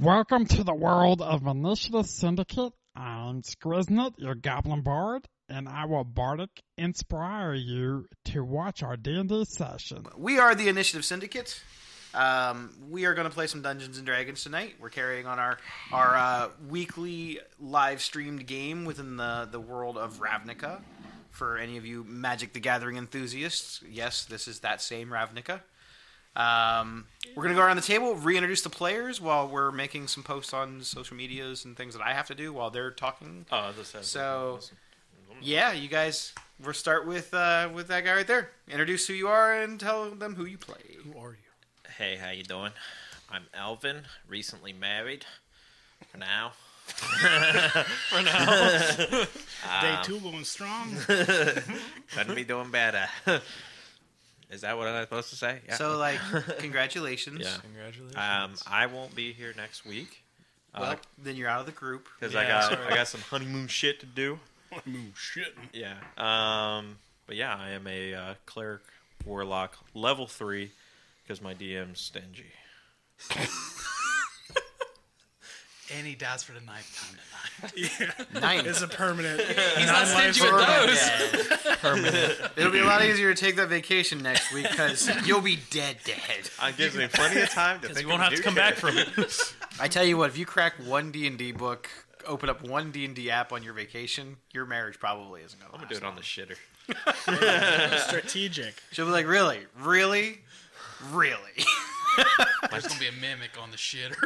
Welcome to the world of Initiative Syndicate. I'm Skriznit, your Goblin Bard, and I will bardic inspire you to watch our D&D session. We are the Initiative Syndicate. Um, we are going to play some Dungeons and Dragons tonight. We're carrying on our our uh, weekly live streamed game within the the world of Ravnica. For any of you Magic the Gathering enthusiasts, yes, this is that same Ravnica. Um, we're going to go around the table, reintroduce the players while we're making some posts on social medias and things that I have to do while they're talking. Oh, this has So, yeah, you guys, we'll start with uh, with that guy right there. Introduce who you are and tell them who you play. Hey, how you doing? I'm Alvin, recently married. For now, Day two going strong. couldn't be doing Um, better. Is that what I'm supposed to say? Yeah. So, like, congratulations. yeah. Congratulations. Um, I won't be here next week Well, then you're out of the group. because Uh, I Yeah, got sorry. I got some honeymoon shit to do. Ooh, shit. Yeah. Um, but yeah, I am a uh, cleric warlock level three because my DM's stingy. And he dies for the ninth time tonight. Nine. It's a permanent. He's not stingy with those. It'll be a lot easier to take that vacation next week because you'll be dead, dead. It gives me plenty of time to. You won't have to come back from it. I tell you what, if you crack one D and D book, open up one D and D app on your vacation, your marriage probably isn't gonna. I'm gonna do it on the shitter. Strategic. She'll be like, really, really, really. There's gonna be a mimic on the shitter.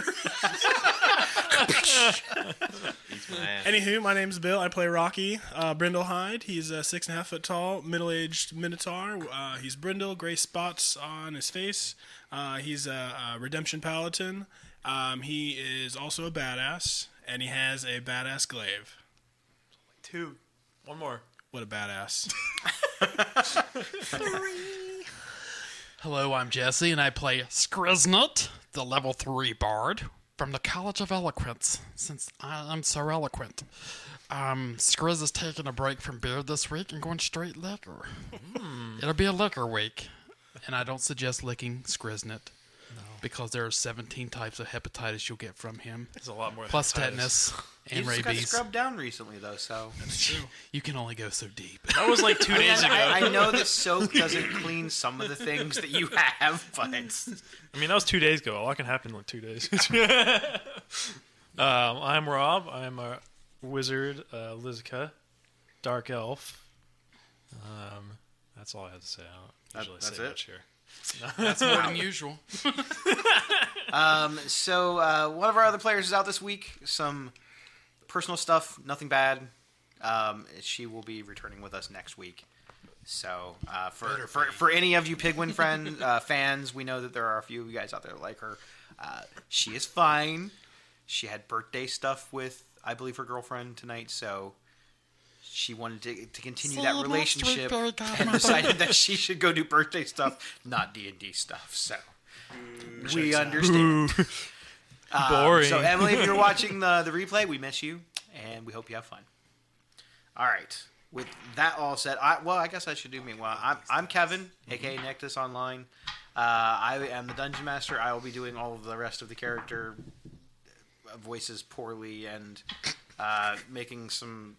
Eats my ass. Anywho, my name's Bill. I play Rocky uh, Brindle Hyde. He's uh, six and a half foot tall, middle aged Minotaur. Uh, he's brindle, gray spots on his face. Uh, he's a, a redemption paladin. Um, he is also a badass, and he has a badass glaive. Two. One more. What a badass! Hello, I'm Jesse, and I play Skriznut, the level 3 bard from the College of Eloquence, since I am so eloquent. Um, Skriz is taking a break from beer this week and going straight liquor. Hmm. It'll be a liquor week, and I don't suggest licking Skriznut. Because there are 17 types of hepatitis you'll get from him, There's a lot more. plus than tetanus and You just got rabies. scrubbed down recently though, so You can only go so deep. That was like two days ago. I, I, I know that soap doesn't clean some of the things that you have, but mean, that was two days ago. A lot can happen in like two days. um, I'm Rob. I'm a wizard, uh, Lizica, dark elf. Um, that's all I have to say. I That- don't usually that's say it? much here. That's more than usual. Um, so uh, one of our other players is out this week. Some personal stuff, nothing bad. Um, she will be returning with us next week. So uh, for, for for any of you Pigwin friend uh, fans, we know that there are a few of you guys out there that like her. Uh, she is fine. She had birthday stuff with, I believe, her girlfriend tonight. So she wanted to, to continue that Celebrate relationship birthday, God, and my decided that she should go do birthday stuff, not D and D stuff. So we understand. Um, Boring. so Emily, if you're watching the the replay, we miss you, and we hope you have fun. All right. With that all said, I, well, I guess I should do me. Well, I'm, I'm Kevin, aka Nectus Online. Uh, I am the Dungeon Master. I will be doing all of the rest of the character voices poorly and uh, making some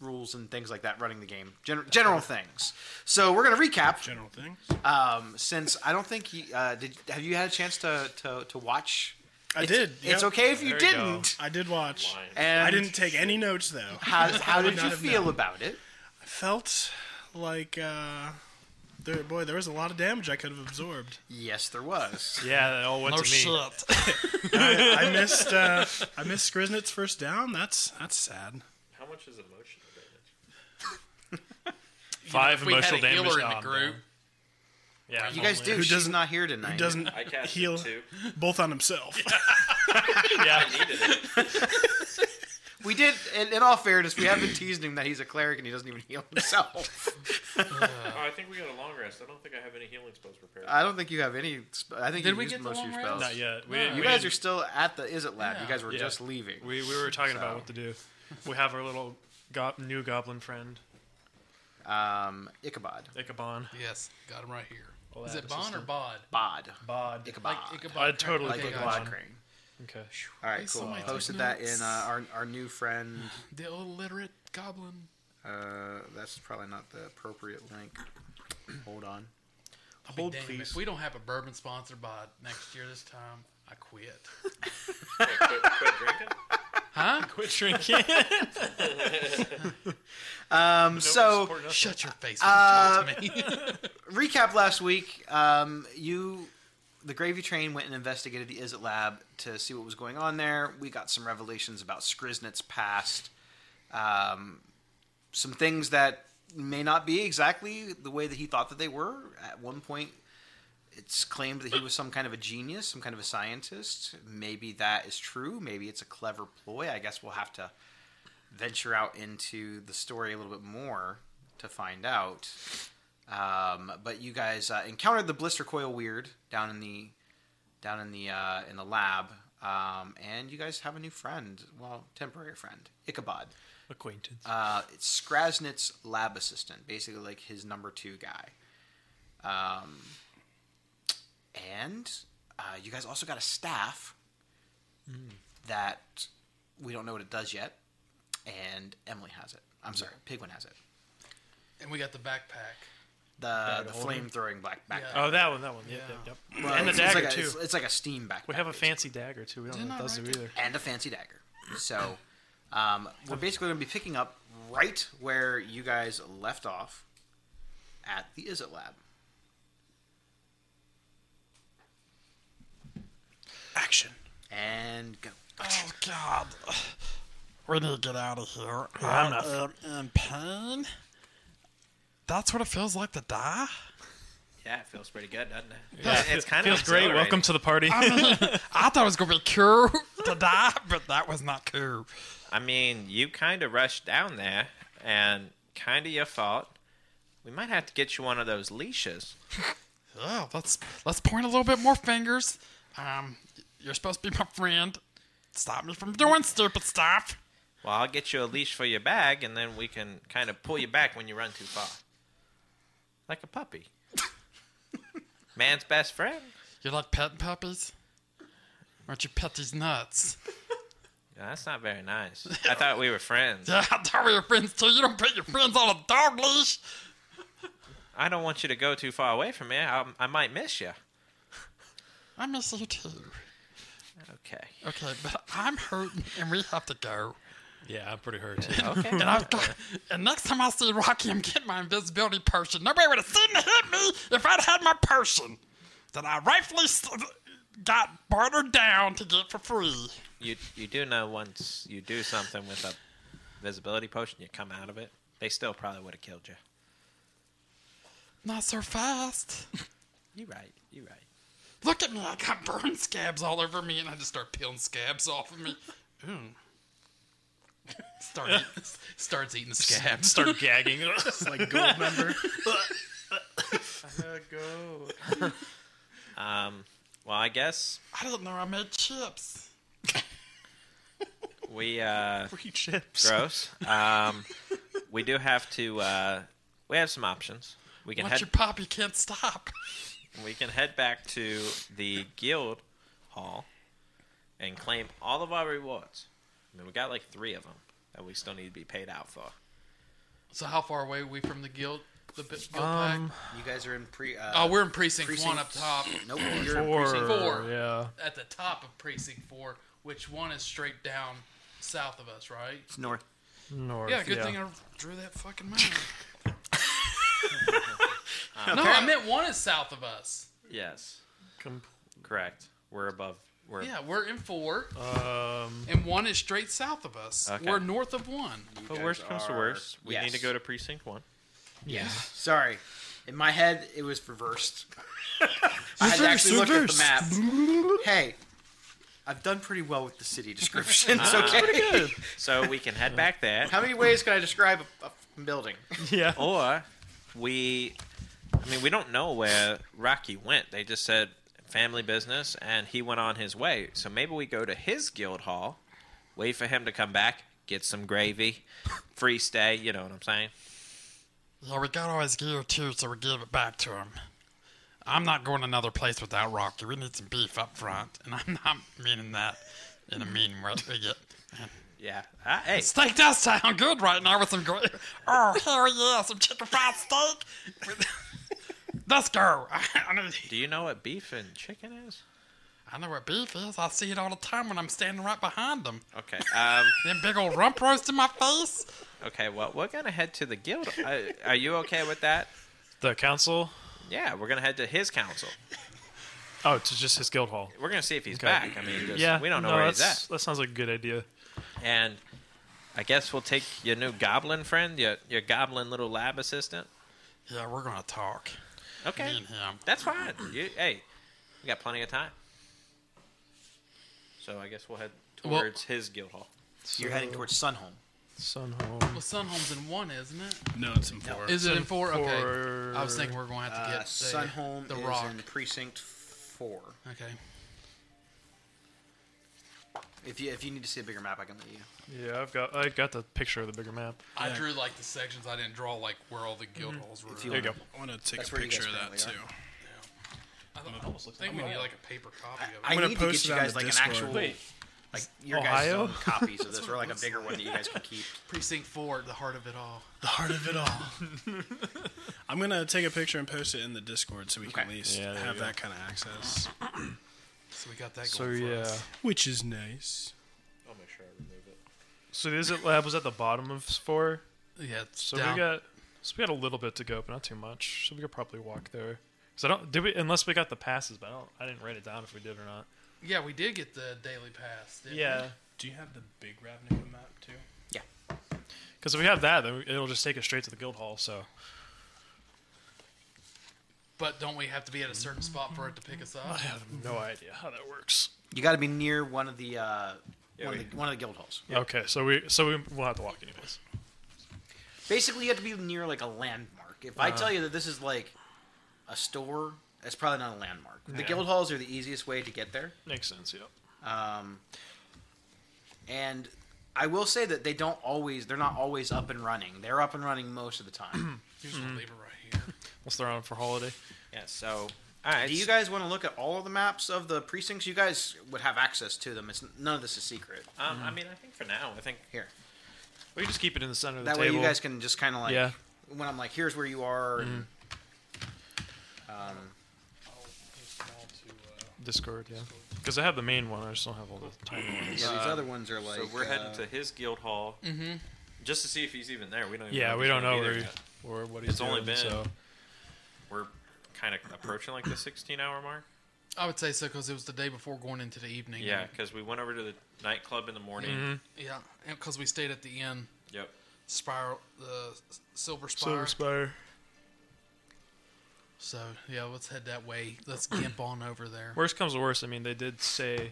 rules and things like that, running the game, Gen- general things. So we're gonna recap General things. um, since I don't think you, uh, did. Have you had a chance to to, to watch? I It's- did. It's yep. okay if you There you go. didn't. I did watch. And I didn't take any notes though. How, how did not you have feel known. about it? felt like uh there boy there was a lot of damage i could have absorbed Yes, there was. Yeah, that all went to Oh me. shit. i missed uh i missed Skriznit's first down that's that's sad How much is emotional damage? Five we had emotional a damage. healer in oh, the group. man. Yeah, You guys do. Who She's doesn't- not here tonight. doesn't I cast heal two. both on himself Yeah, Needed it. We did. In, in all fairness, we have been teasing him that he's a cleric and he doesn't even heal himself. Oh, I think we got a long rest. I don't think I have any healing spells prepared. I don't think you have any. sp- I think Did you we used get the most of your long spells. rest? not yet. We, You we guys are didn't- still at the Is It Lab. You Yeah. guys were Yeah. just leaving. we, we were talking so. about what to do. We have our little go- new goblin friend Um, Ichabod. Ichabod. Yes, got him right here. Well, Is that it was his Bon or name. Bod? Bod. Bod. Ichabod. Like Ichabod. I Crane. totally Like think okay, Ichabod Ichabod. Crane. Okay. All right, Please cool. somebody Posted take that notes. in uh, our our new friend. The illiterate goblin. Uh, that's probably not the appropriate link. Hold on. Be Hold damned please. If we don't have a bourbon sponsor by next year this time, I quit. quit, quit drinking. Huh? Quit drinking. Um, so Support us. Shut your face when Uh, you talk to me. recap last week. Um, you, the gravy train went and investigated the Izzet lab to see what was going on there. We got some revelations about Skriznit's past. Um, some things that may not be exactly the way that he thought that they were. At one point, it's claimed that he was some kind of a genius, some kind of a scientist. Maybe that is true. Maybe it's a clever ploy. I guess we'll have to venture out into the story a little bit more to find out. Um, but you guys uh, encountered the blister coil weird down in the down in the uh, in the lab, um, and you guys have a new friend. Well, temporary friend, Ichabod. Acquaintance. Uh, it's Skrasnit's lab assistant, basically like his number two guy. Um, and uh, you guys also got a staff that we don't know what it does yet, and Emily has it. I'm sorry, Pigwin has it. and we got the backpack. The the older. flame throwing black backpack. Yeah. Oh, that one, that one. Yeah, Yeah. Yep, yep. Well, and the it's- it's dagger, like a, too. It's, it's like a steam backpack. We have a fancy dagger, too. We don't Didn't know I what does write it either. and a fancy dagger. So um, we're basically going to be picking up right where you guys left off at the Izzet lab. Action. And go. Oh God. We need to get out of here. I'm not- I am in pain. That's what it feels like to die. Yeah, it feels pretty good, doesn't it? Yeah, it's kind of feels great. Welcome to the party. I thought it was gonna be cool to die, but that was not cool. I mean, you kind of rushed down there, and kind of your fault. We might have to get you one of those leashes. Oh, let's let's point a little bit more fingers. Um, you're supposed to be my friend. Stop me from doing stupid stuff. Well, I'll get you a leash for your bag, and then we can kind of pull you back when you run too far, like a puppy. Man's best friend. You're like petting puppies. Why don't you pet these nuts? Yeah, that's not very nice. I thought we were friends. Yeah, I thought we were friends too. You don't put your friends on a dog leash. I don't want you to go too far away from me. I, I might miss you. I miss you too. Okay. Okay, but I'm hurting and we have to go. yeah, I'm pretty hurt, too. Okay. And I've got, and next time I see Rocky, I'm getting my invisibility potion. Nobody would have seen to hit me if I'd had my potion that I rightfully s- got bartered down to get for free. You you do know once you do something with a visibility potion, you come out of it. They still probably would have killed you. Not so fast. You right. You right. Look at me, I got burn scabs all over me, and I just start peeling scabs off of me. Ooh. Start eating, starts eating scabs. Start gagging. It's like gold member. Um. Well, I guess I didn't know I made chips. we uh Free chips. gross. Um, we do have to. Uh, we have some options. We can Once head. you pop, you can't stop. We can head back to the guild hall and claim all of our rewards. I mean, we got like three of them that we still need to be paid out for. So how far away are we from the guild? The bi- guild Um, pack? You guys are in pre. Uh, Oh, we're in precinct, one precinct- up top, Nope, you're in four. precinct- Four. Yeah. at the top of precinct four, which one is straight down south of us, right? It's north. North. Yeah, good yeah. thing I drew that fucking map. no, I meant one is south of us. Yes, Com- correct. We're above. We're Yeah, we're in four, um, and one is straight south of us. Okay. We're north of one. But worst comes to worst, we need to Yes. go to precinct one. Yeah. Sorry, in my head it was reversed. I had actually looked at the map. Hey, I've done pretty well with the city Ah, descriptions. Okay, So we can head back there, how many ways can I describe a, a fucking building? yeah. or we. I mean, we don't know where Rocky went. They just said family business, and he went on his way. So maybe we go to his guild hall, wait for him to come back, get some gravy, free stay. You know what I'm saying? Yeah, we got all his gear too, so we give it back to him. I'm not going another place without Rocky. We need some beef up front, and I'm not meaning that in a mean way. Yeah. Yeah. Ah, hey, Steak does sound good right now with some great. Oh hell yeah, some chicken fried steak. With- Let's go. I know, do you know what beef and chicken is? I know what beef is. I see it all the time when I'm standing right behind them. Okay. Um. Them big old rump roast in my face. Okay. Well, we're gonna head to the guild. Uh, are you okay with that? The council. Yeah, we're gonna head to his council. Oh, it's just his guild hall. We're gonna see if he's Okay. back. I mean, just, Yeah, we don't know no, where he's that's- at. That sounds like a good idea. And I guess we'll take your new goblin friend, your your goblin little lab assistant. Yeah, we're gonna talk. Okay. Me and him. That's fine. You, hey, we got plenty of time. So I guess we'll head Well- towards his guild hall. You're heading towards Sunhome. Sun Home. Well, Sunhome's in one, isn't it? No, it's in four. Is it in four? four. Okay. I was thinking we're gonna have to Uh, get Sunhome the, the is rock. in precinct four. Okay. If you if you need to see a bigger map, I can let you. Yeah, I've got I got the picture of the bigger map. I drew like the sections. I didn't draw like where all the guild halls were. If you There you go. I want to take That's a where you picture guys of that too. currently are. I thought- I think we need like a paper copy of it. I gonna need to post get you it on guys the like an Discord. actual Wait. like your guys' Ohio? own copies of this, or like a bigger one that you guys can keep. Precinct four, the heart of it all. The heart of it all. I'm gonna take a picture and post it in the Discord so we can Okay. at least Yeah, there have you go. that kind of access, So we got that. So going for yeah. us. which is nice. I'll make sure I remove it. So the visit lab was at the bottom of four. yeah. It's So down. we got so we got a little bit to go, but not too much. So we could probably walk there. Cause I don't did we unless we got the passes, but I don't I didn't write it down if we did or not. Yeah, we did get the daily pass. Didn't Yeah. Do you have the big Ravnica map too? Yeah. Because if we have that, then we- it'll just take us straight to the guild hall. So We? But don't we have to be at a certain spot for it to pick us up? I have no idea how that works. You got to be near one of the uh, Yeah, one, we- of the, one of the guild halls. Okay, so we so we, we'll have to walk anyways. Basically, you have to be near like a landmark. If Uh-huh. I tell you that this is like a store, it's probably not a landmark. The Yeah. guild halls are the easiest way to get there, Makes sense. Yeah. Um, and I will say that they don't always. They're not always up and running. They're up and running most of the time. You just wanna leave it right here. Let's throw on for holiday. Yeah. So all right. Do you so- guys want to look at all of the maps of the precincts? You guys would have access to them. It's none of this is secret. Um, I mean, I think for now, I think Here, We can just keep it in the center of the that way table. you guys can just kind of like Yeah. Mm. when I'm like, here's where you are. And, Discord, yeah. Because I have the main one. I just don't have all the tiny ones. Yeah, these Uh, other ones are like. so. We're uh, heading to his guild hall just to see if he's even there. We don't. Even Mm-hmm. Yeah, if we he's don't gonna know be there where, yet. where what he's It's only doing, been- So. We're kind of approaching like the 16-hour mark. I would say so because it was the day before going into the evening. Yeah, because we went over to the nightclub in the morning. Mm-hmm. Yeah, because we stayed at the inn, Yep. Spiral, the S- Silver Spire. Silver Spire. so yeah, let's head that way. Let's gimp on over there. Worst comes to worst, I mean, they did say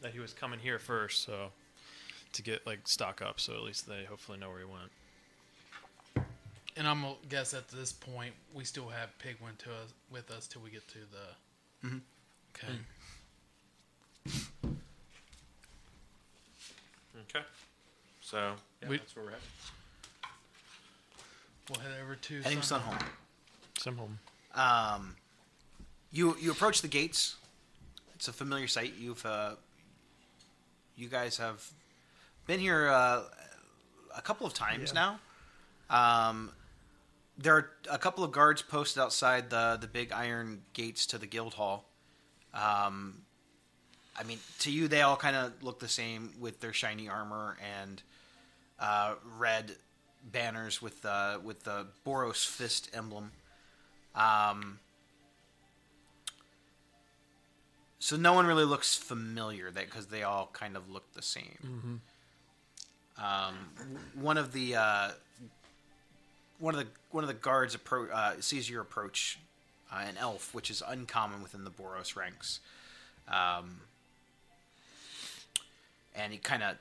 that he was coming here first, so to get like stock up. So at least they hopefully know where he went. And I'm gonna guess at this point we still have Pigwin to us with us till we get to the. Okay. Okay. So yeah, We- that's where we're at. We'll head over to. Heading to Sun- Sunhome. Some home. Um, you you approach the gates. It's a familiar sight. You've uh, you guys have been here uh, a couple of times now. Um, there are a couple of guards posted outside the the big iron gates to the guild hall. Um, I mean, to you, they all kind of look the same with their shiny armor and uh, red banners with uh, with the Boros fist emblem. Um, so no one really looks familiar that because they all kind of look the same. Um, w- one of the uh, one of the one of the guards appro- uh, sees your approach, uh, an elf, which is uncommon within the Boros ranks. Um, and he kind of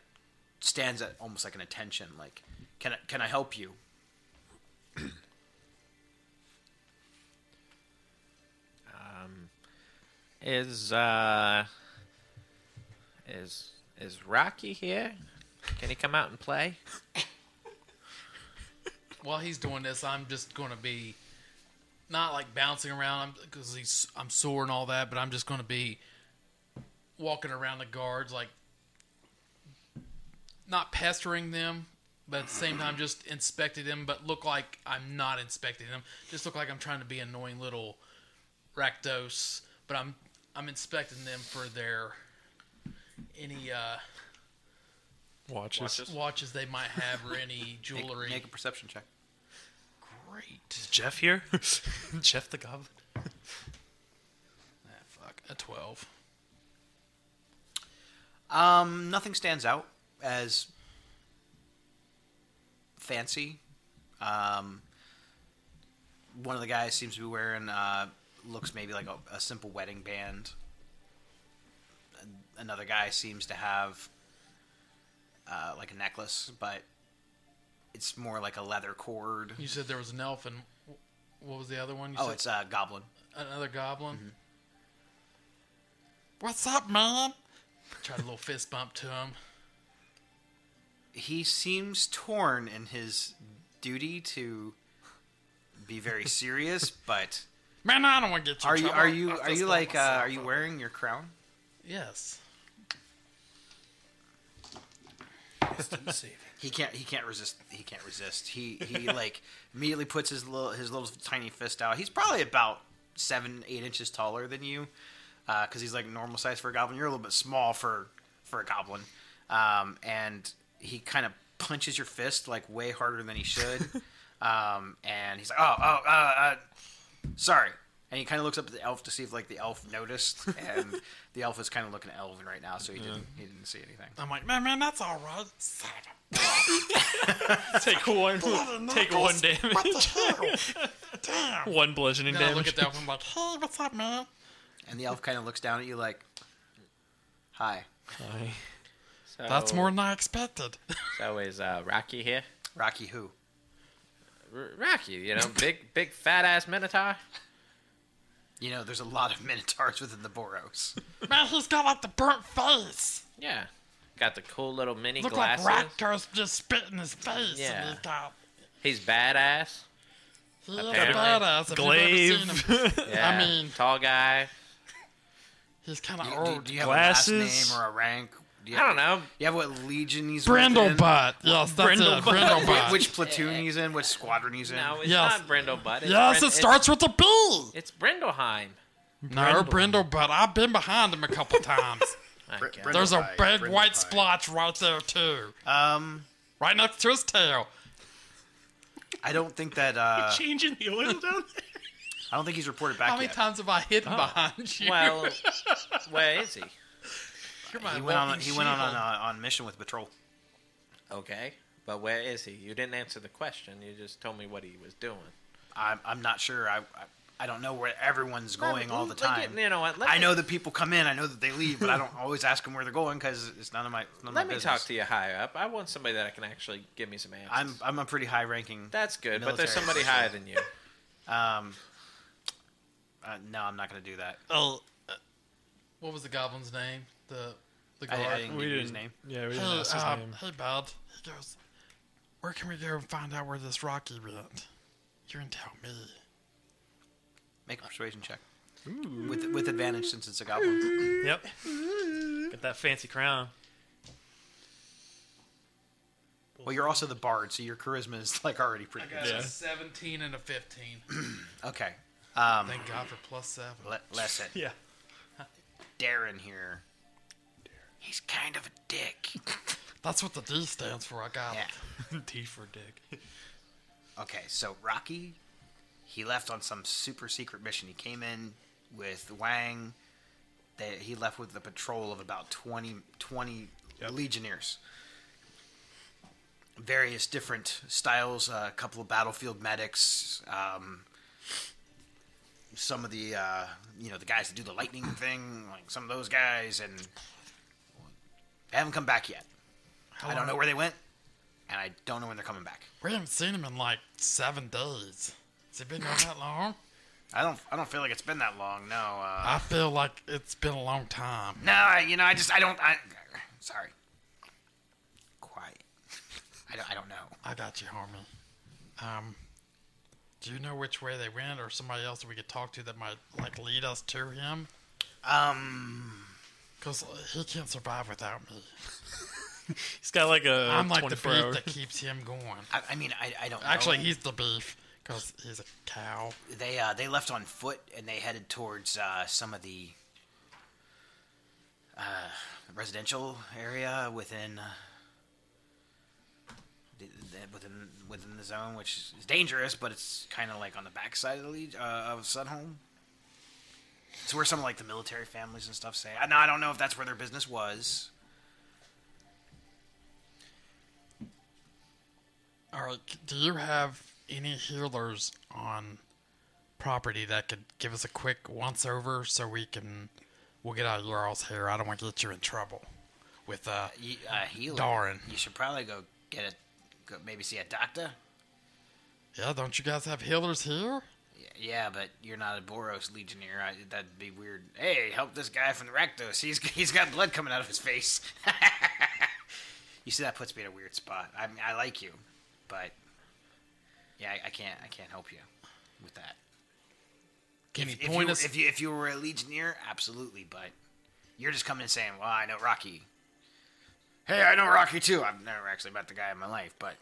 stands at almost like an attention, like, "Can I, can I help you?" Is uh is is Rocky here? Can he come out and play? While he's doing this, I'm just going to be not like bouncing around because he's I'm sore and all that, but I'm just going to be walking around the guards, like not pestering them, but at the same time just inspecting them, but look like I'm not inspecting them. Just look like I'm trying to be annoying little Rakdos, but I'm I'm inspecting them for their any uh, Watches. Watches. watches they might have or any Make- jewelry. Make a perception check. Great. Is Jeff here? Jeff the Goblin. Ah, fuck. A twelve. Um, nothing stands out as fancy. Um, one of the guys seems to be wearing uh, looks maybe like a, a simple wedding band. An- Another guy seems to have uh, like a necklace, but it's more like a leather cord. You said there was an elf and wh- what was the other one? You Oh, said it's Mm-hmm. a goblin. another goblin. What's up, mom? Tried a little fist bump to him. he seems torn in his duty to be very serious, but Man, I don't want to get you. are in you trouble. are you I are fist you bumped like uh, myself. are you wearing your crown? Yes. He can't he can't resist he can't resist. He he like immediately puts his little his little tiny fist out. He's probably about seven eight inches taller than you, because he's like normal size for a goblin. You're a little bit small for for a goblin, um, and he kind of punches your fist like way harder than he should. um, and he's like, oh oh uh, uh, sorry. And he kind of looks up at the elf to see if like the elf noticed, and the elf is kind of looking at Elvin right now, so he didn't he didn't see anything. I'm like, man, man, that's all right. Son of a- Take one. take one damage. one bludgeoning Then I look damage. at that one like, hey, what's up, man? And the elf kind of looks down at you like, "Hi, Aye. So, Oh. That's more than I expected. So is uh, Rocky here? Rocky who?" R- Rocky, you know, big, big, fat ass Minotaur. You know, there's a lot of minotaurs within the Boros. man, he's got like the burnt face. Yeah, got the cool little mini Look glasses. like Raptor's just spit in his face. Yeah. And he's got, He's badass. he is a Apparently. badass. If you've ever seen him. Glaive. Yeah, mean- tall guy. He's kind Do, of do, old. do you have a Glasses. last name or a rank? Do you I don't know. You have what legion he's within? Brindlebot. Yes, that's Brindlebot. it. Brindlebot. Which platoon he's in? Which squadron he's in? No, it's Yes. not Brindlebud. It's yes, Brin- it starts with a B. It's, it's Brindleheim. No, Brindlebot. I've been behind him a couple times. My Br- God. Brindle There's a Pie, big Brindle white Pie. splotch right there too, Um, right next to his tail. I don't think that. Uh, Changing the oil down there. I don't think he's reported back How many yet. times have I Oh. hidden behind you? well, where is he? You're my He went on. walking He went on on, shield. uh, on mission with patrol. Okay, but where is he? You didn't answer the question. You just told me what he was doing. I'm. I'm not sure. I. I, I don't know where everyone's going all the Look at- time. You know what? Let I me- know that people come in. I know that they leave, but I don't always ask them where they're going because it's none of my. None of my Let me business. talk to you higher up. I want somebody that I can actually give me some answers. I'm I'm a pretty high ranking. That's good, but there's Military somebody official. higher than you. Um, uh, no, I'm not gonna do that. Oh, uh, what was the goblin's name? The the I- I guard. didn't- Give We you didn't. his name. Yeah, we hey, didn't ask his uh, name. hey, bud. He goes, where can we go and find out where this Rocky went? You can tell me. Make a persuasion check with with advantage since it's a goblin. Yep. Got that fancy crown. Well, you're also the bard, so your charisma is like already pretty good. Yeah. 17 and a 15. Okay, um, Thank God for plus seven. le- listen, Yeah. Darren here. He's kind of a dick. That's what the D stands for. I got Yeah. it. T for dick. Okay, so Rocky, he left on some super secret mission. He came in with Wang. They, he left with a patrol of about 20, 20 legionnaires. Various different styles, uh, a couple of battlefield medics, um, some of the uh, you know the guys that do the lightning thing, like some of those guys, and they haven't come back yet. I don't know where they went, and I don't know when they're coming back. We haven't seen him in like seven days. Has it been gone that long? I don't. I don't feel like it's been that long. No. Uh, I feel like it's been a long time. no. I, you know. I just. I don't. I. Sorry. Quiet. I don't. I don't know. I got you, Harmon. Um, Do you know which way they went, or somebody else we could talk to that might like lead us to him? Um, Because he can't survive without me. He's got like a I'm like the 24 beef hour. that keeps him going. I, I mean, I, I don't. know. Actually, he's the beef because he's a cow. they uh, they left on foot and they headed towards uh, some of the uh, residential area within uh, the, the- within within the zone, which is dangerous, but it's kind of like on the backside of the leg- uh, of Sudholm. It's where some like the military families and stuff say. I, now I don't know if that's where their business was. All right, c- do you have any healers on property that could give us a quick once over so we can we'll get out of your all's hair? I don't want to get you in trouble with uh You, uh, healer. Darn. You should probably go get a go maybe see a doctor. yeah. Don't you guys have healers here? Yeah, but you're not a Boros Legionnaire. I, that'd be weird. Hey, help this guy from the Rakdos. He's he's got blood coming out of his face. you see, that puts me in a weird spot. I mean, I like you, but yeah, I, I can't I can't help you with that. Can If, you if point you, us? if you if you were a Legionnaire, absolutely. But you're just coming and saying, "Well, I know Rocky." Hey, I know Rocky too. I've never actually met the guy in my life, but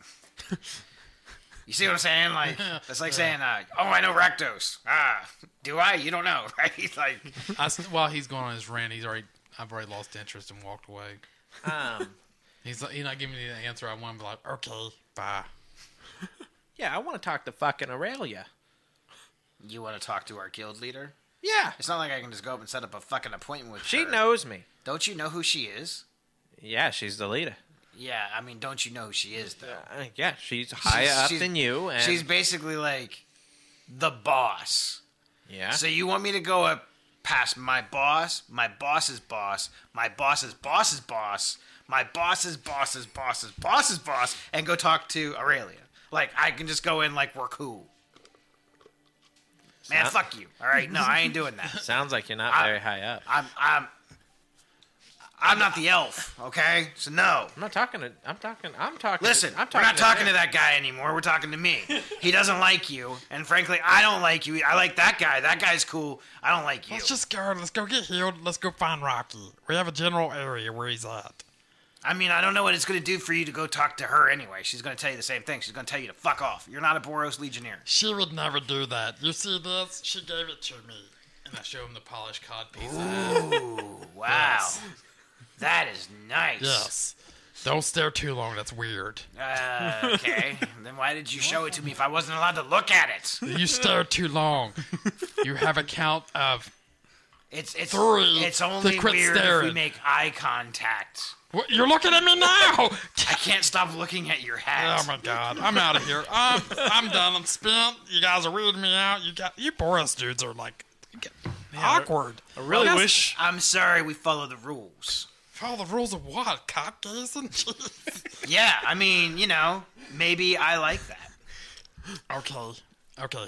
you see what I'm saying? Like that's like saying, uh, "Oh, I know Rakdos." Ah, do I? You don't know, right? Like, I s while he's going on his rant, he's already I've already lost interest and walked away. Um, He's like, he's not giving me the answer I want. Be like, okay, bye. yeah, I want to talk to fucking Aurelia. you want to talk to our guild leader? Yeah, It's not like I can just go up and set up a fucking appointment with she her. knows me. Don't you know who she is? Yeah, she's the leader. Yeah, I mean, don't you know who she is though? Uh, yeah, she's higher up she's- than you, and She's basically like the boss. yeah, So you want me to go up past my boss, my boss's boss, my boss's boss's boss, my boss's boss's boss's boss's boss, and go talk to Aurelia? Like I can just go in like we're cool. Man, Sound- fuck you. All right, no, I ain't doing that. sounds like you're not I- very high up. I'm I'm I'm not the elf, okay? So no. I'm not talking to. I'm talking. I'm talking. to- Listen, I'm we're not talking her. to that guy anymore. We're talking to me. He doesn't like you, and frankly, I don't like you. I like that guy. That guy's cool. I don't like you. Let's just go. Let's go get healed. Let's go find Rocky. We have a general area where he's at. I mean, I don't know what it's going to do for you to go talk to her anyway. She's going to tell you the same thing. She's going to tell you to fuck off. You're not a Boros Legionnaire. She would never do that. You see this? She gave it to me. And I show him the polished cod piece. Ooh, wow. That is nice. Yes. Don't stare too long. That's weird. Uh, okay. then why did you show it to me if I wasn't allowed to look at it? You stare too long. You have a count of. It's it's Three. it's only They quit weird if we staring. make eye contact. What, you're looking at me now. I can't stop looking at your hat. Oh my god! I'm out of here. I'm I'm done. I'm spent. You guys are weirding me out. You got you Boris dudes are like awkward. I really Well, wish I'm sorry we follow the rules. Follow the rules of what? Cock gazing? Jeez. Yeah, I mean, you know, maybe I like that. Okay. Okay.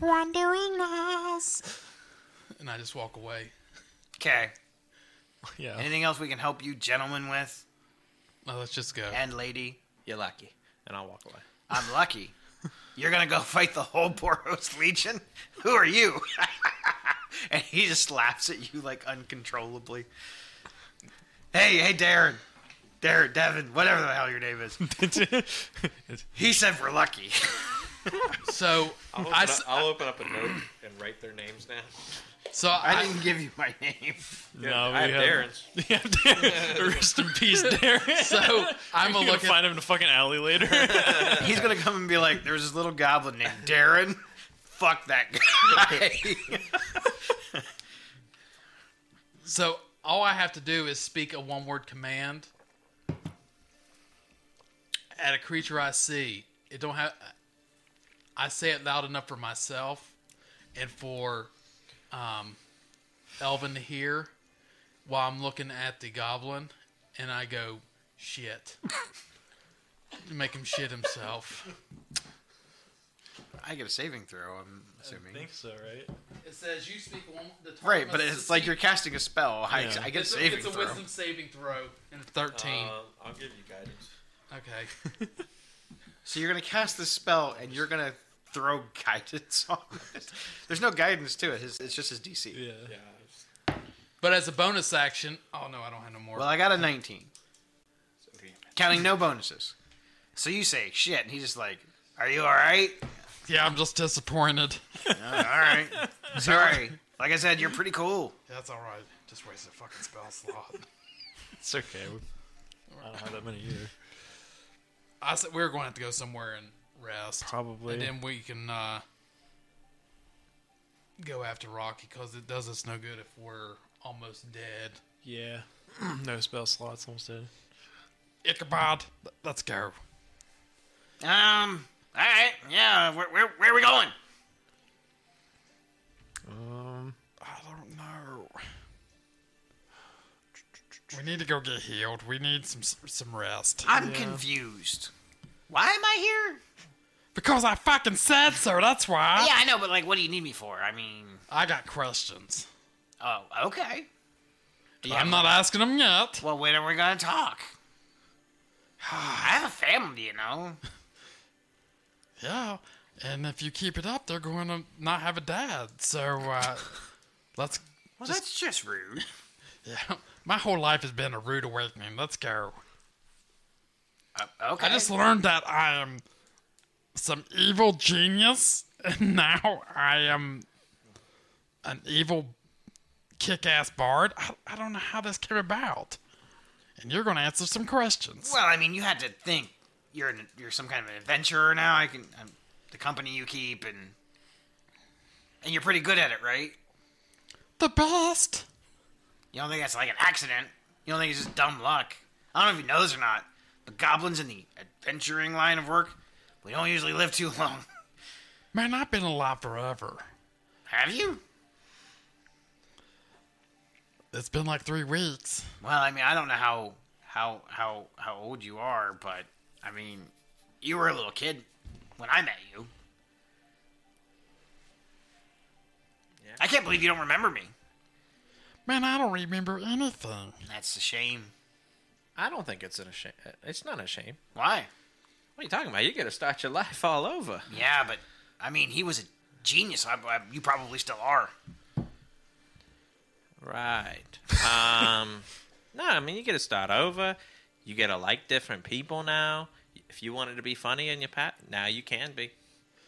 Wandering eyes. And I just walk away. Okay. yeah. Anything else we can help you gentlemen with No, let's just go. and lady? You're lucky, and I'll walk away. I'm lucky. You're gonna go fight the whole Boros Legion? Who are you? and he just laughs at you like uncontrollably. Hey, hey, Darren. Darren, Devin, whatever the hell your name is. He said we're lucky. So I'll I s- I'll open up a note and write their names down. so I I, didn't give you my name. no, I have Darren's. Yeah, Darren. Rest in peace, Darren. so I'm I'm gonna gonna look at find him in a fucking alley later. He's gonna come and be like, "There's this little goblin named Darren. Fuck that guy." so all I have to do is speak a one word command at a creature I see. It don't have I say it loud enough for myself and for um Elvin to hear while I'm looking at the goblin and I go shit. Make him shit himself. I get a saving throw. I'm assuming. so, right? It says you speak one the target Right, must but it's like succeed- you're casting a spell. I, Yeah. I get a It's a, saving it's a throw. wisdom saving throw Uh, and it's thirteen. I'll give you guidance. okay. So you're gonna cast this spell, and you're gonna throw guidance on it. There's no guidance to it. His- It's just his DC. Yeah. But as a bonus action, oh no, I don't have no more. Well, I got a 19. Counting no bonuses. So you say, shit. And he's just like, are you all right? yeah, I'm just disappointed. "Uh, all right. Sorry. Like I said, you're pretty cool. That's all right. Just waste a fucking spell slot. It's okay. I don't have that many either. I said we were going to have to go somewhere and rest, Probably. and then we can uh, go after Rocky because it does us no good if we're almost dead. Yeah. no spell slots almost dead. Ichabod, l- let's go. Um, all right. Yeah. Where, where, where are we going? Um, I don't know. We need to go get healed. We need some some rest. I'm confused. Why am I here? Because I fucking said so. That's why. Yeah, I know, but like, what do you need me for? I mean, I got questions. oh, okay. Do you have- I'm not asking them yet. Well, when are we gonna talk? I have a family, you know. Yeah, and if you keep it up, they're going to not have a dad. So uh, let's. Well, that's just rude. Yeah, my whole life has been a rude awakening. Let's go. Uh, okay. I just learned that I am Um, some evil genius, and now I am an evil kick-ass bard. I, I don't know how this came about, and you're going to answer some questions. Well, I mean, you had to think you're an, you're some kind of an adventurer now. I can i the company you keep and and you're pretty good at it, right? The best. You don't think that's like an accident? You don't think it's just dumb luck? I don't know if you know this or not, but goblins in the adventuring line of work, we don't usually live too long. Man, I've been alive forever. Have you? It's been like three weeks. Well, I mean, I don't know how how how how old you are, but I mean, you were a little kid when I met you. Yeah. I can't believe you don't remember me. Man, I don't remember anything. That's a shame. I don't think it's an a shame. It's not a shame. Why? What are you talking about? You're gonna start your life all over. Yeah, but I mean, he was a genius. I, I, you probably still are. Right. Um, no, I mean you get to start over. You get to like different people now. If you wanted to be funny in your pat, now you can be.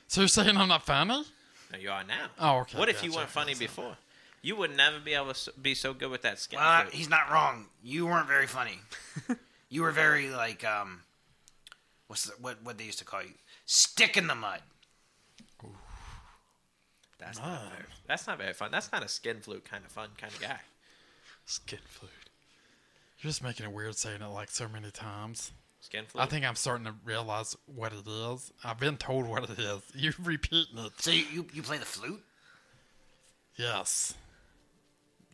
So you're saying I'm not funny? No, you are now. Oh, okay, What if you gotcha. weren't funny before? You would never be able to s- be so good with that skin. Well, coat. he's not wrong. You weren't very funny. you were very like um, what's the, what what they used to call you? Stick in the mud. that's, not very, that's not very fun. That's not a skin flute kind of fun kind of guy. skin flute. You're just making it weird saying it like so many times. Skin flute. I think I'm starting to realize what it is. I've been told what it is. You're repeating it. So you, you, you play the flute. Yes.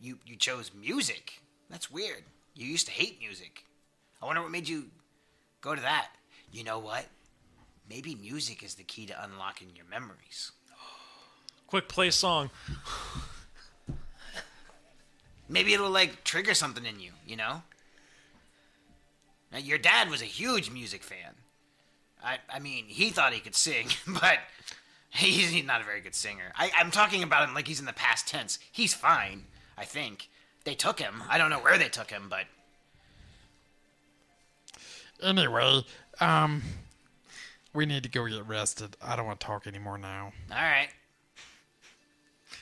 You you chose music. That's weird. You used to hate music. I wonder what made you go to that. You know what? Maybe music is the key to unlocking your memories. Quick, play a song. Maybe it'll like trigger something in you, you know? Now your dad was a huge music fan. I I mean, he thought he could sing, but he's, he's not a very good singer. I, I'm talking about him like he's in the past tense. He's fine, I think. They took him. I don't know where they took him, but Anyway, um, we need to go get rested. I don't want to talk anymore now. all right.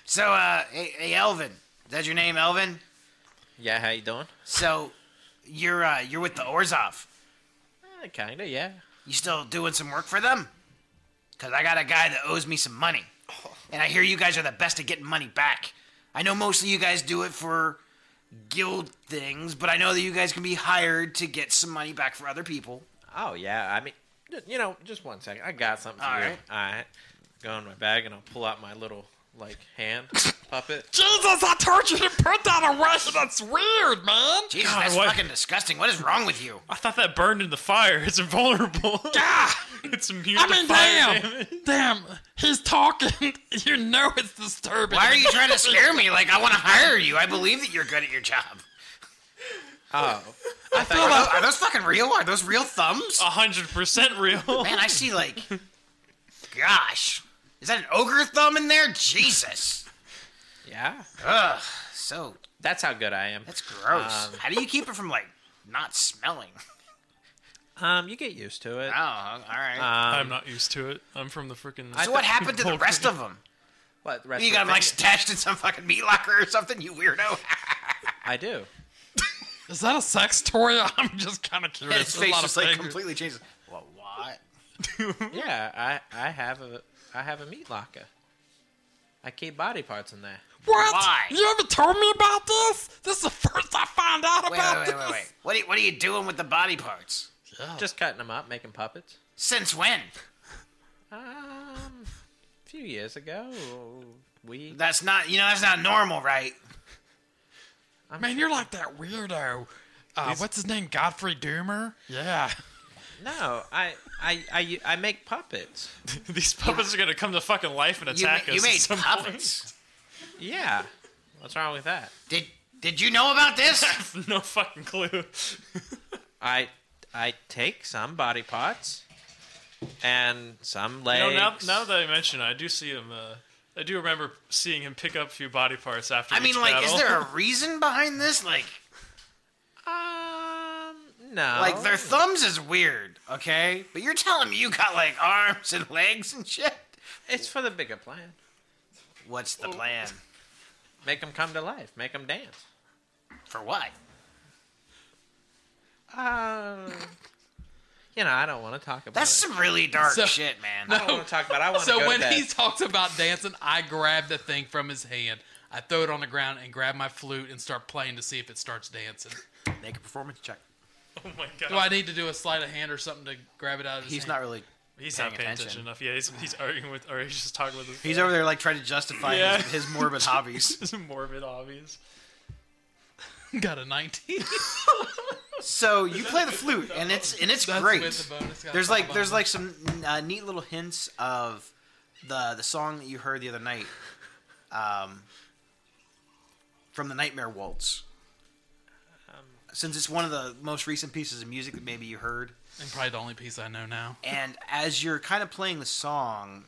So, uh, hey, hey Elvin, is that your name, Elvin? yeah, how you doing? So, you're uh, you're with the Orzov. Eh, kinda, yeah. You still doing some work for them? Because I got a guy that owes me some money. And I hear you guys are the best at getting money back. I know mostly you guys do it for guild things, but I know that you guys can be hired to get some money back for other people. Oh yeah, I mean, ju- you know, just one second. I got something for All you. right. All right, go in my bag and I'll pull out my little like hand puppet. Jesus, I told you to put that away. That's weird, man. Jesus, God, that's what- fucking disgusting. What is wrong with you? I thought that burned in the fire. It's invulnerable. Ah! it's immune I to mean, fire damn, damage. damn. He's talking. You know it's disturbing. Why are you trying to scare me? Like, I want to hire you. I believe that you're good at your job. Oh, I feel Are like those, are those fucking real? Are Oh, those real thumbs? hundred percent real. Man, I see, like, gosh. Is that an ogre thumb in there? Jesus. Yeah, Ugh. So that's how good I am. that's gross. Um, How do you keep it from like not smelling? Um, you get used to it. Oh, all right. I'm not used to it. I'm from the freaking. so what happened to the rest of them? What the rest You of got them the like thing- stashed in some fucking meat locker or something? You weirdo. I do. Is that a sex toy? I'm just kind of curious. His There's a face lot just of like fingers. completely changes. Well, what? Mm-hmm. Yeah, I I have a I have a meat locker. I keep body parts in there. What? Why? You haven't told me about this? This is the first I find out Wait, about wait, wait, wait, wait. What are, you, what are you doing with the body parts? Just cutting them up, making puppets. Since when? Um, a few years ago, we That's not, you know, that's not normal, right? this. Man, you're like that weirdo. Uh, what's his name? Godfrey Doomer? Yeah. no, I I I, I make puppets. These puppets are gonna come to fucking life and You, ma- attack you us. at made some puppets. Yeah, what's wrong with that? Did did you know about this? point. no fucking clue. I I take some body parts and some No, legs. now, now that I mention it, I do see him. Uh, I do remember seeing him pick up a few body parts after. I mean, each like, battle. is there a reason behind this? Like, um, no, like Oh. their thumbs is weird, okay? But you're telling me you got like arms and legs and shit. it's for the bigger plan. What's the plan? Make them come to life. Make them dance. For what? Uh, you know, I don't want to talk about That's it. some really dark Um, So- shit, man. I don't want to talk about. It. I want to So go when to bed. he talks about dancing, I grab the thing from his hand. I throw it on the ground and grab my flute and start playing to see if it starts dancing. Make a performance check. Oh my god. Do I need to do a sleight of hand or something to grab it out of his He's hand? not really. he's paying not paying attention. attention. enough. Yeah, he's, he's arguing with, or he's just talking with his. He's over there like trying to justify Yeah. his, his morbid hobbies. It's morbid, obvious. Got a 19. So you play the flute, and it's and it's That's great. with the bonus. Got there's the like there's bonus. like some uh, neat little hints of the the song that you heard the other night um, from the nightmare waltz since it's one of the most recent pieces of music that maybe you heard And probably the only piece I know now. and as you're kind of playing the song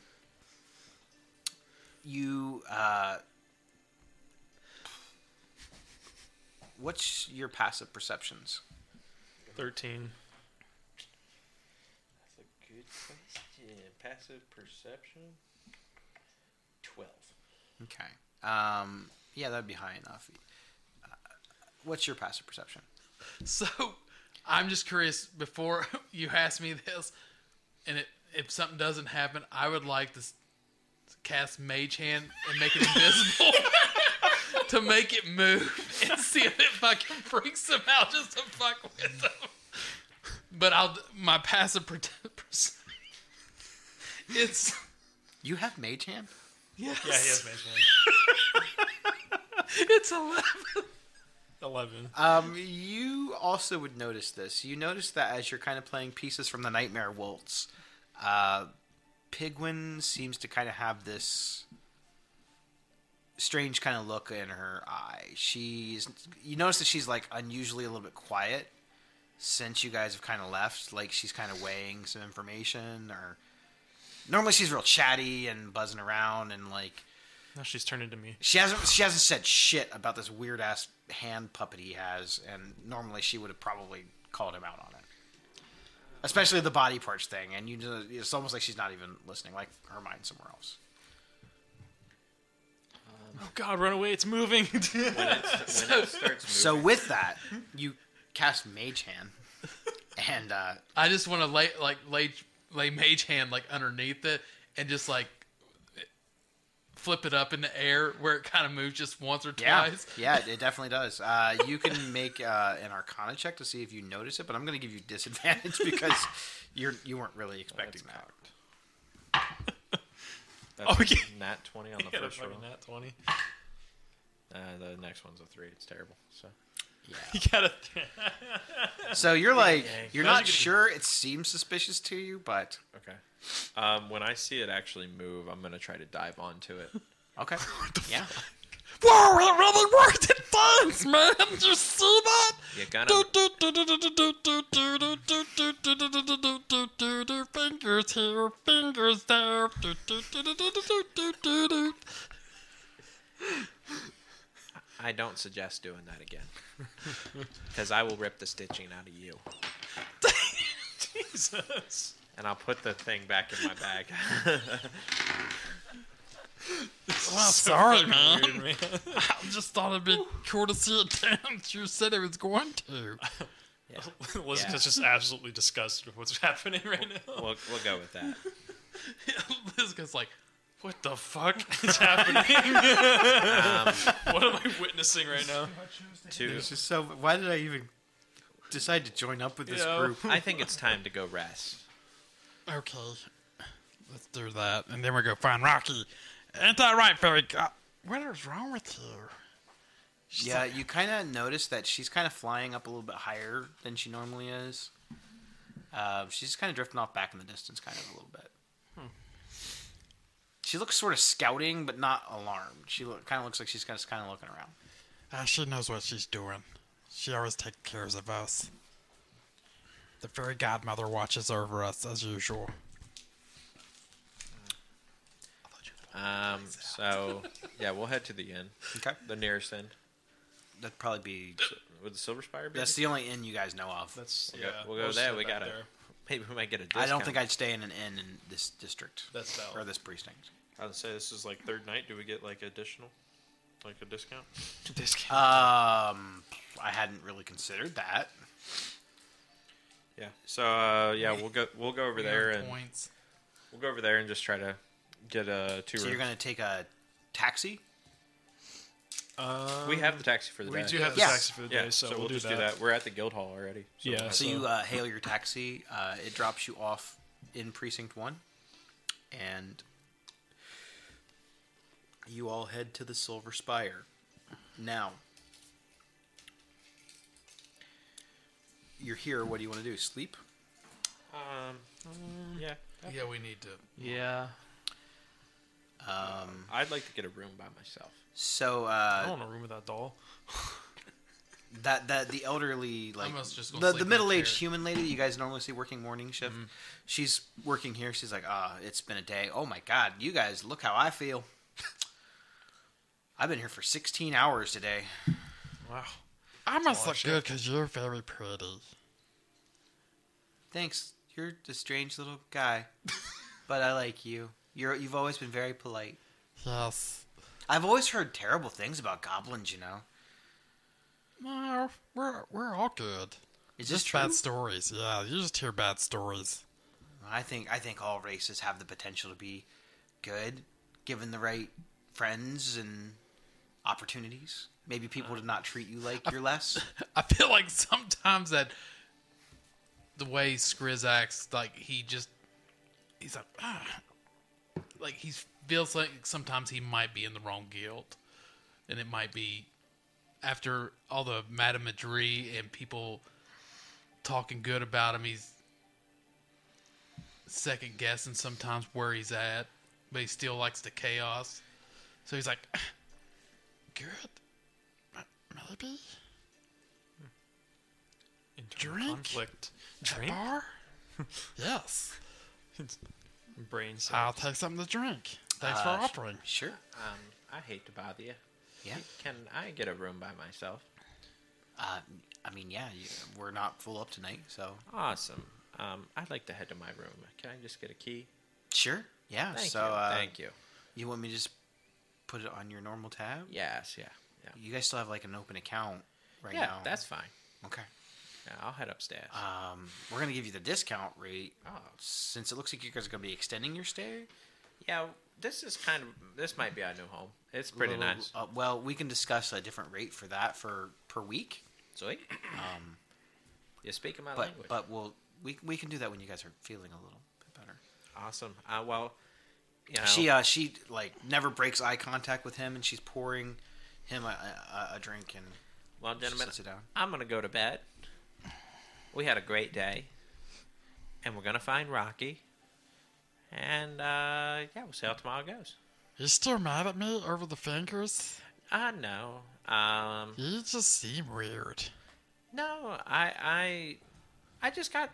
you uh, what's your passive perceptions Thirteen. That's a good question. Passive perception. Twelve. Okay. Um, yeah, that'd be high enough. Uh, What's your passive perception? So I'm just curious before you ask me this, and it, if something doesn't happen, I would like to s- cast Mage Hand and make it invisible to make it move and see if it fucking freaks them out just to fuck with them. But I'll my passive prote- perce- It's You have mage hand. yes, Yeah, he has mage hand. it's eleven. Eleven. Um, you also would notice this. You notice that as you're kind of playing pieces from the Nightmare Waltz, uh, Pigwin seems to kind of have this strange kind of look in her eye. She's you notice that she's like unusually a little bit quiet since you guys have kind of left. Like she's kind of weighing some information, or normally she's real chatty and buzzing around and like Now she's turning to me. she hasn't. She hasn't said shit about this weird ass hand puppet he has, and normally she would have probably called him out on it, especially the body parts thing. And you, just, it's almost like she's not even listening. Like her mind's somewhere else. Oh God, run away! It's moving. When, it's, when it starts moving. So with that, you cast Mage Hand, and uh, I just want to lay like lay lay mage hand like underneath it and just like flip it up in the air where it kind of moves just once or yeah, twice. yeah, it definitely does. Uh, you can make uh, an Arcana check to see if you notice it, but I'm going to give you disadvantage because you're you weren't really expecting that. That's Oh, yeah. Nat twenty on the Yeah, first roll. fucking nat twenty. Uh, the next one's a three. It's terrible. So You gotta. So you're like, you're Those are not good- sure. It seems suspicious to you, but okay. Um, when I see it actually move, I'm gonna try to dive onto it. okay. yeah. Whoa, it really worked. It does, man. Did you see that? You gotta- Do, do, do, do, do, do, do, do, do, do, do, do, do, do, do, do, do, do, do, do. Fingers here, fingers there. Do, do, do, do, do, do, do, do, do, do. I don't suggest doing that again. Because I will rip the stitching out of you. Jesus. And I'll put the thing back in my bag. Wow, sorry, man. I just thought it'd be cool to see it down. You said it was going to. Yeah, Liz Yeah. is just absolutely disgusted with what's happening right now. we'll, we'll go with that. Liz goes like, What the fuck is happening? what am I witnessing right now? Two, It's just so. Why did I even decide to join up with this You know? group? I think it's time to go rest. okay, let's do that. And then we go find Rocky. Ain't that right, Fairy? God, what is wrong with you? yeah, you kind of notice that she's kind of flying up a little bit higher than she normally is. Um, she's kind of drifting off back in the distance, kind of a little bit. She looks sort of scouting, but not alarmed. She look, kind of looks like she's kind of kind of looking around. Ah, she knows what she's doing. She always takes care of us. The fairy godmother watches over us as usual. Um, so, yeah, we'll head to the inn. Okay, The nearest inn. that'd probably be. Would the Silver Spire be? That's the only inn you guys know of. That's We'll yeah. go- we'll go most there, of we that gotta- there. Maybe we might get a I discount. don't think I'd stay in an inn in this district That's valid. or this precinct. I'd say this is like third night. Do we get like additional, like a discount? Discount. Um, I hadn't really considered that. Yeah. So uh, yeah, we'll go we'll go over there and points. we'll go over there and just try to get a two. So room. you're gonna take a taxi? Um, we have the taxi for the we day. do have the Yeah. taxi for the yeah. day, so, we'll, just do that. We're at the Guildhall already. So Yeah. So So- you uh, hail your taxi. Uh, it drops you off in precinct one, and you all head to the Silver Spire. Now, you're here. What do you want to do? Sleep? Um. Yeah. Yeah, we need to. Yeah. Um, I'd like to get a room by myself. so I uh, don't want a room with that doll. that that the elderly like must just go the, sleep the in a middle aged chair. human lady you guys normally see working morning shift. She's working here. She's like, ah, it's been a day. Oh my god, you guys look how I feel. I've been here for sixteen hours today. Wow. I must look good because you're very pretty. Thanks. You're a strange little guy, but I like you. You're you've always been very polite. Yes. I've always heard terrible things about goblins. You know, No, we're we're all good. is this Just true? bad stories. Yeah, you just hear bad stories. I think I think all races have the potential to be good, given the right friends and opportunities. Maybe people to not treat you like you're less. I feel like sometimes that the way Skriz acts, like he just he's like ah, like he feels like sometimes he might be in the wrong guild, and it might be after all the madamagerie and people talking good about him, he's second guessing sometimes where he's at, but he still likes the chaos. So he's like, "Ah, good, M- maybe. Internal Drink? conflict. At Drink. bar? yes. Brain cell. I'll take something to drink. Thanks for Uh, offering. Sure. Um, I hate to bother you. Yeah. Can I get a room by myself? Uh, I mean, yeah, you, we're not full up tonight, so Awesome. Um, I'd like to head to my room. Can I just get a key? sure. Yeah. Thank so you. Uh, Thank you. you want me to just put it on your normal tab? Yes. Yeah. Yeah. You guys still have like an open account right yeah. now. That's fine. okay. Yeah, I'll head upstairs. Um, we're gonna give you the discount rate uh, oh, since it looks like you guys are gonna be extending your stay. yeah. This is kind of. This might be our new home. It's pretty Well, nice. Uh, well, we can discuss a different rate for that for per week, Sweet. Um, you speaking my but language. but we'll we we can do that when you guys are feeling a little bit better. awesome. Uh, well, you know, She uh she like never breaks eye contact with him, and she's pouring him a, a, a drink and well, gentlemen, sits it down. I'm gonna go to bed. We had a great day, and we're gonna find Rocky. And uh, yeah, we'll see how tomorrow goes. You still mad at me over the fingers? I know. Uh, Um, You just seem weird. no, I, I, I just got.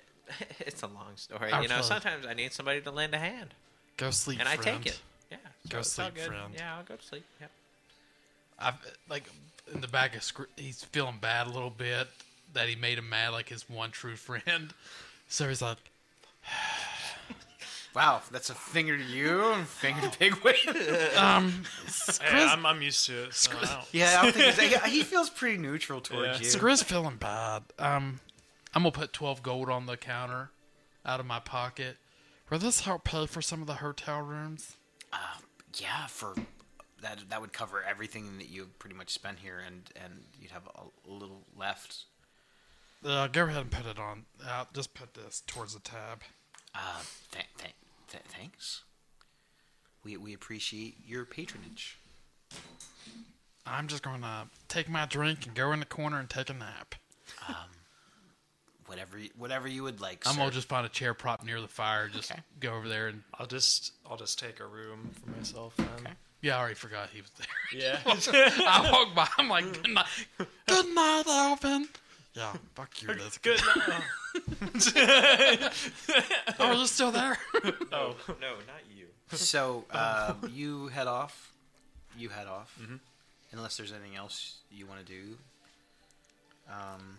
It's a long story. You know, Absolutely. sometimes I need somebody to lend a hand, Go sleep, and I friend. take it. Yeah, Go it's all sleep, good. friend. Yeah, I'll go to sleep. Yep. I've like in the back of scr- he's feeling bad a little bit that he made him mad like his one true friend. So he's like, Wow, that's a finger to you, and finger to Big Wave. um, Hey, Skriz, I'm, I'm used to it. So I don't- yeah, I don't think he's- he, he feels pretty neutral towards you. Skriz feeling bad. Um, I'm gonna put twelve gold on the counter, out of my pocket. Will this help pay for some of the hotel rooms? Yeah, for that that would cover everything that you pretty much spent here, and and you'd have a, a little left. Uh, go ahead and put it on. Uh, just put this towards the tab. Uh, th- th- th- thanks. We we appreciate your patronage. I'm just gonna take my drink and go in the corner and take a nap. Whatever y- whatever you would like. I'm sir. gonna just find a chair prop near the fire. Just Okay. go over there and I'll just I'll just take a room for myself. Then. yeah, I already forgot he was there. Yeah. I walk by. I'm like, good night, good night, Alvin. Yeah, fuck you, Liz. Good. Oh, you're still there? Oh no, not you. So uh, you head off. You head off. Unless there's anything else you want to do. Um,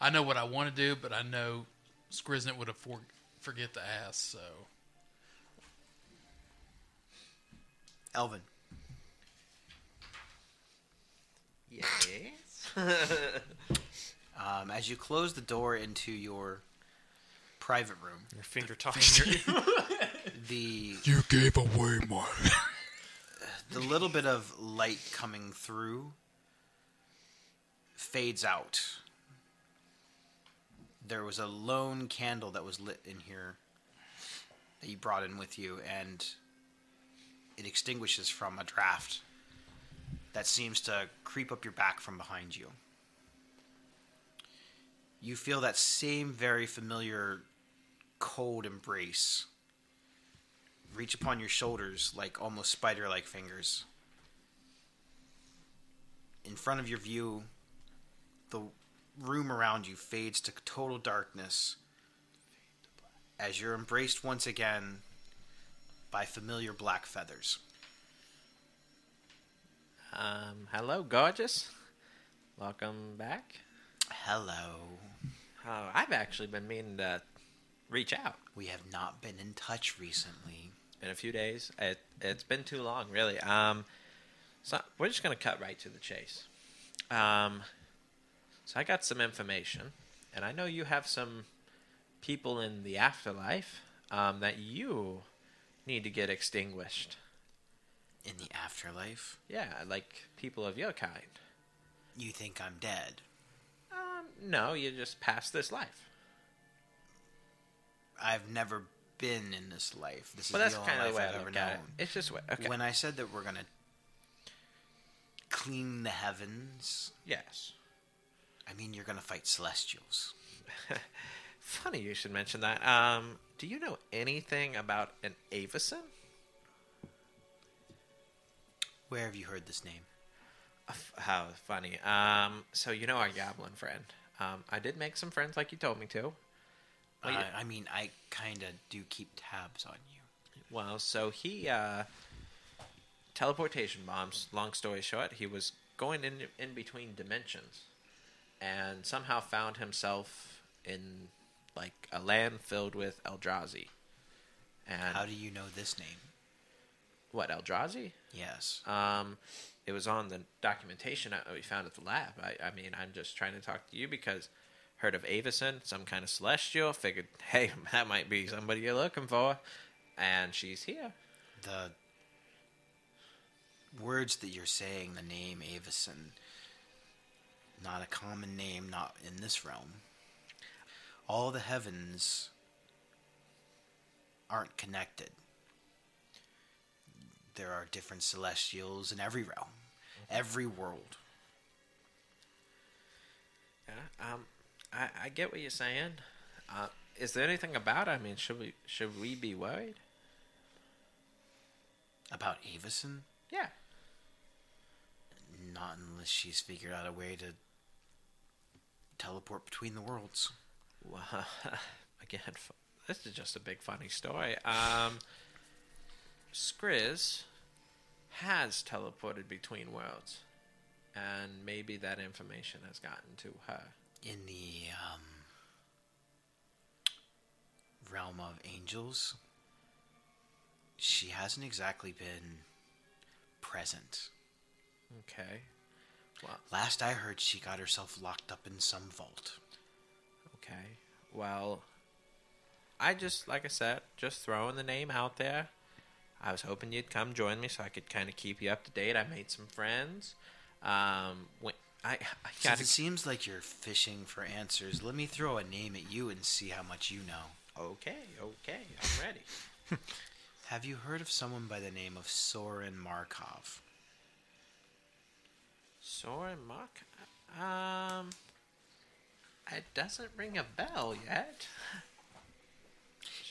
I know what I want to do, but I know Skriznet would have for- forget to ask. So Elvin. Yes. Um, as you close the door into your private room, Your finger talks to you. the you gave away my. the little bit of light coming through fades out. There was a lone candle that was lit in here that you brought in with you, and it extinguishes from a draft that seems to creep up your back from behind you. You feel that same very familiar cold embrace reach upon your shoulders like almost spider like fingers. In front of your view, the room around you fades to total darkness as you're embraced once again by familiar black feathers. Um, hello, gorgeous. Welcome back. Hello. Oh, I've actually been meaning to reach out. We have not been in touch recently. been a few days. It it's been too long, really. Um, so we're just gonna cut right to the chase. Um, so I got some information, and I know you have some people in the afterlife um, that you need to get extinguished. In the afterlife, Yeah, like people of your kind. you think I'm dead. Um, no, you just passed this life. I've never been in this life. This Well, is that's the only kind life of the way I've I ever look known. at it. It's just wa- okay. When I said that we're gonna clean the heavens, yes. I mean you're gonna fight celestials. Funny you should mention that. Um, do you know anything about an Avison? Where have you heard this name? F- How funny. Um, so you know our goblin friend. Um, I did make some friends like you told me to. Well, uh, yeah. I mean, I kinda do keep tabs on you. Well, so he uh, teleportation bombs. Long story short, he was going in in between dimensions, and somehow found himself in like a land filled with Eldrazi. And How do you know this name? what Eldrazi? Yes. Um, it was on the documentation that we found at the lab. I, I mean, I'm just trying to talk to you because heard of Avison, some kind of celestial. Figured, hey, that might be somebody you're looking for, and she's here. The words that you're saying, the name Avison, not a common name, not in this realm. All the heavens aren't connected. There are different celestials in every realm, every world. Yeah, um, I, I get what you're saying. Uh, is there anything about? Her? I mean, should we should we be worried? About Avison? Yeah. Not unless she's figured out a way to teleport between the worlds. Well, again, f- this is just a big funny story. Um, Skriz has teleported between worlds, and maybe that information has gotten to her. In the um, realm of angels, she hasn't exactly been present. Okay. Last I heard, she got herself locked up in some vault. Okay. Well, I just, like I said, just throwing the name out there. I was hoping you'd come join me so I could kind of keep you up to date. I made some friends. Um, when, I, I Since gotta it seems like you're fishing for answers, let me throw a name at you and see how much you know. Okay, okay, I'm ready. Have you heard of someone by the name of Soren Markov? Soren Mark, um, it doesn't ring a bell yet.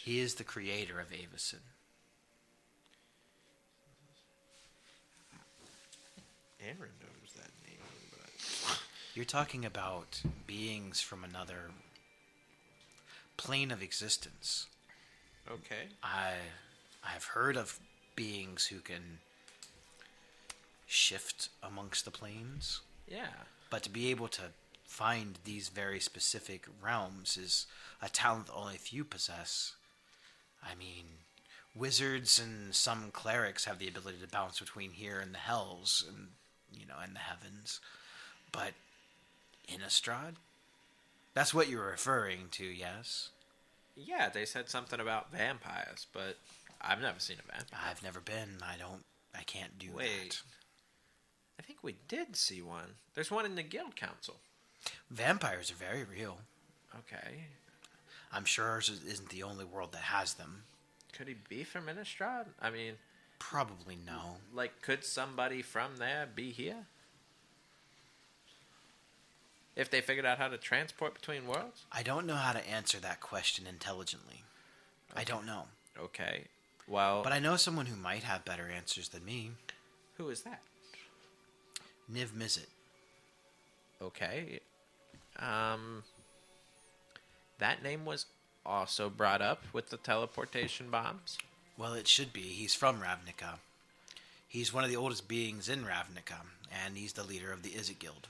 He is the creator of Avison. Aaron knows that name, but You're talking about beings from another plane of existence. okay, I I've heard of beings who can shift amongst the planes, yeah, but to be able to find these very specific realms is a talent that only few possess. I mean, wizards and some clerics have the ability to bounce between here and the hells and you know, and the heavens. But Innistrad? That's what you're referring to, yes? yeah. They said something about vampires, but I've never seen a vampire. I've never been. I don't I can't do that. Wait. I think we did see one. There's one in the guild council. Vampires are very real. Okay, I'm sure ours is- isn't the only world that has them. could he be from Innistrad? I mean, Probably no. like, could somebody from there be here? If they figured out how to transport between worlds? I don't know how to answer that question intelligently. I don't know. Okay. Well, But I know someone who might have better answers than me. who is that? Niv Mizzet. Okay. Um, that name was also brought up with the teleportation bombs. Well, it should be. He's from Ravnica. He's one of the oldest beings in Ravnica, and he's the leader of the Izzet Guild.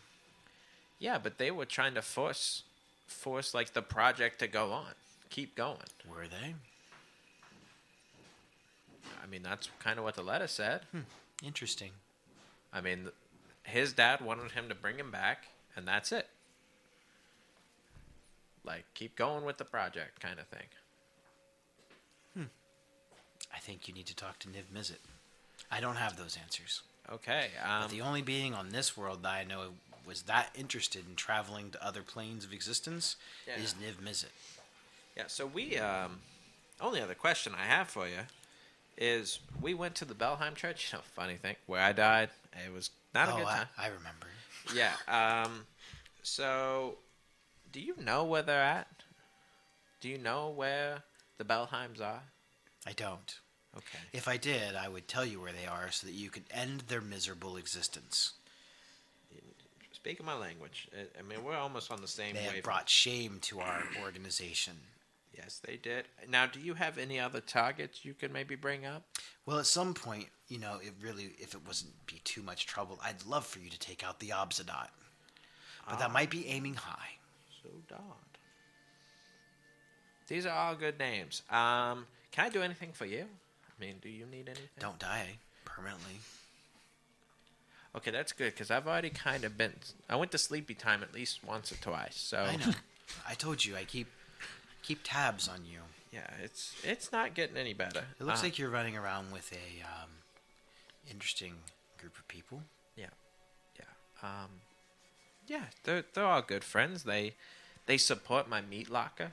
Yeah, but they were trying to force, force like the project to go on, keep going. Were they? I mean, that's kind of what the letter said. Interesting. I mean, his dad wanted him to bring him back, and that's it. Like, keep going with the project, kind of thing. I think you need to talk to Niv Mizzet. I don't have those answers. Okay. But Um, Uh, the only being on this world that I know was that interested in traveling to other planes of existence Yeah. is Niv Mizzet. Yeah, so we um only other question I have for you is we went to the Belheim Church, you know, funny thing, where I died. It was not a oh, good I, time. I remember. Yeah. Um so do you know where they're at? Do you know where the Belheims are? I don't. Okay. If I did, I would tell you where they are so that you could end their miserable existence. Speaking my language. I- I mean, we're almost on the same They have wave. brought shame to our organization. Yes, they did. Now, do you have any other targets you could maybe bring up? Well, at some point, you know, it really, if it wasn't be too much trouble, I'd love for you to take out the Obsidot. But Ah. that might be aiming high. So darned. These are all good names. Um, can I do anything for you? I mean, do you need anything? Don't die permanently. Okay, that's good because I've already kind of been. I went to sleepy time at least once or twice. So I know. I told you I keep keep tabs on you. yeah, it's it's not getting any better. It looks Uh, like you're running around with a um, interesting group of people. yeah, yeah, um, yeah. They're they're all good friends. They they support my meat locker.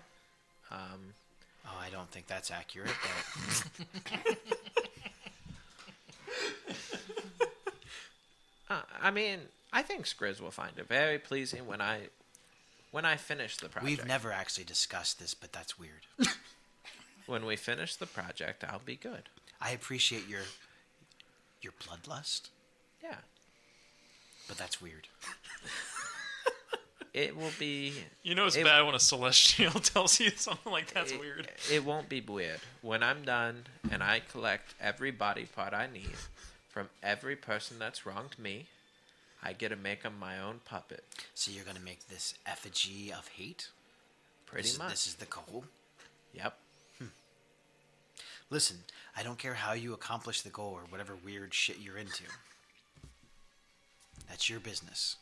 Um, Oh, I don't think that's accurate. But uh, I mean, I think Skriz will find it very pleasing when I when I finish the project. we've never actually discussed this, but that's weird. When we finish the project, I'll be good. I appreciate your Your bloodlust? Yeah. But that's weird. It will be. You know it's It- bad when a celestial tells you something like that's it- weird. It won't be weird. When I'm done and I collect every body part I need from every person that's wronged me, I get to make them my own puppet. So you're gonna make this effigy of hate? Pretty this, is- much. This is the goal. Yep. Listen, I don't care how you accomplish the goal or whatever weird shit you're into. That's your business.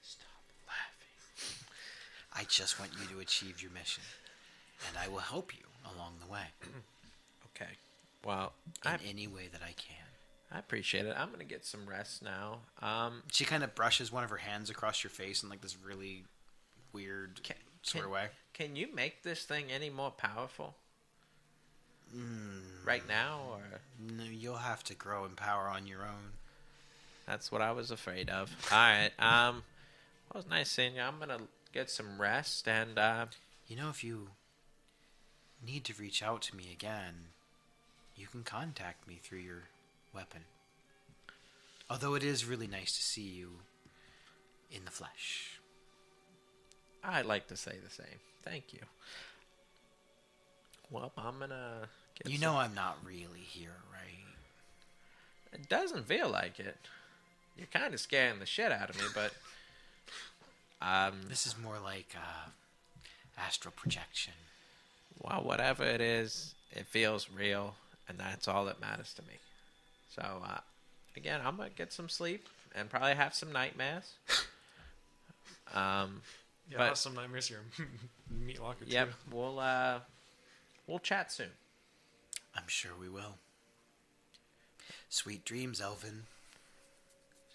Stop laughing. I just want you to achieve your mission, and I will help you along the way Okay. Well, in I, any way that I can. I appreciate it. I'm gonna get some rest now. Um, She kind of brushes one of her hands across your face in like this really weird Can- sort of can- way. Can you make this thing any more powerful? Hmm. Right now, or No, you'll have to grow in power on your own. that's what I was afraid of. All right. Um, well, it was nice seeing you. I'm gonna get some rest, and uh, You know, if you need to reach out to me again, you can contact me through your weapon. Although it is really nice to see you in the flesh. I'd like to say the same. Thank you. Well, I'm gonna. Get you know, I'm not really here, right? some- it doesn't feel like it. You're kind of scaring the shit out of me, but um, This is more like uh, astral projection. well, whatever it is, it feels real, and that's all that matters to me. So, uh, again, I'm gonna get some sleep and probably have some nightmares. um, Yeah, but- I have some nightmares here. Meat locker. yep, too. we'll uh, we'll chat soon. I'm sure we will. Sweet dreams, Elvin.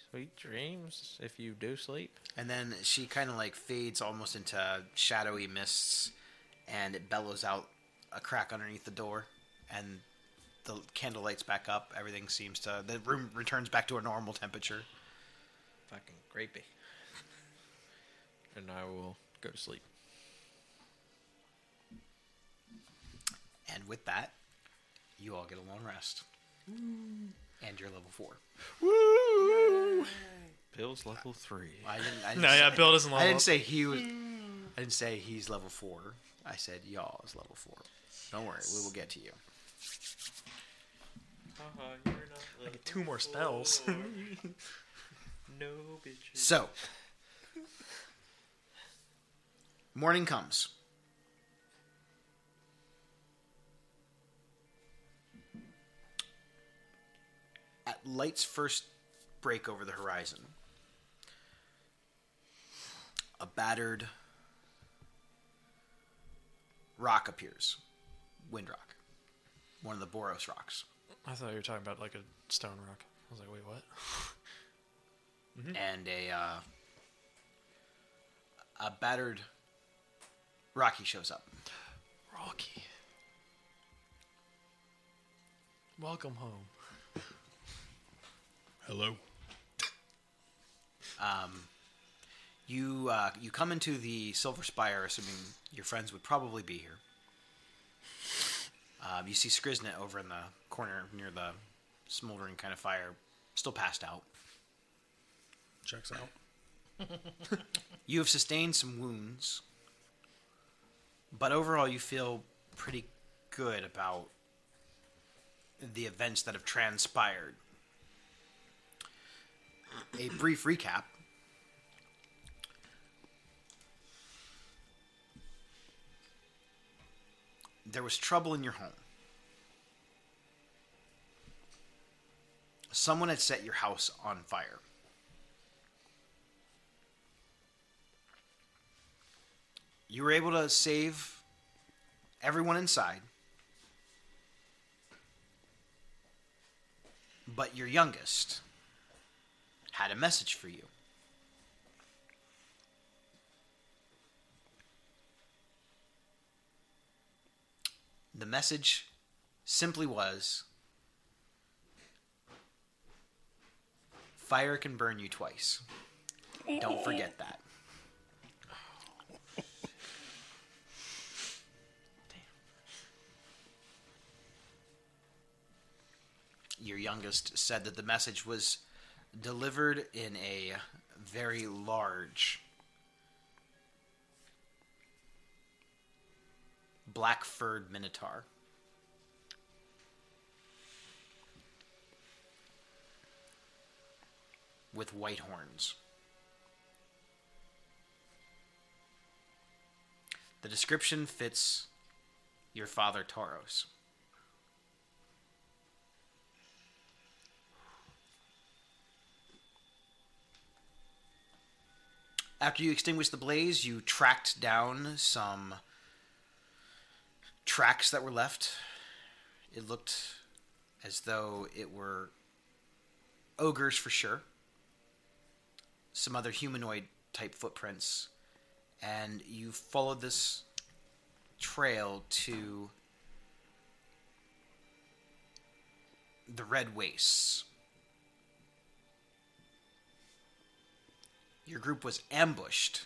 Sweet dreams if you do sleep. And then she kind of like fades almost into shadowy mists, and it bellows out a crack underneath the door, and the candle lights back up. Everything seems to the room returns back to a normal temperature. Fucking creepy. And I will go to sleep. And with that, you all get a long rest, and you're level four. Bill's level three. I didn't. I didn't No, say, yeah, Bill doesn't I level didn't up. say he was. I didn't say he's level four. I said y'all is level four. Don't worry, we will get to you. Uh-huh, I get two more spells. No bitches. So, morning comes. At light's first break over the horizon, a battered rock appears. Windrock. One of the Boros rocks. I thought you were talking about like a stone rock. I was like, wait, what? and a uh, a battered Rocky shows up. Rocky. Welcome home. Hello. You uh, you come into the Silver Spire, assuming your friends would probably be here. Um, you see Skriznet over in the corner near the smoldering kind of fire, still passed out. Checks out. You have sustained some wounds, but overall you feel pretty good about the events that have transpired. A brief recap. There was trouble in your home. Someone had set your house on fire. you were able to save everyone inside but your youngest had a message for you the message simply was fire can burn you twice don't forget that your youngest, said that the message was delivered in a very large black furred minotaur. With white horns. The description fits your father Tauros. After you extinguished the blaze, you tracked down some tracks that were left. It looked as though it were ogres for sure, some other humanoid type footprints, and you followed this trail to the Red Wastes. Your group was ambushed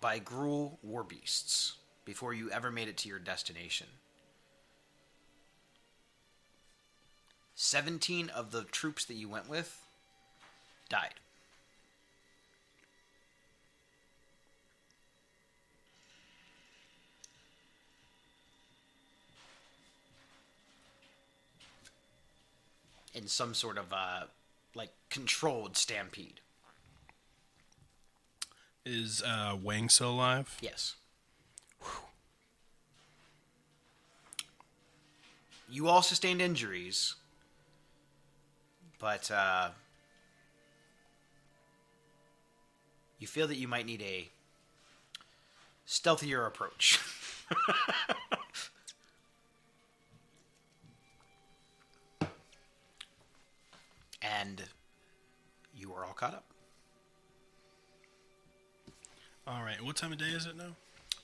by gruel war beasts before you ever made it to your destination. 17 of the troops that you went with died. In some sort of uh, like controlled stampede. Is uh, Wang still alive? Yes. You all sustained injuries, but uh, you feel that you might need a stealthier approach. and you are all caught up. All right. What time of day is it now?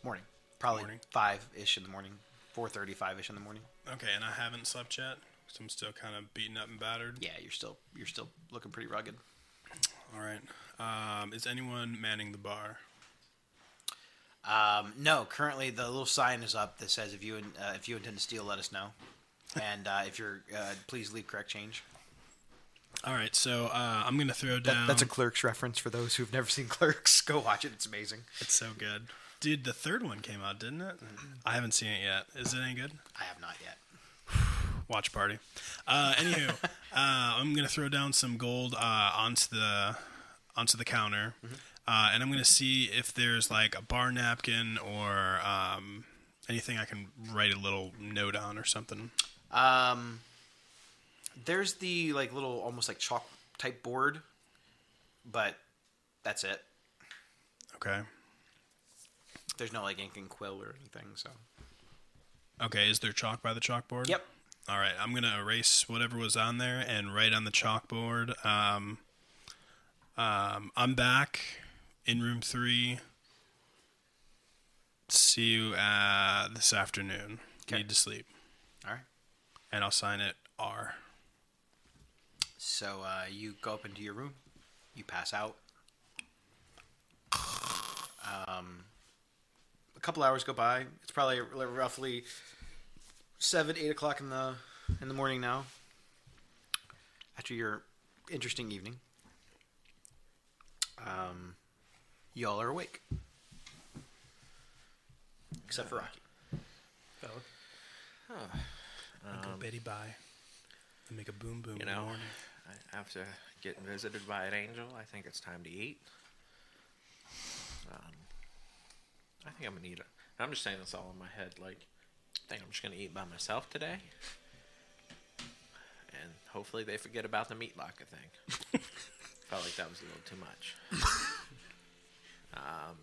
Morning. Probably Morning. five ish in the morning. Four thirty five ish in the morning. Okay, and I haven't slept yet, so I'm still kind of beaten up and battered. Yeah, you're still you're still looking pretty rugged. All right. Um, is anyone manning the bar? Um, no, currently the little sign is up that says if you in- uh, if you intend to steal, let us know, and uh, if you're uh, please leave correct change. All right. So uh, I'm gonna throw That, down. That's a Clerks reference for those who've never seen Clerks. Go watch it; it's amazing. It's so good, dude. The third one came out, didn't it? Mm-hmm. I haven't seen it yet. Is it any good? I have not yet. Watch party. Uh, anywho, uh, I'm gonna throw down some gold uh, onto the onto the counter, uh, and I'm gonna see if there's like a bar napkin or um, anything I can write a little note on or something. Um, there's the like little almost like chalk type board, but that's it. Okay. There's no like ink and quill or anything. So Okay. Is there chalk by the chalkboard? yep, All right, I'm gonna erase whatever was on there and write on the chalkboard. Um, um, I'm back in room three. See you uh, this afternoon. Okay. Need to sleep, all right. and I'll sign it R. So uh, you go up into your room, you pass out. Um, Um, a couple hours go by. It's probably r- roughly seven, eight o'clock in the in the morning now. After your interesting evening, um, y'all are awake, except for Rocky. Valid. Go Betty bye. And make a boom boom. Um, You in the know, morning. I- after getting visited by an angel, I think it's time to eat. Um, I think I'm gonna eat. A, I'm just saying this all in my head. Like, I think I'm just gonna eat by myself today, and hopefully they forget about the meat locker thing. Felt like that was a little too much. um,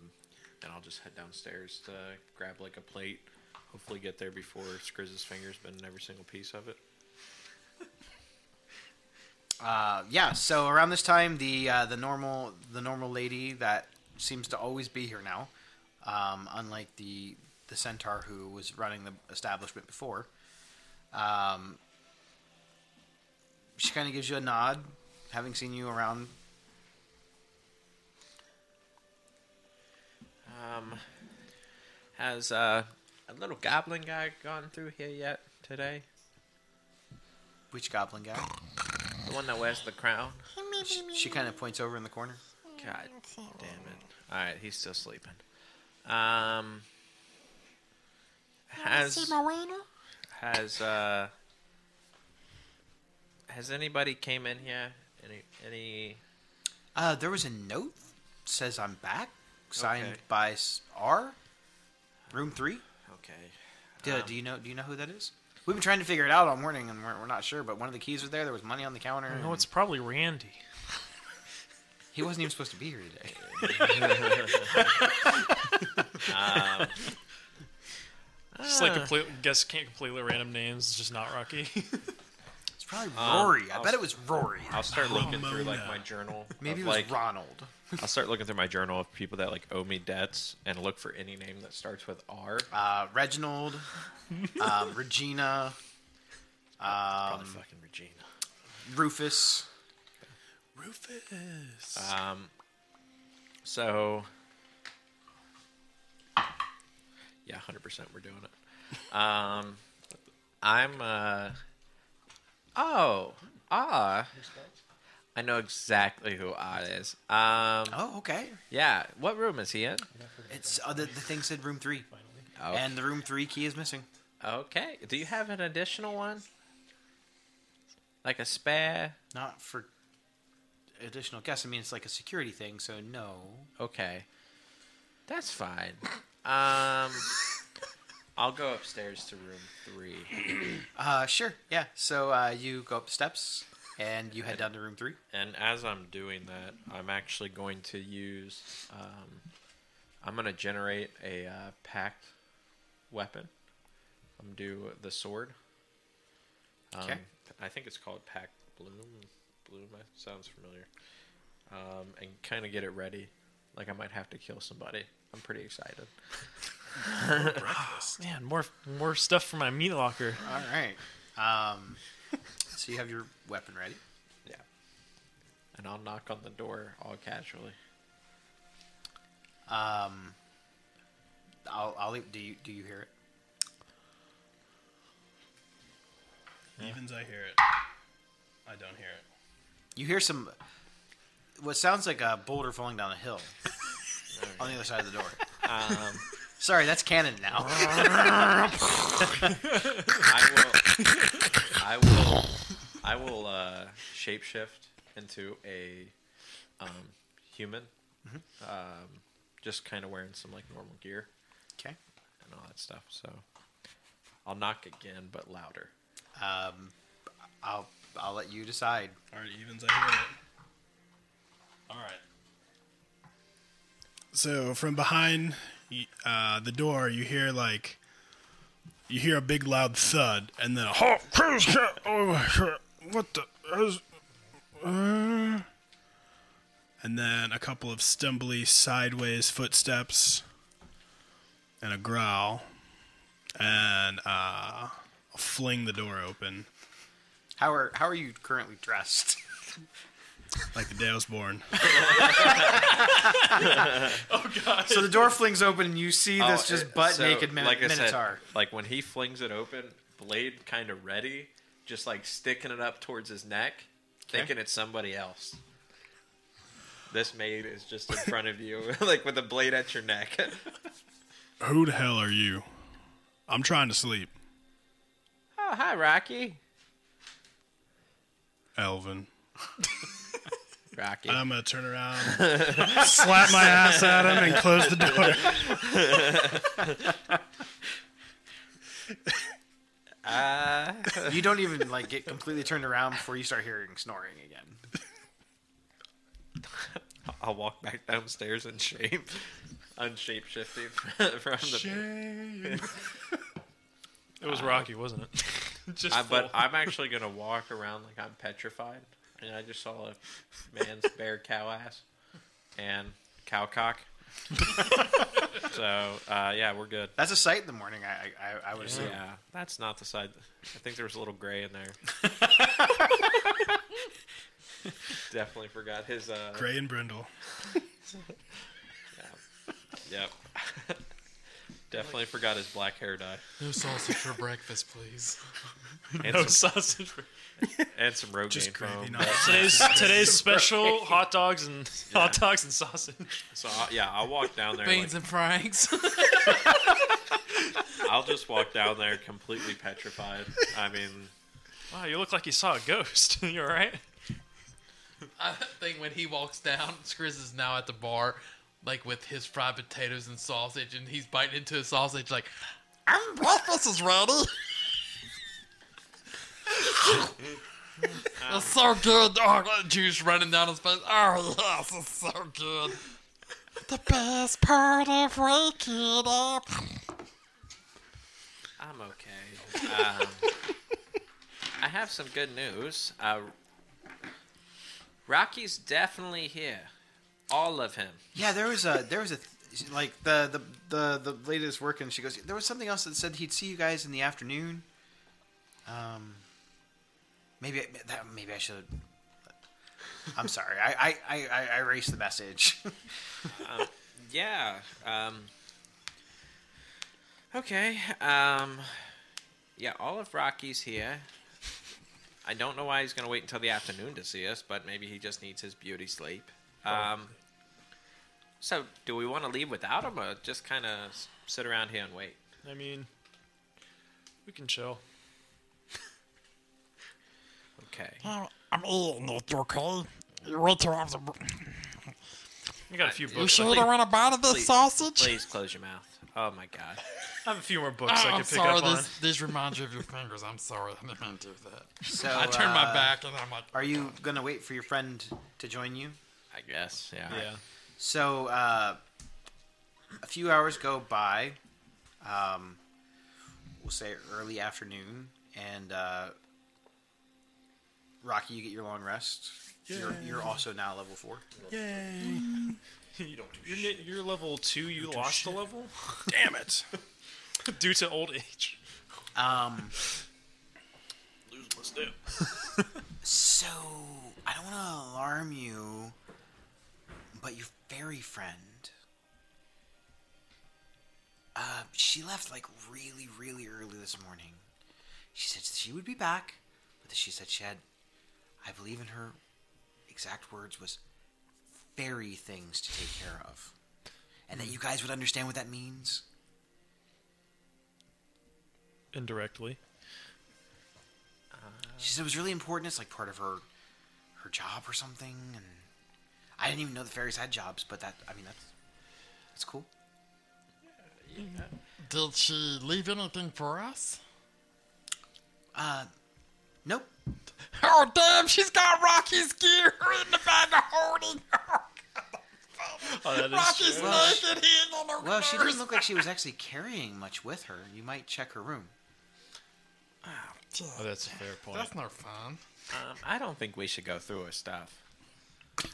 then I'll just head downstairs to grab like a plate. Hopefully get there before Skriz's fingers been in every single piece of it. Uh, yeah. So around this time, the uh, the normal the normal lady that seems to always be here now, um, unlike the the centaur who was running the establishment before. Um, she kind of gives you a nod, having seen you around. Um, has uh, a little goblin guy gone through here yet today? Which goblin guy? The one that wears the crown. She, she kind of points over in the corner. God damn it! All right, he's still sleeping. Um, has has uh has anybody came in here? Any any? Uh, there was a note says I'm back, signed Okay. by S- R. Room three. Okay. Do, do you know? Do you know who that is? We've been trying to figure it out all morning, and we're, we're not sure. But one of the keys was there. There was money on the counter. No, and it's probably Randy. he wasn't even supposed to be here today. Just like complete, guess can't completely random names. It's just not Rocky. It's probably Rory. Um, I I'll- bet it was Rory. I'll start looking through like my journal. Maybe it of, was like Ronald. I'll start looking through my journal of people that like owe me debts and look for any name that starts with R. Uh, Reginald. um, Regina. Probably fucking Regina. Rufus. Rufus. Um, so yeah, hundred percent, we're doing it. Um, I'm uh, oh ah, I know exactly who Ah is. Um, Oh, okay. yeah, what room is he in? It's uh, the, the thing said room three, Oh, and the room three key is missing. okay. Do you have an additional one? Like a spare? Not for additional guess. I mean, it's like a security thing, so no. Okay, that's fine. Um, I'll go upstairs to room three. Uh, sure. Yeah. So uh, you go up the steps, and you head down to room three. And as I'm doing that, I'm actually going to use. Um, I'm going to generate a uh, packed weapon. I'm gonna do the sword. Um, Okay. I think it's called packed bloom. Bloom that sounds familiar. Um, and kind of get it ready. Like I might have to kill somebody. I'm pretty excited. Man, more more stuff for my meat locker. All right. Um, so you have your weapon ready. Yeah. And I'll knock on the door all casually. Um, I'll, I'll. Do you do you hear it? Evens, I hear it. I don't hear it. You hear some, what sounds like a boulder falling down a hill on the other side of the door. Um, Sorry, that's canon now. I will. I will. I will uh, shapeshift into a um, human, Mm-hmm. um, just kind of wearing some like normal gear Okay. and all that stuff. So I'll knock again, but louder. Um, I'll I'll let you decide. All right, evens, I hear it. All right. So from behind y- uh, the door, you hear like you hear a big loud thud, and then a oh, cruise cut. Oh my god, what the? is- uh," and then a couple of stumbly sideways footsteps, and a growl, and uh, I'll fling the door open How are how are you currently dressed? like the day I was born. so the door flings open and you see this Oh, just uh, butt so, naked min- like I said, minotaur. like when he flings it open, blade kind of ready, just like sticking it up towards his neck, thinking it's somebody else. This maid is just in front of you, like with a blade at your neck. Who the hell are you? I'm trying to sleep, Oh, hi, Rocky. Elvin. Rocky. I'm gonna turn around, slap my ass at him, and close the door. you don't even like get completely turned around before you start hearing snoring again. I'll walk back downstairs in shape, unshape shifting from the. It was Rocky, wasn't it? just I, but full. I'm actually gonna walk around like I'm petrified, and I just saw a man's bare cow ass and cow cock. so uh, yeah, we're good. That's a sight in the morning. I I, I would assume. Yeah, that's not the side. I think there was a little gray in there. Definitely forgot his. Uh, Gray and Brindle. Yep. Definitely forgot his black hair dye No sausage for breakfast, please. and No some sausage. and some um, Rogaine Just gravy, foam. not Today's today's special hot dogs and hot dogs and sausage. So I, yeah, I'll walk down there. Beans and franks. like- I'll just walk down there completely petrified. I mean, Wow, you look like you saw a ghost. you all right? I think when he walks down, Skriz is now at the bar, like with his fried potatoes and sausage, and he's biting into a sausage like, "I'm breakfast is ready." It's so good. Oh, that juice running down his face. Oh, yes, it's so good. The best part of waking up. I'm okay. um, I have some good news. Uh, Rocky's definitely here. All of him. Yeah, there was a there was a like the the the the lady that's working. She goes, there was something else that said he'd see you guys in the afternoon. Um, maybe I- that maybe I should. I'm sorry, I I I, I- I erased the message. Yeah. Um, okay. Um, yeah, all of Rocky's here. I don't know why he's going to wait until the afternoon to see us, but maybe he just needs his beauty sleep. Um, so, do we want to leave without him or just kind of sit around here and wait? I mean, we can chill. Okay. I'm eating it, okay? You wait till I'm. I got a few You books. sure there want a bite of this Please. sausage? Please close your mouth. Oh my god. I have a few more books Oh, I can I'm pick sorry. up on. This this reminds you of your fingers. I'm sorry. I didn't mean to do that. So Oh, I turned my uh, back and I'm like, Are you gonna wait for your friend to join you? I guess. Yeah. Yeah. So uh, a few hours go by. Um, we'll say early afternoon, and uh, Rocky, you get your long rest. You're, you're also now level four. Yay. You don't do you're, ni- you're level two. You lost a level Damn it. due to old age. Um, Lose less do. so I don't want to alarm you, but your fairy friend, uh, she left like really, really early this morning. She said she would be back, but she said she had, I believe in her exact words was, fairy things to take care of, and that you guys would understand what that means. Indirectly. She said it was really important. It's like part of her her job or something. And I didn't even know the fairies had jobs, but that I mean that's that's cool. did she leave anything for us? Uh, nope. Oh damn, she's got Rocky's gear in the bag of holding. Oh, that is Rocky's true. Well, naked hand on her Well, she purse. didn't look like she was actually carrying much with her. You might check her room. Oh, that's a fair point. That's no fun. Um, I don't think we should go through her stuff.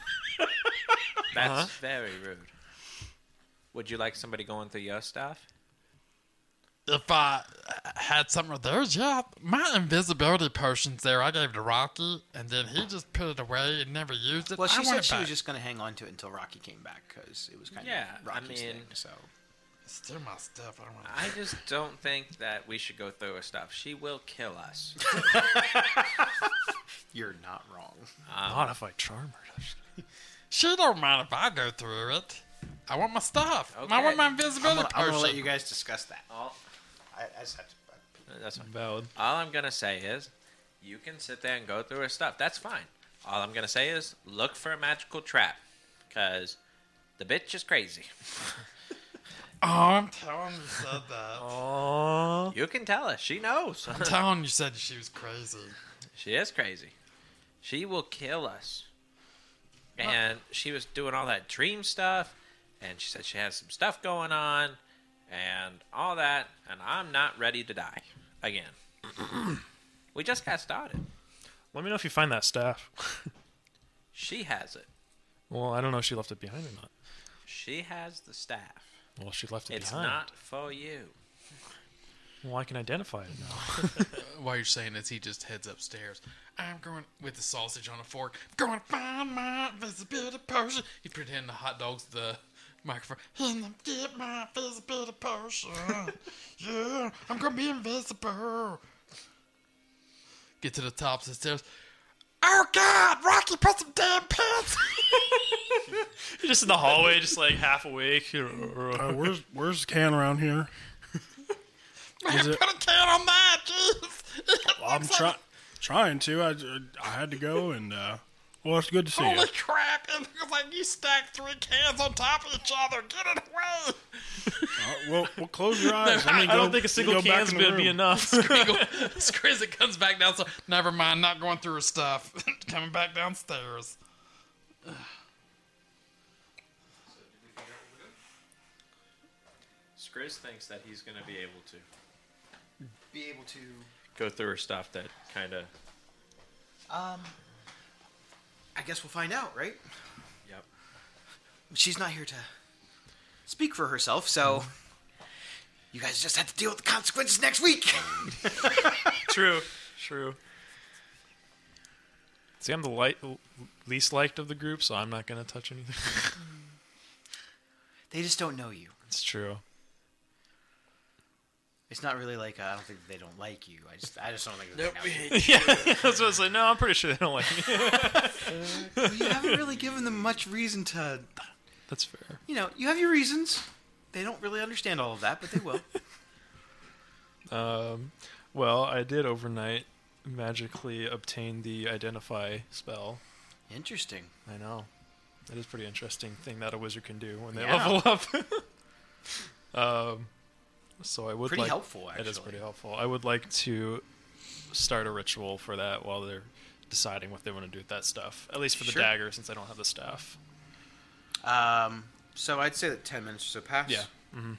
That's Uh-huh. very rude. Would you like somebody going through your stuff? If I had something of theirs, yeah. My invisibility potion's there. I gave to Rocky, and then he just put it away and never used it. Well, she I want said it she back. was just going to hang on to it until Rocky came back because it was kind Yeah, I of Rocky's mean- thing. So It's still my stuff. I don't want it. I just don't think that we should go through her stuff. She will kill us. you're not wrong. Not if I charm her. She don't mind if I go through it. I want my stuff. I want Okay. my I'm invisibility gonna, I'm potion. gonna let you guys discuss that. All, I, I just have to. that's fine. Valid. All I'm gonna say is, you can sit there and go through her stuff. That's fine. All I'm gonna say is, look for a magical trap, cause the bitch is crazy. Oh, I'm telling you said that. Aww. You can tell her. She knows. I'm telling you said she was crazy. She is crazy. She will kill us. And she was doing all that dream stuff, and she said she has some stuff going on, and all that, and I'm not ready to die again. we just got started. Let me know if you find that staff. She has it. Well, I don't know if she left it behind or not. She has the staff. Well, she left it It's behind. not for you. Well, I can identify it now. While you're saying this, he just heads upstairs. I'm going with the sausage on a fork. Going to find my invisibility potion. He pretend the hot dog's the microphone. And I'm get my invisibility potion. yeah, I'm gonna be invisible. Get to the top of the stairs. Oh God, Rocky, put some damn pants. You're just in the hallway, just like half awake. Uh, where's where's the can around here? Man, Is it- put a can on that, jeez. I'm try- trying to. I, I had to go, and uh, well, it's good to Oh, see you. Holy crap! It looks like you stacked three cans on top of each other. Get it away! Uh, well, well, close your eyes. Let me I don't go- think a single let me go back can's in the gonna be room. enough. Screams it comes back down. So never mind, not going through her stuff. Coming back downstairs. Skriz thinks that he's going to be able to Be able to. go through her stuff that kind of. Um. I guess we'll find out, right? Yep. She's not here to speak for herself, so you guys just have to deal with the consequences next week. True. True. See, I'm the light, least liked of the group, so I'm not going to touch anything. they just don't know you. It's true. It's not really like uh, I don't think they don't like you. I just I just don't think. Nope. yeah, that's what I was like. No, I'm pretty sure they don't like me. you haven't really given them much reason to. That's fair. You know, you have your reasons. They don't really understand all of that, but they will. Um, well, I did overnight magically obtain the identify spell. Interesting. I know. That is a pretty interesting thing that a wizard can do when they Yeah. level up. um, so I would Pretty like, helpful, It is actually. pretty helpful. I would like to start a ritual for that while they're deciding what they want to do with that stuff. At least for the Sure. dagger, since I don't have the staff. Um, so I'd say that ten minutes or so pass. Yeah. Um,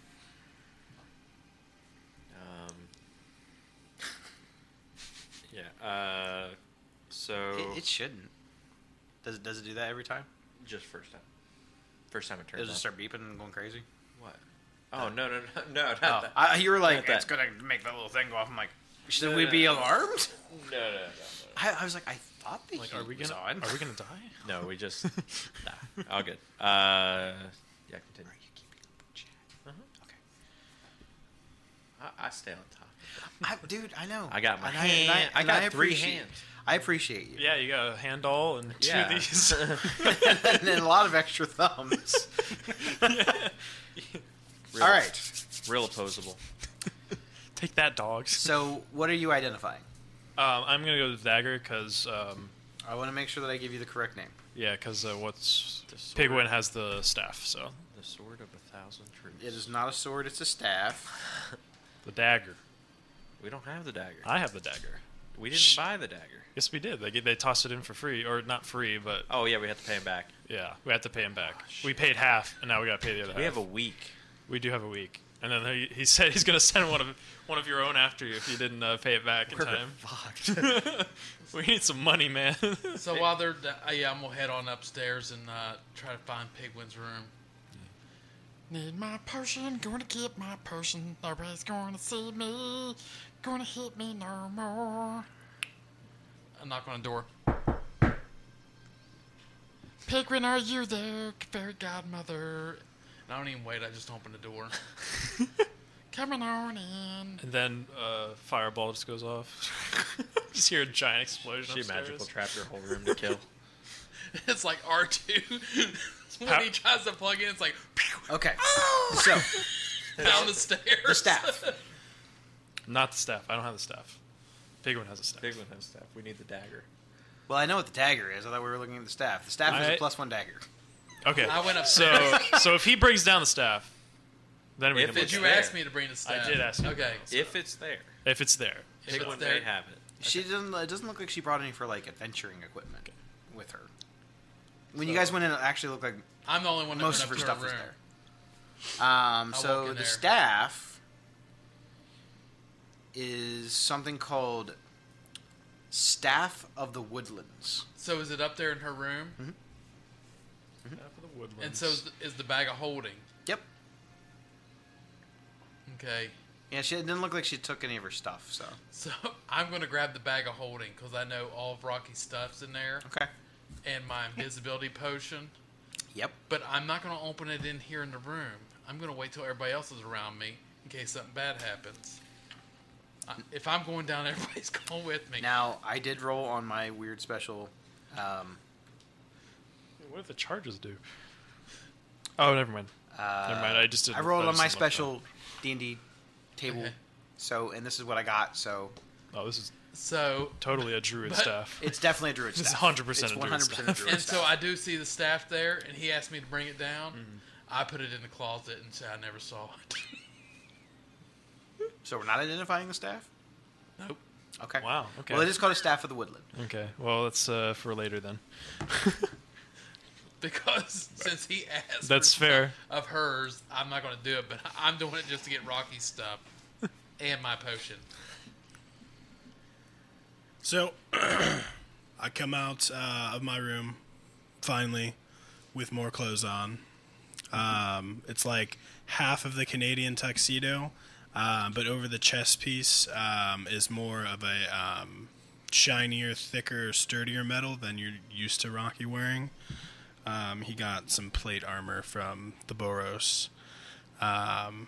yeah. Uh, so It, it shouldn't. Does it, does it do that every time? just first time. First time it turns. Does it start beeping and going crazy? What? Oh no no no no! Not Oh, that. I, you were like, that. it's gonna make that little thing go off. I'm like, should No, we no, be no. alarmed? No no no. I, I was like, I thought the Like, heat are we was gonna? on. Are we gonna die? No, we just nah, all good. Uh, yeah, continue. Mm-hmm. I, I stay on top. I, dude, I know. I got my And hand. and I, and got three appreciate- hands. I appreciate you. Yeah, you got a hand doll and two Yeah. of these. and then a lot of extra thumbs. Real, All right. real opposable. Take that, dogs. So, what are you identifying? Um, I'm gonna go to the dagger because, um, I want to make sure that I give you the correct name. yeah, because uh, what's The sword. Pigwin has the staff, so The sword of a thousand truths. It is not a sword; it's a staff. the dagger. We don't have the dagger. I have the dagger. We didn't Shh. buy the dagger. Yes, we did. They they tossed it in for free, or not free, but Oh yeah, we have to pay him back. yeah, we had to pay him back. we paid half, and now we got to pay the other Oh, We half. have a week. we do have a week, and then he, he said he's gonna send one of one of your own after you if you didn't uh, pay it back in time. we need some money, man. So while they're, da- uh, yeah, I'm gonna head on upstairs and uh, try to find Pigwin's room. Need my potion, gonna get my potion. Nobody's gonna see me, gonna hit me no more. I knock on the door. Pigwin, are you there, fairy godmother? And I don't even wait. I just open the door. Coming on in. and then uh, fireball just goes off. just hear a giant explosion. She upstairs. magical trapped her whole room to kill. It's like R two. when he tries to plug in, it's like pew, Okay. So, down the stairs. the staff. Not the staff. I don't have the staff. Pigwin has a staff. Big one has stuff. We need the dagger. Well, I know what the dagger is. I thought we were looking at the staff. The staff is a I- plus one dagger. Okay. I went So upstairs. so if he brings down the staff, then we If can it- look did you there. ask me to bring the staff? did ask you to Okay. bring the If it's there, at- if it's there. If Big it's one there- may have it. She doesn't. It doesn't look like she brought any for like adventuring equipment with her. When you guys went in, it actually looked like I'm the only one that most of her went stuff up to was her room. there. Um, I'll so walk the in there. staff is something called Staff of the Woodlands. So is it up there in her room? Mm-hmm. For Mm-hmm. the woodlands. And so is the, is the bag of holding. Yep. Okay. Yeah, she it didn't look like she took any of her stuff. So So I'm gonna grab the bag of holding because I know all of Rocky's stuff's in there okay. and my invisibility potion. Yep. but I'm not going to open it in here in the room. I'm going to wait till everybody else is around me in case something bad happens. I, if I'm going down, everybody's going with me. Now I did roll on my weird special. Um, What did the charges do? Oh, never mind. uh, Never mind, I just didn't I rolled on notice my them up special D and D table. Okay. So, and this is what I got. So Oh, this is So, totally a druid But- staff. it's definitely a druid This is staff. 100% It's a druid 100% staff. a druid and staff. so I do see the staff there, and he asked me to bring it down. Mm-hmm. I put it in the closet and said I never saw it. So we're not identifying the staff. nope. Okay. Wow, okay. Well, it is called a staff of the woodland. Okay, well, that's uh, for later then. Because since he asked That's for fair. stuff of hers, I'm not going to do it, but I'm doing it just to get Rocky's stuff and my potion. So I come out uh, of my room finally with more clothes on. Um, it's like half of the Canadian tuxedo, uh, but over the chest piece um, is more of a um, shinier, thicker, sturdier metal than you're used to Rocky wearing. Um, he got some plate armor from the Boros. Um,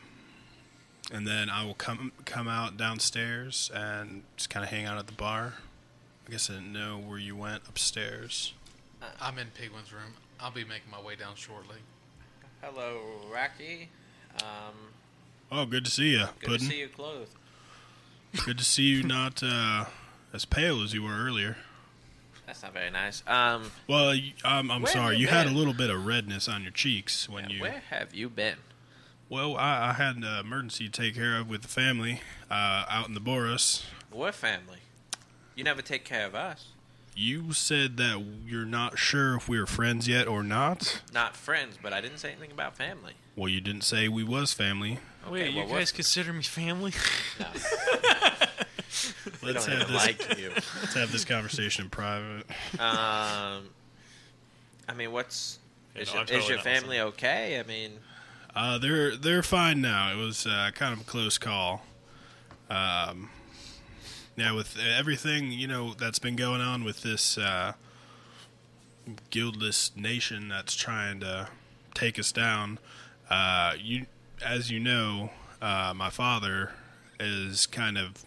and then I will come come out downstairs and just kind of hang out at the bar. I guess I didn't know where you went upstairs. I'm in Pigwin's room. I'll be making my way down shortly. Hello, Rocky. Um, Oh, good to see you, good Puddin. to see you clothed. Good to see you not uh, as pale as you were earlier. That's not very nice. Um, Well, you, um, I'm Where have sorry. you You had a been? little bit of redness on your cheeks when you. where have you been? Well, I, I had an emergency to take care of with the family uh, out in the Boris. What family? You never take care of us. You said that you're not sure if we were friends yet or not. Not friends, but I didn't say anything about family. Well, you didn't say we was family. Wait, you well, what- guys consider me family? We Let's don't have even this. like you. Let's have this conversation in private. Um, I mean, what's Yeah, is, no, your, I'm totally is your not family okay? I mean, Uh, they're they're fine now. It was uh, kind of a close call. Um, now with everything you know that's been going on with this uh, guildless nation that's trying to take us down, uh, you as you know, uh, my father is kind of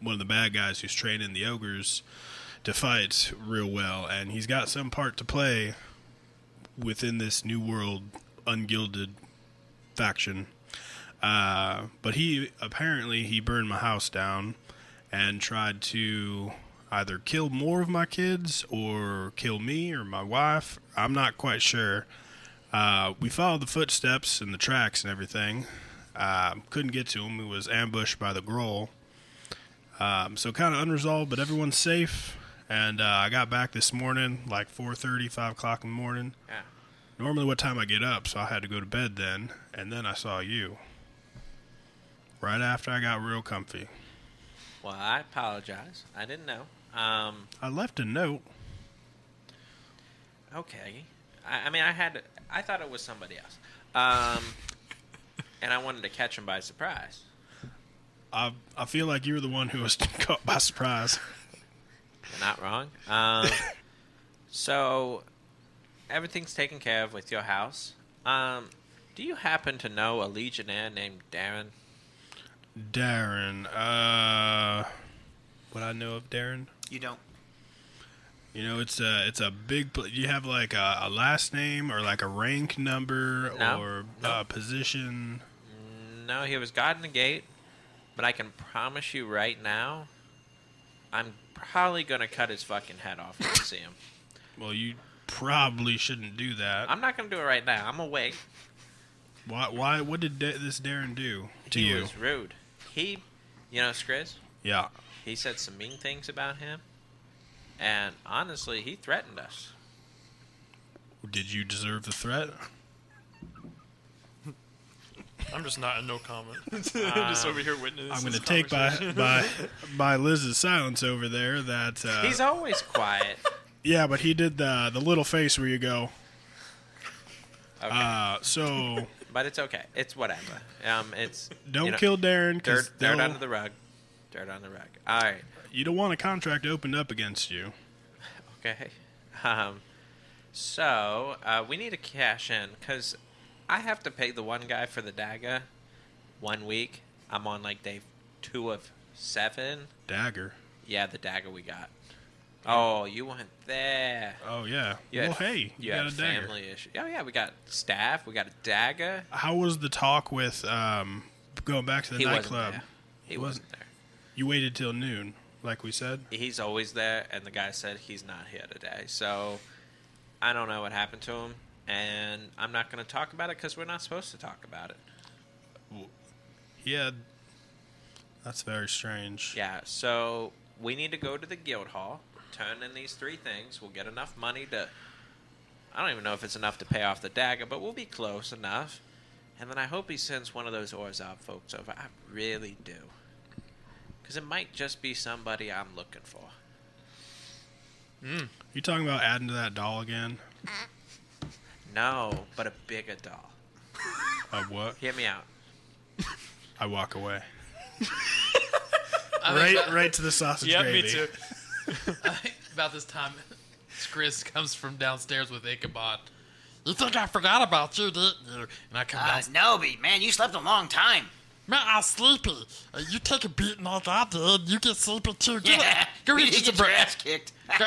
one of the bad guys who's training the ogres to fight real well, and he's got some part to play within this new world ungilded faction. Uh, but he apparently he burned my house down and tried to either kill more of my kids or kill me or my wife. I'm not quite sure. Uh, we followed the footsteps and the tracks and everything. Uh, couldn't get to him. He was ambushed by the Groll. Um, so kind of unresolved, but everyone's safe. And uh, I got back this morning, like 4:30, 5 o'clock in the morning yeah. normally what time I get up, so I had to go to bed then, and then I saw you. Right after I got real comfy. Well, I apologize. I didn't know. Um, I left a note. okay. I, I mean, I had. I thought it was somebody else. Um, and I wanted to catch him by surprise. I I feel like you were the one who was caught by surprise. You're not wrong. Um, so everything's taken care of with your house. Um, do you happen to know a legionnaire named Darren? Darren, uh what I know of Darren? You don't. You know, it's a it's a big. pl- You have like a, a last name or like a rank number No. or No. Uh, position. No, he was guarding the gate, but I can promise you right now, I'm probably gonna cut his fucking head off when I see him. Well, you probably shouldn't do that. I'm not gonna do it right now. I'm awake. why? Why? What did da- this Darren do to he you? was rude. He, you know, Skriz, Yeah. he said some mean things about him, and honestly, he threatened us. Did you deserve the threat? I'm just not a no comment. just over here witnessing. I'm going this to take by conversation. by by Liz's silence over there. That uh, He's always quiet. yeah, but he did the the little face where you go. Okay. Uh, so But it's okay. It's whatever. Um, it's don't you know, kill Darren dirt. because Dirt under the rug. Dirt under the rug. All right. you don't want a contract opened up against you. Okay. Um, So uh, we need to cash in because I have to pay the one guy for the daga one week. I'm on like day two of seven. Dagger. Yeah, the dagger we got. Oh, you went there. Oh yeah. You well, had- hey, you, you had got a dagger. family issue. Oh yeah, we got staff. We got a dagger. How was the talk with um, going back to the he wasn't nightclub? there. He wasn't- wasn't there. You waited till noon, like we said. he's always there and the guy said he's not here today so i don't know what happened to him and i'm not going to talk about it because we're not supposed to talk about it Yeah. That's very strange. yeah so we need to go to the guild hall turn in these three things we'll get enough money to i don't even know if it's enough to pay off the dagger but we'll be close enough and then i hope he sends one of those orzov folks over i really do because it might just be somebody i'm looking for You talking about adding to that doll again? no but a bigger doll Of what? hear me out I walk away. right, right to the sausage Yeah, gravy. me too. About this time, Skriz comes from downstairs with Ichabod. You think I forgot about you, didn't you? And I come Uh, down. no, but man, you slept a long time. Man, I'm sleepy. Uh, you take a beating like I did, you get sleepy too. Go, Yeah, go you eat did some get your ass breakfast. kicked. Go,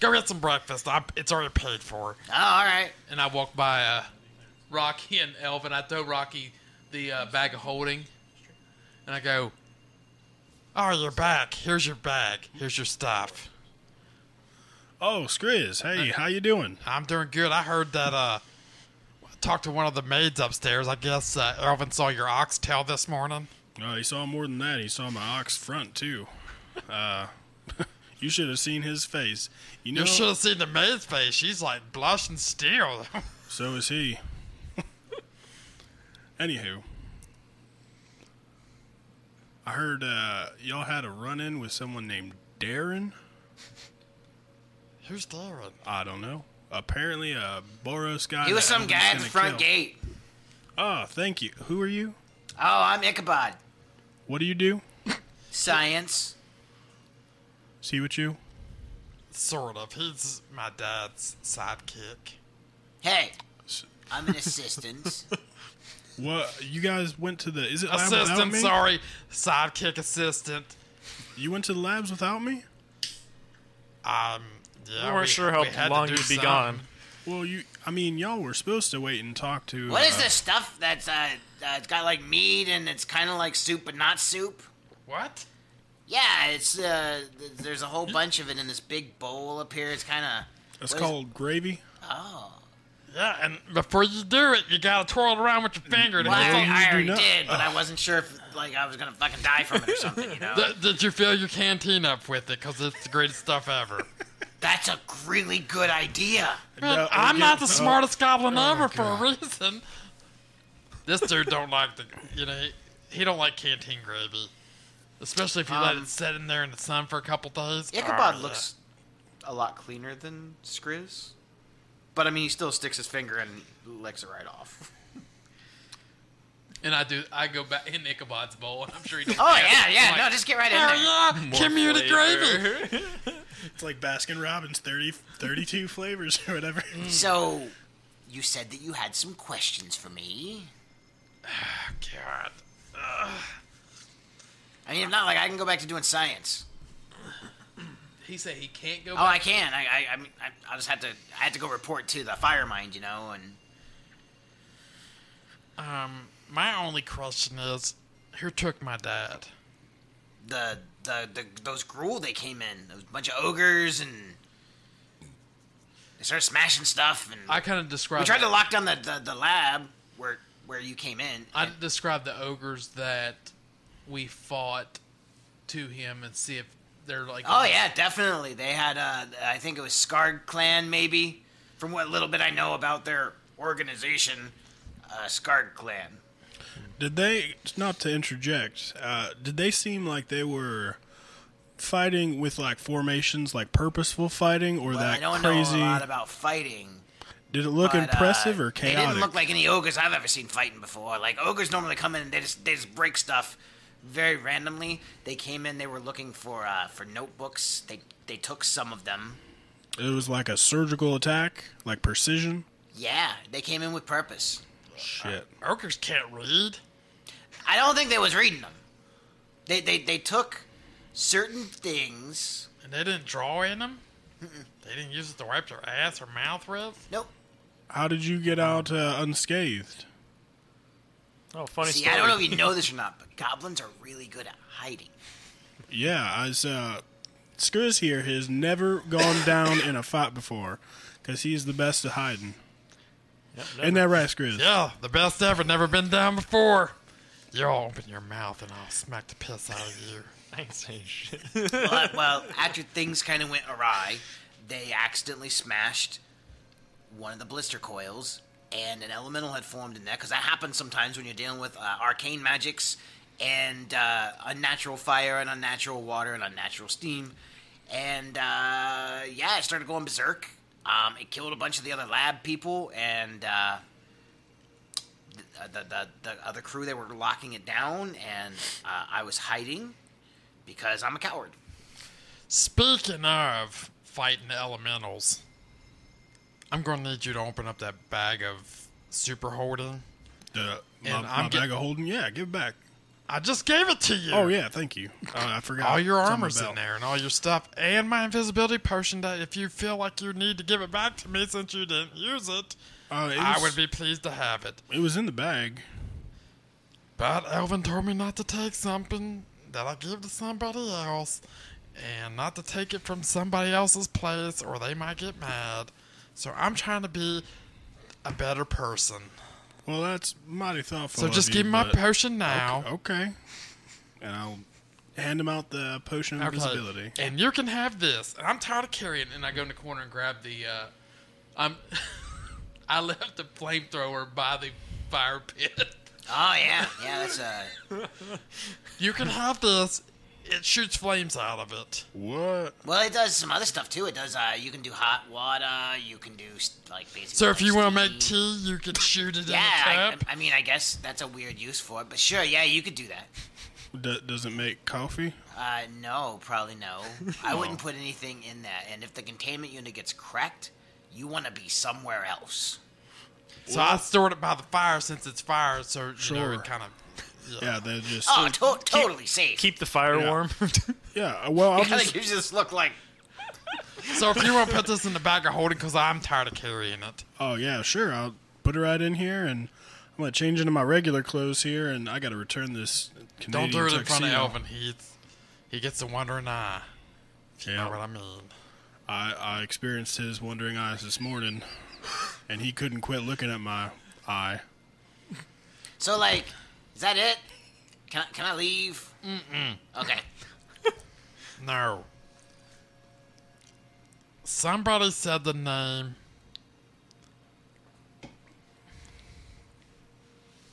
go get some breakfast. I, it's already paid for. Oh, all right. And I walk by uh, Rocky and Elvin. I throw Rocky the uh, bag of holding, and I go, "Oh, you're back. Here's your bag. Here's your stuff." Oh, Skriz, hey, how you doing? I'm doing good. I heard that uh I talked to one of the maids upstairs. I guess uh, Elvin saw your oxtail this morning. Oh, he saw more than that. He saw my ox front too. Uh, you should have seen his face. You know, You should have seen the maid's face. She's like blushing steel. so is he. Anywho, I heard uh, y'all had a run-in with someone named Darren. Who's Darren? I don't know. Apparently, a Boros guy. He was that some Evan's guy at the gonna front kill. gate. Oh, thank you. Who are you? Oh, I'm Ichabod. What do you do? Science. See what you? Sort of. He's my dad's sidekick. Hey, I'm an assistant. What you guys went to the? Is it lab without Assistant, me? sorry. Sidekick assistant. You went to the labs without me? Um, yeah, we weren't sure how we had to long do you'd be something. gone. Well, you. I mean, y'all were supposed to wait and talk to. what is uh, this stuff that's uh, uh it's got like meat and it's kind of like soup but not soup? What? Yeah, it's uh th- there's a whole bunch of it in this big bowl up here. It's kind of It's called gravy. Oh. Yeah, and before you do it, you gotta twirl it around with your finger. to Well, I, get- I you do already not. did, but I wasn't sure if like I was gonna fucking die from it or something. You know, Th- Did you fill your canteen up with it? Because it's the greatest stuff ever. that's a really good idea. Man, No, Oh. I'm again, not the no. smartest goblin Oh ever for a reason. This dude don't like the, you know, he, he don't like canteen gravy, especially if you let Um, it sit in there in the sun for a couple days. Ichabod Ah, looks a lot cleaner than Skriz, but I mean, he still sticks his finger and licks it right off. And I do, I go back in Ichabod's bowl, and I'm sure he. don't Oh care. yeah, yeah. Like, No, just get right in "Hell there. yeah, give me the gravy. It's like Baskin Robbins 30, 32 flavors or whatever. Mm. So, you said that you had some questions for me. God, I mean, if not, like I can go back to doing science. he said he can't go. Oh, I can. I, I, I mean, I, I just had to. I had to go report to the fire mind, you know, and Um, my only question is, who took my dad? the the, the those gruel they came in. There was a bunch of ogres and they started smashing stuff. And I kind of described. we tried to lock down the, the, the lab where where you came in. I describe the ogres that we fought to him and see if they're like. oh yeah, definitely. They had uh, I think it was Scarred Clan maybe. From what little bit I know about their organization, uh, Scarred Clan. Did they? Not to interject. Uh, did they seem like they were fighting with like formations, like purposeful fighting, or Well, that I don't crazy? know a lot about fighting. did it look but, uh, impressive or They chaotic? didn't look like any ogres I've ever seen fighting before. Like ogres normally come in and they just they just break stuff very randomly. They came in, they were looking for uh, for notebooks. They they took some of them. It was like a surgical attack, like precision. Yeah, they came in with purpose. Shit. Ogres can't read. I don't think they was reading them. They they they took certain things. And they didn't draw in them? They didn't use it to wipe their ass or mouth with? Nope. How did you get out uh, unscathed? Oh, funny See, story. I don't know if you know this or not, but goblins are really good at hiding. Yeah, as uh, Skriz here has never gone down in a fight before, because he's the best at hiding. Isn't that right, Skriz? Yeah, the best ever. Never been down before. You all open your mouth and I'll smack the piss out of you. I ain't saying shit. But well, after things kind of went awry, they accidentally smashed one of the blister coils, and an elemental had formed in there. Because that happens sometimes when you're dealing with uh, arcane magics and uh, unnatural fire and unnatural water and unnatural steam. And uh, yeah, it started going berserk. Um, it killed a bunch of the other lab people and. Uh, the, the, the other crew they were locking it down and uh, i was hiding because i'm a coward Speaking of fighting elementals, I'm going to need you to open up that bag of super holding. The, my And my I'm bag get- of holding. Yeah, give it back. I just gave it to you. Oh yeah, thank you. Uh, I forgot. All your It's on my armor's in belt. there and all your stuff, and my invisibility potion. That if you feel like you need to give it back to me since you didn't use it, Uh, it, was, I would be pleased to have it. it was in the bag. But Elvin told me not to take something that I give to somebody else, and not to take it from somebody else's place, or they might get mad. So I'm trying to be a better person. Well, that's mighty thoughtful. So of just you, give me my but- potion now. Okay. And I'll hand him out the potion of Okay. invisibility. And you can have this. And I'm tired of carrying. And I go in the corner and grab the. Uh, I'm. I left the flamethrower by the fire pit. Oh yeah, yeah. That's uh, You can have this. It shoots flames out of it. What? well, it does some other stuff too. It does. Uh, you can do hot water. You can do st- like basically. So if like you want to make steam. tea, you can shoot it yeah. I, in a cup. I mean, I guess that's a weird use for it, but sure, yeah, you could do that. D- does it make coffee? Uh, no, probably no. I wouldn't put anything in that. And if the containment unit gets cracked, you want to be somewhere else. so I stored it by the fire since it's fire. So you know Sure. it kind of. Yeah, they're just. Ah. Oh, to- totally safe. Keep the fire Yeah. warm. Yeah, uh, well, I'll kind of just. gives you this look like So if you want to put this in the bag of holding, because I'm tired of carrying it. Oh, yeah, sure. I'll put it right in here and. I'm gonna change into my regular clothes here, and I gotta return this. Don't Canadian do it in front of tuxedo. Elvin. He he gets a wondering eye. If you know Yeah. what I mean. I, I experienced his wondering eyes this morning, and he couldn't quit looking at my eye. so. Like, is that it? Can I, can I leave? Mm-mm. Okay. No. Somebody said the name.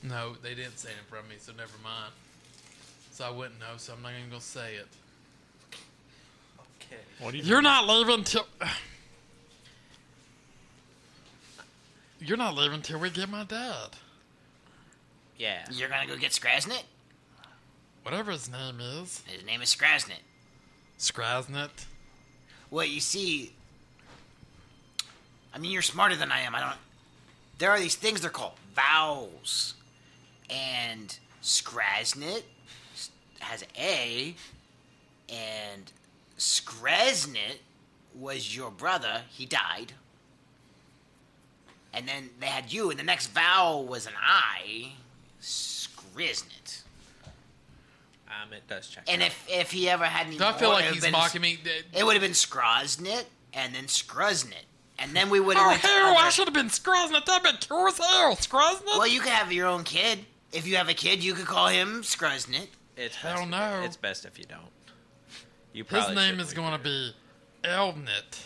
No, they didn't say it in front of me, so never mind. So I wouldn't know, so I'm not even gonna say it. what do you You're not leaving till. You're not leaving till we get my dad. Yeah. You're gonna go get Skrasnit. Whatever his name is. His name is Skrasnit. Skrasnet. Well, you see, I mean, you're smarter than I am. I don't. There are these things they're called vowels, and Skrasnit has an A, and Skrasnit was your brother. He died, and then they had you, and the next vowel was an I, Skrisnit. Um, it does check. And out. if if he ever had any, Do I feel more, like it would've he's been- mocking me? it would have been Skroznit and then Skruznit. And then we would have Oh, went to hell, I other- should have been Skrasnet. That'd been cool as hell. Skrasnet? Well, you could have your own kid. If you have a kid, you could call him Skruznit. it's Hell best if- no. It's best if you don't. You His probably name should is read going to it. be Elvnit,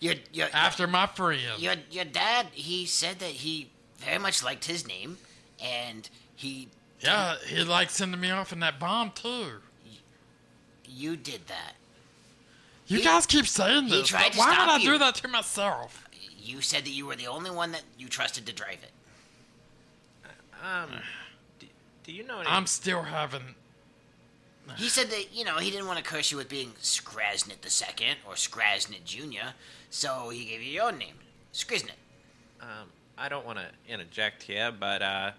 Your your after my friend. your your dad. He said that he very much liked his name, and he Yeah, he likes sending me off in that bomb, too. you did that. You He- guys keep saying he this. tried but to Why stop would I do you. that to myself? You said that you were the only one that you trusted to drive it. Um, do, do you know any? I'm still having He said that, you know, he didn't want to curse you with being Skrasnit the Second or Skrasnit Junior, so he gave you your own name, Skriznit. Um, I don't want to interject here, but uh,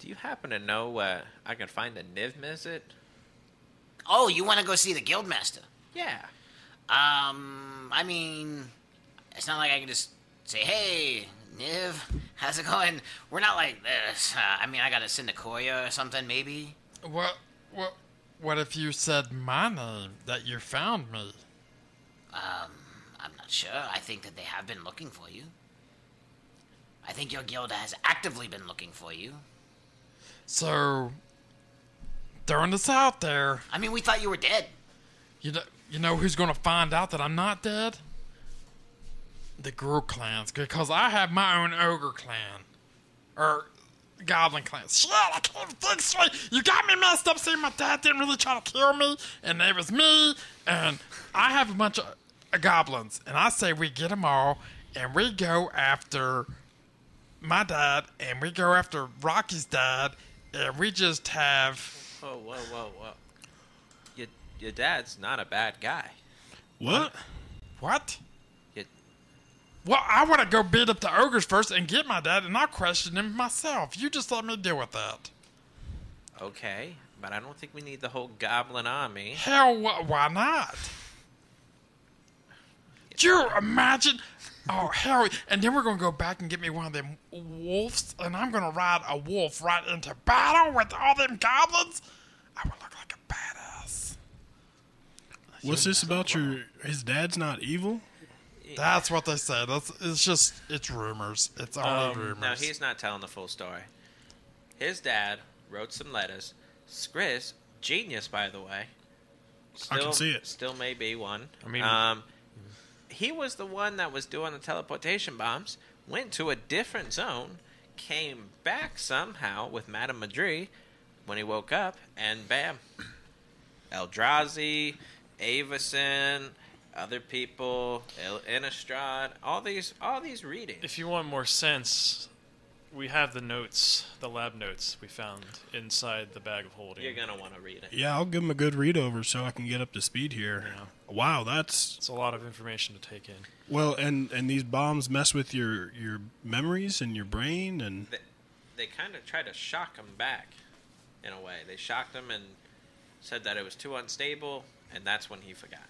do you happen to know where I can find the Niv Mizzet? Oh, you want to go see the Guildmaster? Yeah. Um, I mean, it's not like I can just say, "Hey, Niv, how's it going?" We're not like this. Uh, I mean, I gotta send a Koya or something, maybe. What, what, what if you said my name that you found me? I'm not sure. I think that they have been looking for you. I think your guild has actively been looking for you. So, throwing this out there, I mean, we thought you were dead. you know, you know who's gonna find out that I'm not dead? The Gru clans, because I have my own ogre clan, or goblin clan. Shit, I can't think straight. You got me messed up. See, my dad didn't really try to kill me, and there was me, and I have a bunch of uh, goblins, and I say we get them all, and we go after my dad, and we go after Rocky's dad, and we just have. Whoa, whoa, whoa, whoa. Your, your dad's not a bad guy. What? What? It- Well, I want to go beat up the ogres first and get my dad, and I'll question him myself. You just let me deal with that. Okay, but I don't think we need the whole goblin army. Hell, wh- why not? You imagine? Oh, hell. And then we're going to go back and get me one of them wolves, and I'm going to ride a wolf right into battle with all them goblins. I would look like a badass. What's this about your? His dad's not evil. That's what they say. That's it's just it's rumors. It's only rumors. No, he's not telling the full story. His dad wrote some letters. Skris, genius, by the way. I Still, can see it. Still may be one. I mean- um, he was the one that was doing the teleportation bombs. Went to a different zone. Came back somehow with Madame Madri when he woke up, and bam, Eldrazi, Avison, other people, El- Innistrad, all these, all these readings. If you want more sense, we have the notes, the lab notes we found inside the bag of holding. You're gonna want to read it. Yeah, I'll give him a good read over so I can get up to speed here. Wow, that's It's a lot of information to take in. well, and and these bombs mess with your your memories and your brain, and They, they kind of tried to shock him back, in a way. They shocked him and said that it was too unstable, and that's when he forgot,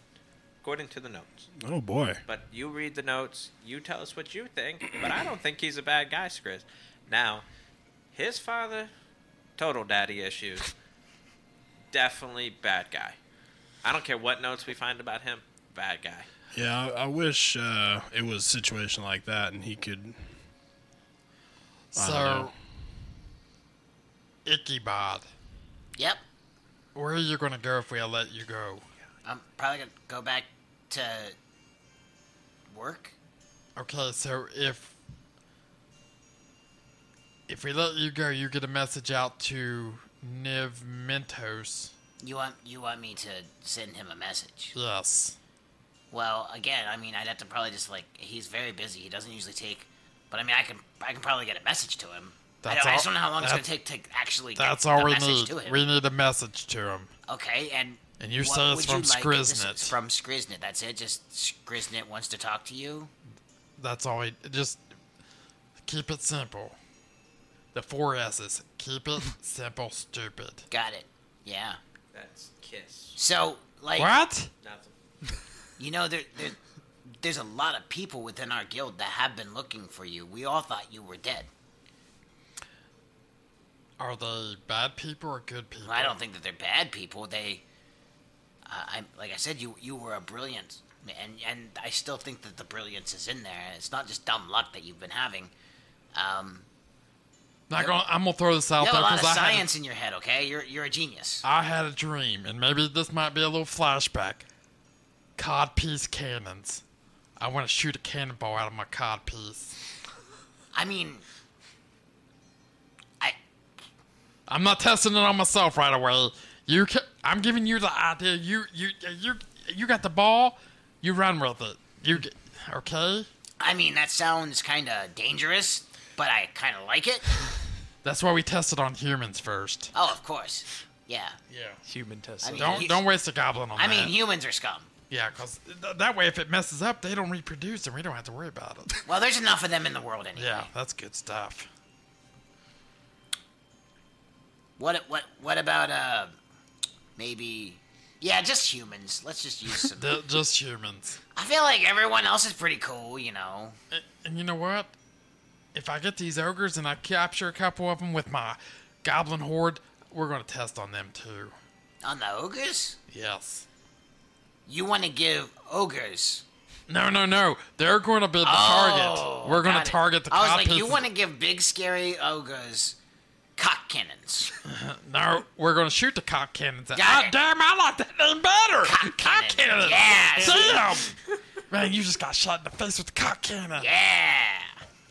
according to the notes. oh boy, But you read the notes. You tell us what you think. But I don't think he's a bad guy, Chris. Now, his father, total daddy issues. Definitely bad guy. I don't care what notes we find about him. Bad guy. yeah, I, I wish uh, it was a situation like that, and he could. So, Ichabod, Yep. where are you going to go if we let you go? I'm probably gonna go back to work. Okay, so if if we let you go, you get a message out to Niv Mentos. You want you want me to send him a message? Yes. Well, again, I mean, I'd have to probably just like he's very busy. He doesn't usually take, but I mean, I can I can probably get a message to him. I, That's don't, I just all- don't know how long it's gonna that's- take to actually get That's a all we message need. to him. We need a message to him. Okay, and And you what say it's would from you like if this Skriznit. is From Skriznit, that's it. Just Skriznit wants to talk to you. That's all we just keep it simple. The four S's. Keep it simple, stupid. Got it. Yeah. That's kiss. So, like, What? Nothing. you know, there, there, there's a lot of people within our guild that have been looking for you. We all thought you were dead. Are they bad people or good people? I don't think that they're bad people. They, uh, I like I said, you you were a brilliant, and and I still think that the brilliance is in there. It's not just dumb luck that you've been having. Um, Not gonna, I'm gonna throw this out you have there a lot of I had, science in your head. Okay, you're you're a genius. I had a dream, and maybe this might be a little flashback. Codpiece cannons. I want to shoot a cannonball out of my codpiece. I mean, I I'm not testing it on myself right away. You, ca I'm giving you the idea. You, you, you, you got the ball. You run with it. You, g- okay? I mean that sounds kind of dangerous, but I kind of like it. That's why we tested on humans first. Oh, of course. Yeah. Yeah. Human test. I mean- Don't He- don't waste a goblin on I that. mean, humans are scum. yeah, because th- that way, if it messes up, they don't reproduce, and we don't have to worry about it. Well, there's enough of them in the world anyway. yeah, that's good stuff. What what what about uh maybe yeah, just humans. Let's just use some. They're just humans. I feel like everyone else is pretty cool, you know. And, and you know what? If I get these ogres and I capture a couple of them with my goblin horde, we're going to test on them too. On the ogres, Yes. you want to give ogres No, no, no. They're going to be the Oh, target. We're going got to it. target the I was cop like, you who's- want to give big scary ogres cock cannons. No, we're going to shoot the cock cannons. At- Got God it. damn, I like that name better. Cock, cannons. cannons. Yeah, see? Damn. Man, you just got shot in the face with the cock cannon. Yeah.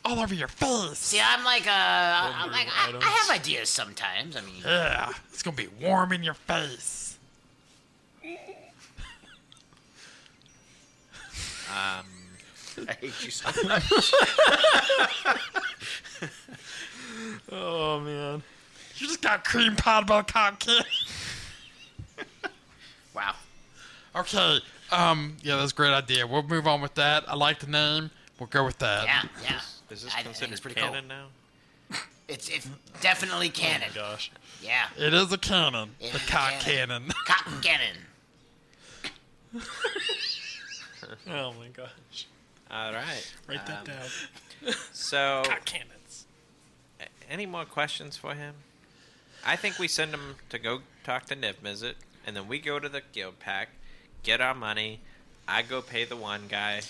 All over your face. See, I'm like uh, I'm like I, Adams. I have ideas sometimes. I mean, Yeah. It's going to be warm in your face. I hate you so much. Oh man. You just got cream pie by the cock cannon. wow. Okay. Um. Yeah, that's a great idea. We'll move on with that. I like the name. We'll go with that. yeah, yeah. Is this I, I think it's considered pretty canon cool. now? It's it's definitely Oh cannon. Gosh. yeah, It is a cannon. It the is a cock cannon. cannon. cock cannon. Oh my gosh. All right. Um, Write that down. So, Cannons. a- any more questions for him? I think we send him to go talk to Niv Mizzet, and then we go to the guild pack, get our money. I go pay the one guy,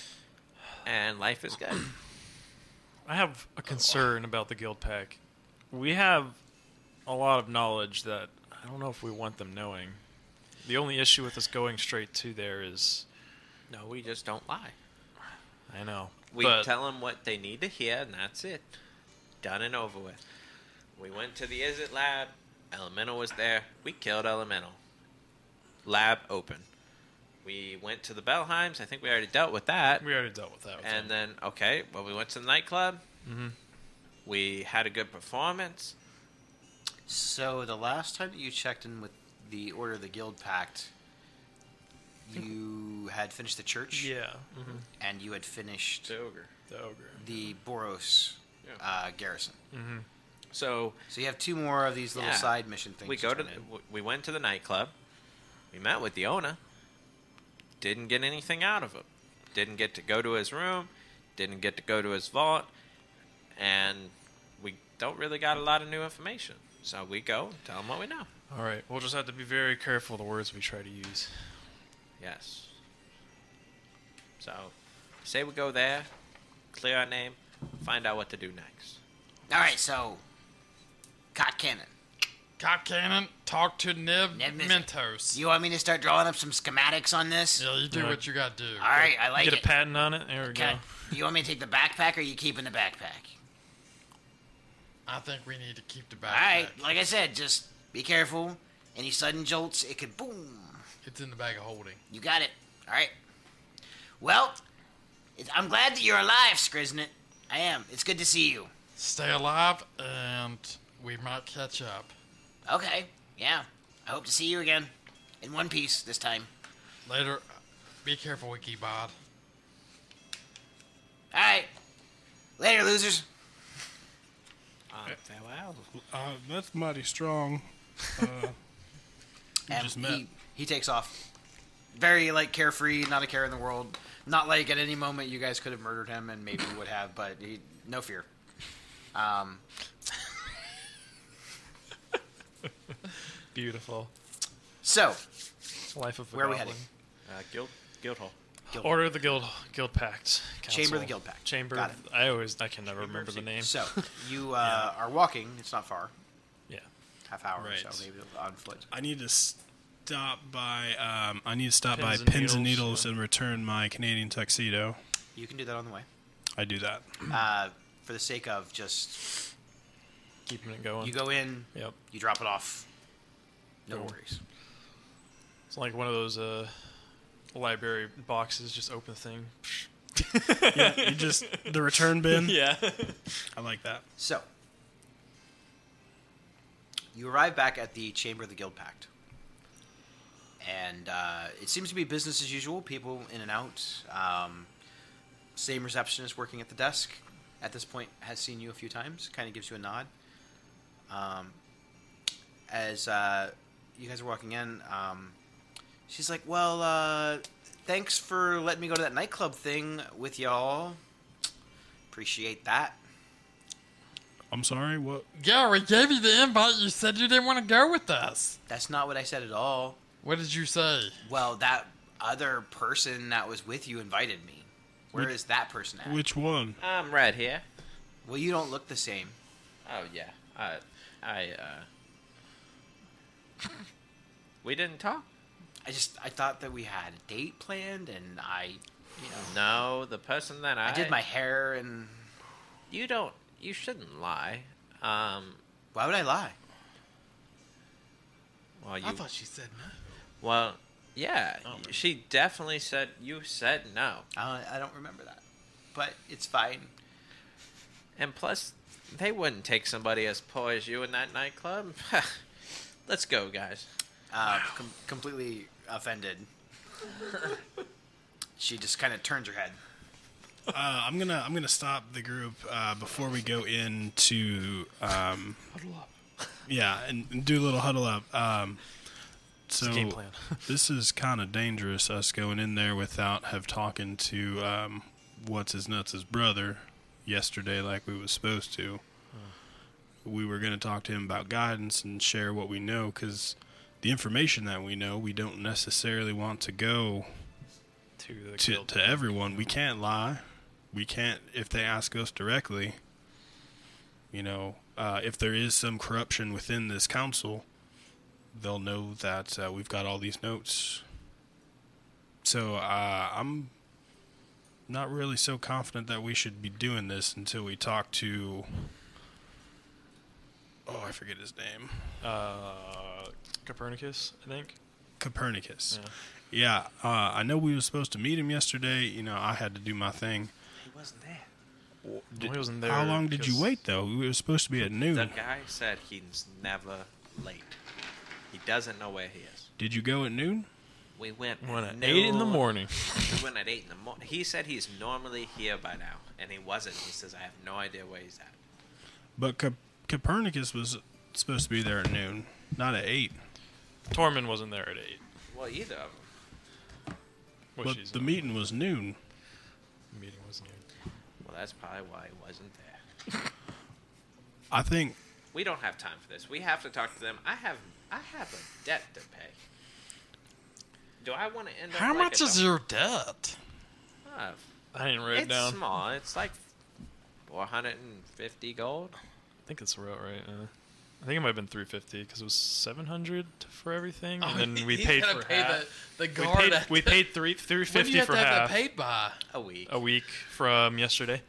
and life is good. I have a concern about the guild pack. We have a lot of knowledge that I don't know if we want them knowing. The only issue with us going straight to there is No, we just don't lie. I know. We tell 'em but tell them what they need to hear, and that's it. Done and over with. We went to the Is It Lab. Elemental was there. We killed Elemental. Lab open. We went to the Bellheims. I think we already dealt with that. we already dealt with that. And then, okay, well, we went to the nightclub. Mm-hmm. We had a good performance. So the last time that you checked in with the Order of the Guild Pact, you had finished the church, yeah, and you had finished the ogre. the Boros uh, garrison. So So you have two more of these little Yeah. side mission things. we go to turn the, in. w- we went to the nightclub. We met with the owner. Didn't get anything out of him. Didn't get to go to his room. Didn't get to go to his vault. And we don't really got a lot of new information. So we go and tell him what we know. All right, we'll just have to be very careful the words we try to use. Yes. So say we go there, clear our name, find out what to do next. All right, so cock cannon. Cock cannon. Talk to Nib Nib Mizzet. Mentos. Do you want me to start drawing up some schematics on this? yeah, you do Yeah. what you got to do. All right, I like Get it. a patent on it. There we Can I- go. do you want me to take the backpack, or are you keeping the backpack? I think we need to keep the backpack. All right, like I said, just be careful. Any sudden jolts, it could boom. It's in the bag of holding. You got it. All right. Well, it, I'm glad that you're alive, Skriznet. I am. It's good to see you. Stay alive, and we might catch up. Okay. Yeah. I hope to see you again. In one piece this time. Later. Be careful, Wikibod. All right. Later, losers. farewell. Uh, that's mighty strong. Uh, and just met. he, he takes off. Very like carefree, not a care in the world. Not like at any moment you guys could have murdered him and maybe would have, but he, no fear. Um, Beautiful. so Life of a where are we goblin. heading? Uh, guild, guild hall. Order of the Guild Guild Pact. Council. Chamber of the Guild Pact. Chamber. Got of- I always I can never remember the name. So you uh, are walking. It's not far, Yeah. half hour or Right. so, maybe on foot. I need to stop by. Um, I need to stop Pins by and pins and needles, needles yeah. and return my Canadian tuxedo. You can do that on the way. I do that. Uh, for the sake of just, Keeping it going. you go in, Yep. you drop it off. No Cool. worries. It's like one of those uh, library boxes, just open thing. You just the return bin. Yeah. I like that. So You arrive back at the chamber of the Guild Pact, and uh, it seems to be business as usual. People in and out. Um, same receptionist working at the desk. At this point, has seen you a few times. Kind of gives you a nod. Um, as uh, you guys are walking in, um, she's like, "Well, uh, thanks for letting me go to that nightclub thing with y'all. Appreciate that." I'm sorry. What? Yeah, we gave you the invite. You said you didn't want to go with us. That's not what I said at all. What did you say? Well, that other person that was with you invited me. Where is that person at? Which one? I'm right here. well, you don't look the same. Oh yeah. I I uh We didn't talk. I just I thought that we had a date planned, and I, you know, No, the person that I I did my hair, and You don't you shouldn't lie. Um why would I lie? well you I thought she said no. Oh, well yeah, she definitely said you said no. I don't, I don't remember that, but it's fine. And plus, they wouldn't take somebody as poor as you in that nightclub. Let's go, guys. Uh, com- completely offended. she just kind of turns her head. Uh, I'm gonna I'm gonna stop the group uh, before we go into um, Yeah, and, and do a little huddle up. Um, so game plan. this is kind of dangerous. Us going in there without have talking to um, what's his nuts his brother yesterday, like we was supposed to. We were going to talk to him about guidance and share what we know because the information that we know, we don't necessarily want to go To the to, guild. to everyone. We can't lie. We can't if they ask us directly. You know, uh, if there is some corruption within this council, they'll know that uh, we've got all these notes. So uh, I'm not really so confident that we should be doing this until we talk to. Oh, I forget his name. Uh, Copernicus, I think. Copernicus. Yeah, uh, I know we were supposed to meet him yesterday. You know, I had to do my thing. He wasn't there. Well, he wasn't there. How long did you because- wait though? We were supposed to be at The noon. guy said he's never late. He doesn't know where he is. Did you go at noon? We went When at at eight in the noon. morning. We went at eight in the morning. He said he's normally here by now, and he wasn't. He says I have no idea where he's at. But Cop- Copernicus was supposed to be there at noon, not at eight. Tormund wasn't there at eight. Well, either of them. Which But is the not- meeting was noon. the meeting wasn't. Even. Well, that's probably why he wasn't there. I think. We don't have time for this. We have to talk to them. I have I have a debt to pay. Do I want to end up How like much a is your debt? dog? I didn't write it It's down. small. It's like 450 gold. I think it's about right. Uh, I think it might have been 350 because it was 700 for everything, Oh, and then we paid for half. we The, the guard. paid, at- we paid three When do 350 you have for to have half that paid by? A week. a week from yesterday.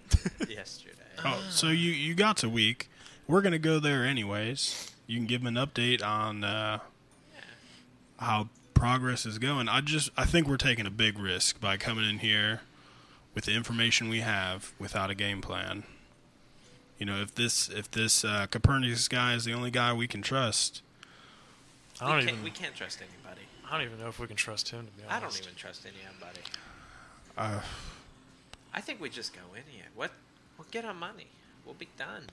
Yesterday. Oh, so you you got to week. We're gonna go there anyways. You can give him an update on uh, how progress is going. I just I think we're taking a big risk by coming in here with the information we have without a game plan. You know, if this if this uh, Copernicus guy is the only guy we can trust, I don't we, even. can't, we can't trust anybody. I don't even know if we can trust him. To be honest, I don't even trust anybody. uh, I think we just go in here. What? We'll get our money. We'll be done.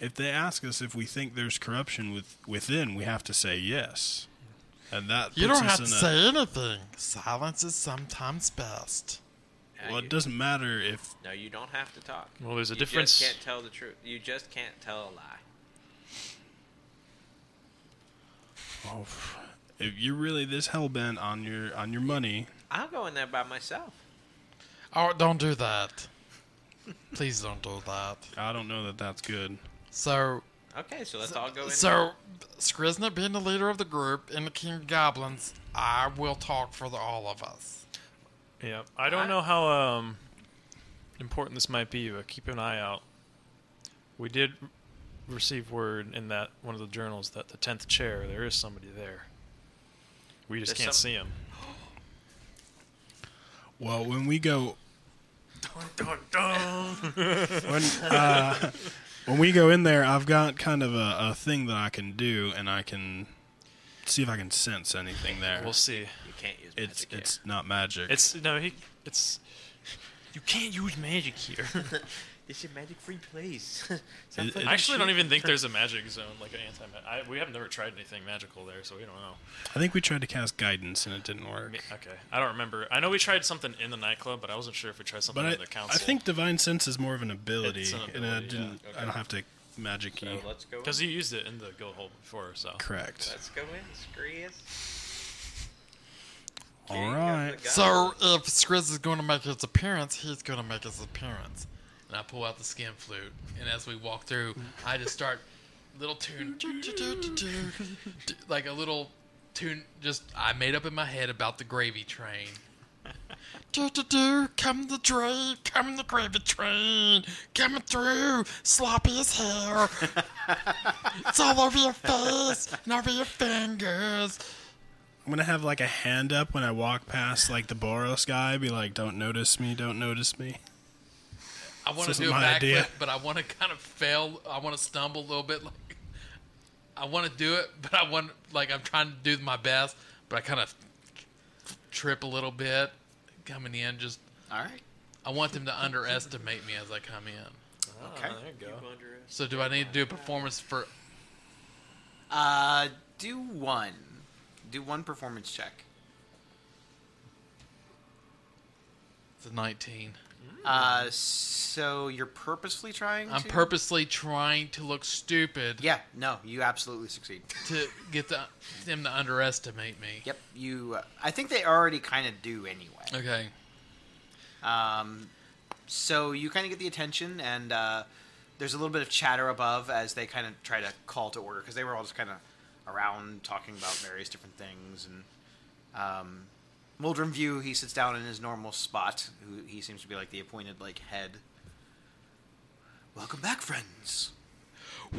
if they ask us if we think there's corruption with, within, we have to say yes. And that You puts don't us have to in a- say anything. Silence is sometimes best. Now Well, you- it doesn't matter if No, you don't have to talk. Well, there's a you difference- You just can't tell the truth. You just can't tell a lie. Oh, if you're really this hell bent on your on your money, I'll go in there by myself. Oh, don't do that. Please don't do that. I don't know that that's good. So, Okay, so let's all go in. so Skrizna being the leader of the group and the King of Goblins, I will talk for the, all of us. Yeah, I don't know how um, important this might be, but keep an eye out. We did receive word in that one of the journals that the tenth chair there is somebody there. We just There's can't some- see him. Well, when we go Dun, dun. when uh, When we go in there, I've got kind of a, a thing that I can do, and I can see if I can sense anything there. We'll see. You can't use magic it's here. it's not magic. It's no, he. It's you can't use magic here. It's a magic-free place. It- it- I actually don't even think there's a magic zone like an anti. I We have never tried anything magical there, so we don't know. I think we tried to cast guidance, and it didn't work. Me- Okay, I don't remember. I know we tried something in the nightclub, but I wasn't sure if we tried something But I, in the I council. think divine sense is more of an ability, It's an and I ability, didn't. I don't have to magic key. So let's go. in. because you used it in the go hole before, so Correct. Let's go in, Screez. King All of the right. gods. So if Skriz is going to make his appearance, he's going to make his appearance. And I pull out the skin flute, and as we walk through, I just start little tune, do, do, do, do, do, like a little tune. Just I made up in my head about the gravy train. Do do do, come the train, come the gravy train, coming through, sloppy as hair. it's all over your face and over your fingers. I'm gonna have like a hand up when I walk past like the Boros guy, be like, "Don't notice me, don't notice me." I want This to is do a my idea. backflip, but I want to kind of fail. I want to stumble a little bit. Like I want to do it, but I want like I'm trying to do my best, but I kind of trip a little bit coming in. Just All right. I want them to underestimate me as I come in. Okay. Ah, there you go. So do I need to do a performance for? Uh, do one. Do one performance check. It's a 19. Uh, so you're purposefully trying. I'm to? purposely trying to look stupid Yeah. No, you absolutely succeed. to get the, them to underestimate me. Yep. You. Uh, I think they already kind of do anyway. Okay. Um, so you kind of get the attention, and uh, there's a little bit of chatter above as they kind of try to call to order because they were all just kind of around talking about various different things. And um, Muldrum View, he sits down in his normal spot. Who he seems to be like the appointed like head. Welcome back, friends.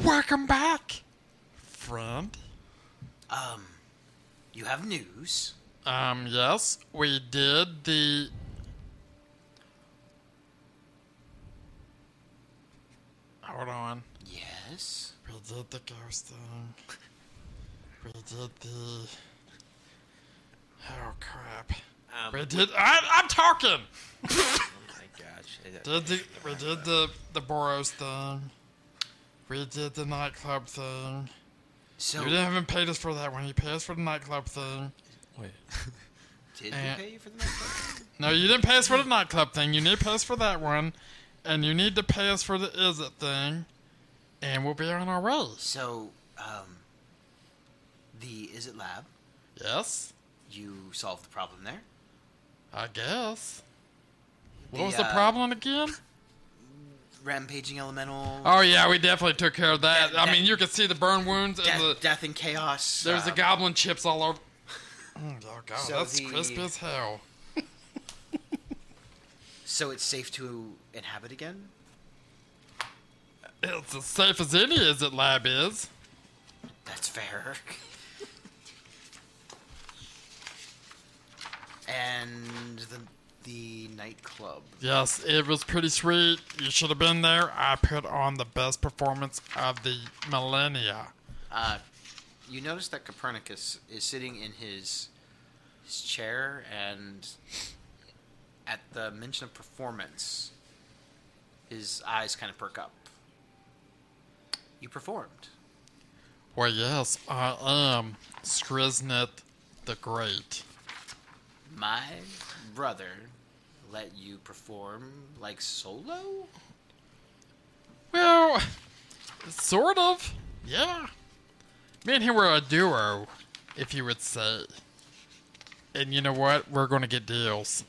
Welcome back, friend. Um, you have news. Um, yes, we did the. Hold on. Yes. We did the ghost thing. We did the. Oh crap. Um, We did. I, I'm talking! oh my gosh. Did the, we did the, the Boros thing. We did the nightclub thing. So You did haven't paid us for that one. You paid us for the nightclub thing. Wait, we eh. pay you for the night? No, you didn't pay us for the nightclub thing. You need to pay us for that one. And you need to pay us for the is it thing. And we'll be on our way. So, um, the is it lab? Yes, You solved the problem there. I guess. What was The, the uh, problem again? Rampaging elemental. Oh, yeah, we definitely took care of that. That- I mean, that- you can see the burn wounds and death, the. death and chaos. There's the um, goblin chips all over. Oh, God, Mm, So that's the- crisp as hell. So it's safe to inhabit again. It's as safe as any is it lab is. That's fair. and the the nightclub. Yes, it was pretty sweet. You should have been there. I put on the best performance of the millennia. Uh, you notice that Copernicus is sitting in his his chair, and at the mention of performance, his eyes kind of perk up. You performed. Well, yes, I am Skriznet the Great. My brother let you perform like solo. Well, sort of. Yeah. Me and him were a duo, if you would say. And you know what? We're going to get deals.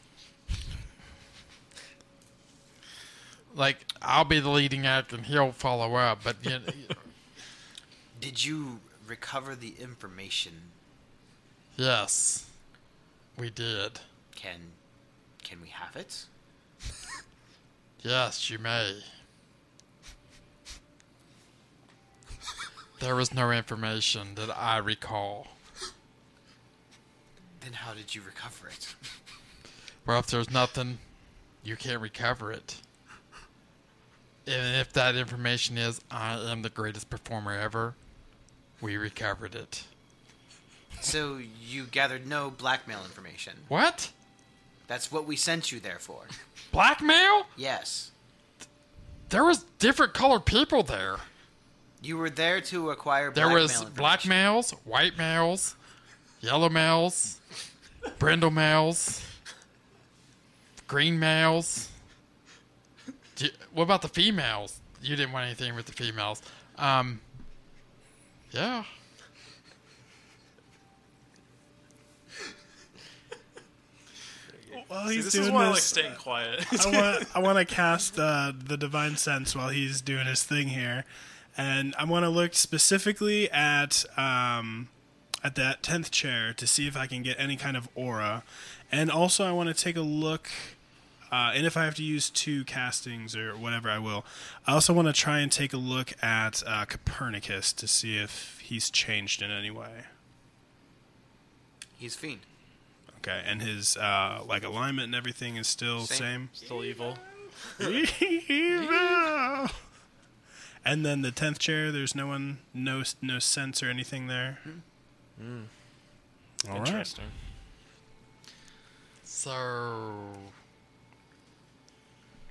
Like, I'll be the leading act and he'll follow up, but you Did you recover the information? yes, we did. Can can we have it? Yes, you may. There was no information that I recall. Then how did you recover it? Well, if there's nothing, you can't recover it. And if that information is, I am the greatest performer ever, we recovered it. So you gathered no blackmail information. What? That's what we sent you there for. Blackmail? Yes. There was different colored people there. You were there to acquire There blackmail was information. black males, white males, yellow males, brindle males, green males. Do you- what about the females? You didn't want anything with the females. Um, yeah. While See, he's this doing is why I like this, staying quiet. I want I want to cast uh, the divine sense while he's doing his thing here, and I want to look specifically at um, at that tenth chair to see if I can get any kind of aura, and also I want to take a look. Uh, and if I have to use two castings or whatever, I will. I also want to try and take a look at uh, Copernicus to see if he's changed in any way. He's a fiend. Okay, and his uh, like alignment and everything is still Same. same. Still evil. Evil. And then the tenth chair. There's no one, no no sense or anything there. Hmm. All right. Interesting. So,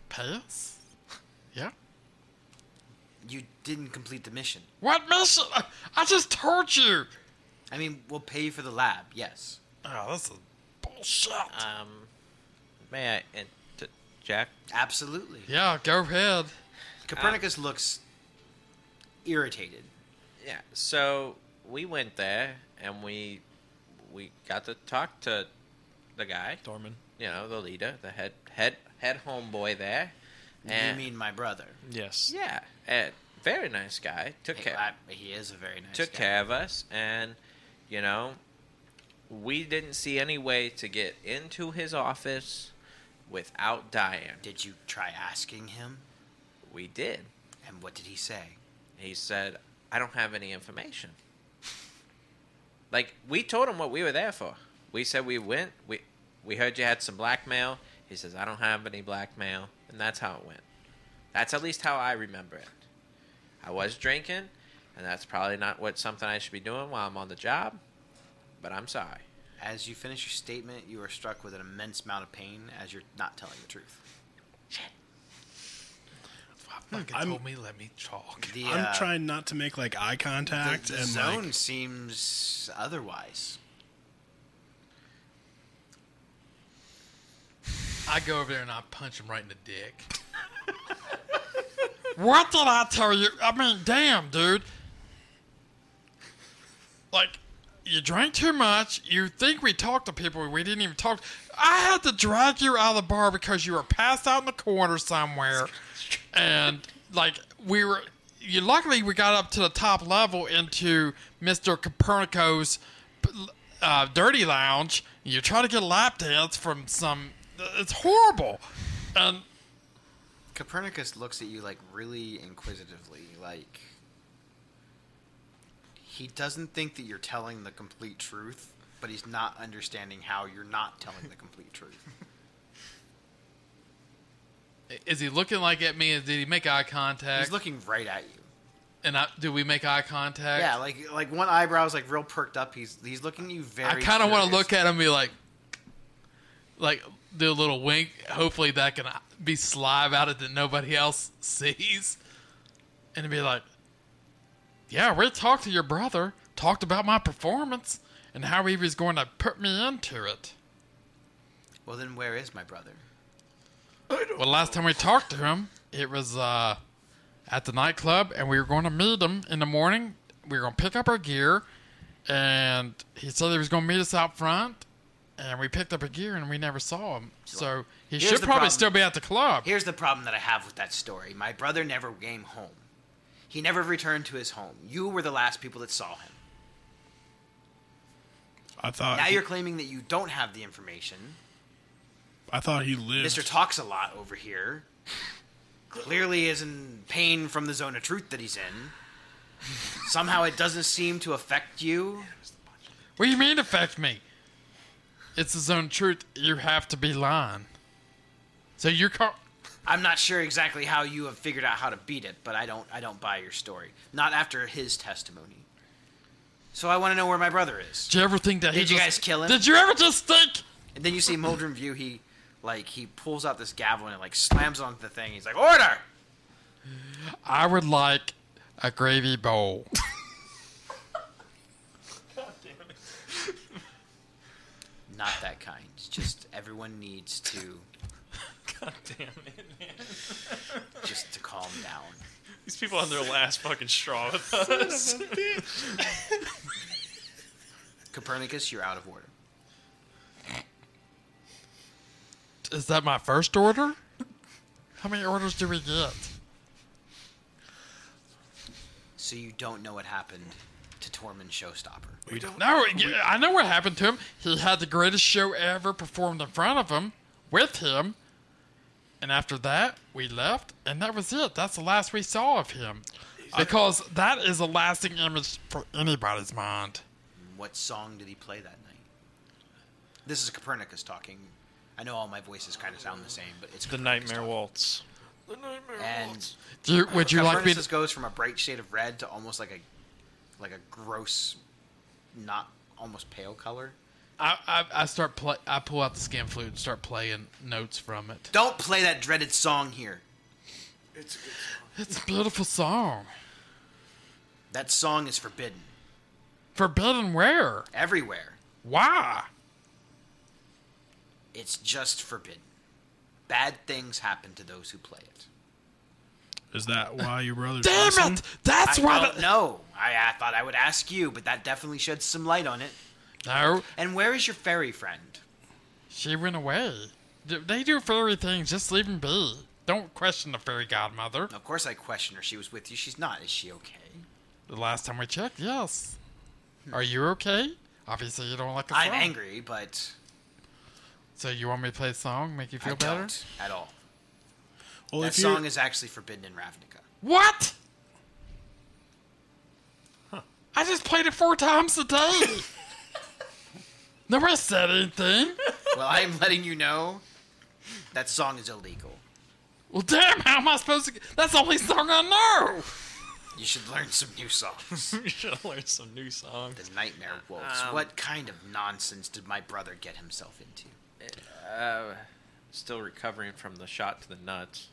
pay us? Yeah. You didn't complete the mission. What mission? I- I just told you. I mean, we'll pay for the lab. Yes. Oh, that's is bullshit. Um, may I, int- Jack? Absolutely. yeah, go ahead. Copernicus looks irritated. Yeah. So we went there and we we got to talk to the guy, Dorman. you know, the leader, the head head head homeboy there. You Eh. And mean my brother? Yes. yeah, and very nice guy. Took Hey, care. I- he is a very nice took guy. care of us and you know we didn't see any way to get into his office without dying Did you try asking him? we did And what did he say? he said i don't have any information like we told him what we were there for we said we went we we heard you had some blackmail he says i don't have any blackmail and that's how it went that's at least how i remember it i was drinking and that's probably not what something i should be doing while i'm on the job but i'm sorry As you finish your statement, you are struck with an immense amount of pain as you're not telling the truth. Fucking I'm- told me let me talk. The, uh, I'm trying not to make like eye The, contact the and zone like, seems otherwise. I go over there and I punch him right in the dick. what did I tell you? I mean, damn, dude. Like, you drank too much. You think we talked to people we didn't even talk. I had to drag you out of the bar because you were passed out in the corner somewhere, and like we were. You luckily we got up to the top level into Mister Copernico's uh, dirty lounge. You try to get a lap dance from some. It's horrible. And Copernicus looks at you like really inquisitively, like he doesn't think that you're telling the complete truth, but he's not understanding how you're not telling the complete truth. is he looking like at me? Did he make eye contact? He's looking right at you. and I, do we make eye contact? Yeah, like like one eyebrow's like real perked up. He's he's looking at you very. I kind of want to curious. look at him and be like, like do a little wink. Hopefully that can uh, be sly about it that nobody else sees, and be like, "Yeah, we talked to your brother. Talked about my performance and how he was going to put me into it." Well, then where is my brother? Well, last time we talked to him, it was uh, at the nightclub, and we were going to meet him in the morning. We were going to pick up our gear, and he said he was going to meet us out front. And we picked up our gear, and we never saw him. So he Here's should the probably problem. still be at the club. Here's the problem that I have with that story. My brother never came home. He never returned to his home. You were the last people that saw him. I Uh, thought Now he- you're claiming that you don't have the information. I thought he lived. Mr. Talks a lot over here. Clearly is in pain from the zone of truth that he's in. Somehow it doesn't seem to affect you. What do you mean affect me? It's his own truth. You have to be lying. So you're call- I'm not sure exactly how you have figured out how to beat it, but I don't I don't buy your story. Not after his testimony. So I want to know where my brother is. Did you ever think that? he Did you just- guys kill him? Did you ever just think? And then you see Muldrum View. He like he pulls out this gavel and like slams on the thing. He's like, "Order!" I would like a gravy bowl. Not that kind. It's Just everyone needs to God damn it, man. just to calm down. These people on their last fucking straw with us. Copernicus, you're out of order. Is that my first order? How many orders do we get? So you don't know what happened to Tormund Showstopper. No, y- I know what happened to him. He had the greatest show ever performed in front of him, with him. And after that, we left, and that was it. That's the last we saw of him. Because that is a lasting image for anybody's mind. What song did he play that night? This is Copernicus talking. I know all my voices kind of sound the same, but it's the Copernicus Nightmare talking. Waltz. And Do you, would you like me Copernicus to, goes from a bright shade of red to almost like a like a gross, not almost pale color. I, I, I start play, I pull out the skin flute and start playing notes from it. Don't play that dreaded song here. It's a beautiful song. That song is forbidden Forbidden where? everywhere. Why? It's just forbidden. Bad things happen to those who play it. Is that why your brother's Damn awesome? it! That's I why. don't the- know. I, I thought I would ask you, but that definitely sheds some light on it. no, And where is your fairy friend? She went away. D- They do fairy things. Just leave them be. Don't question the fairy godmother. Of course, I question her. She was with you. She's not. Is she okay? The last time we checked, yes. Are you okay? Obviously, you don't like a song. I'm angry, but So you want me to play a song, make you I feel better? don't at all. Well, that if you're- song is actually forbidden in Ravnica. What? I just played it four times a day. Nobody said anything. well, I am letting you know that song is illegal. Well, damn! How am I supposed to? That's the only song I know. You should learn some new songs. we should have learned some new songs. the Nightmare Wolves. Um, what kind of nonsense did my brother get himself into? Still recovering from the shot to the nuts.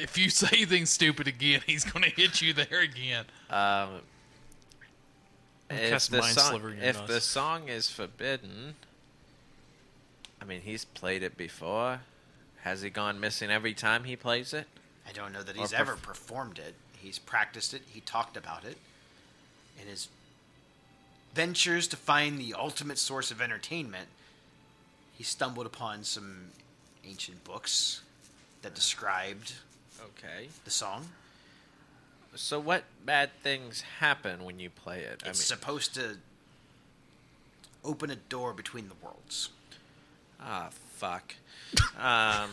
If you say anything stupid again, he's gonna hit you there again. Um, if cast the, Mind song, Sliver in your if nuts. the song is forbidden, I mean, he's played it before. Has he gone missing every time he plays it? I don't know that he's perf- ever performed it. He's practiced it. He talked about it in his ventures to find the ultimate source of entertainment. He stumbled upon some ancient books that described Okay. the song. So what bad things happen when you play it? It's supposed to open a door between the worlds, ah, fuck. um,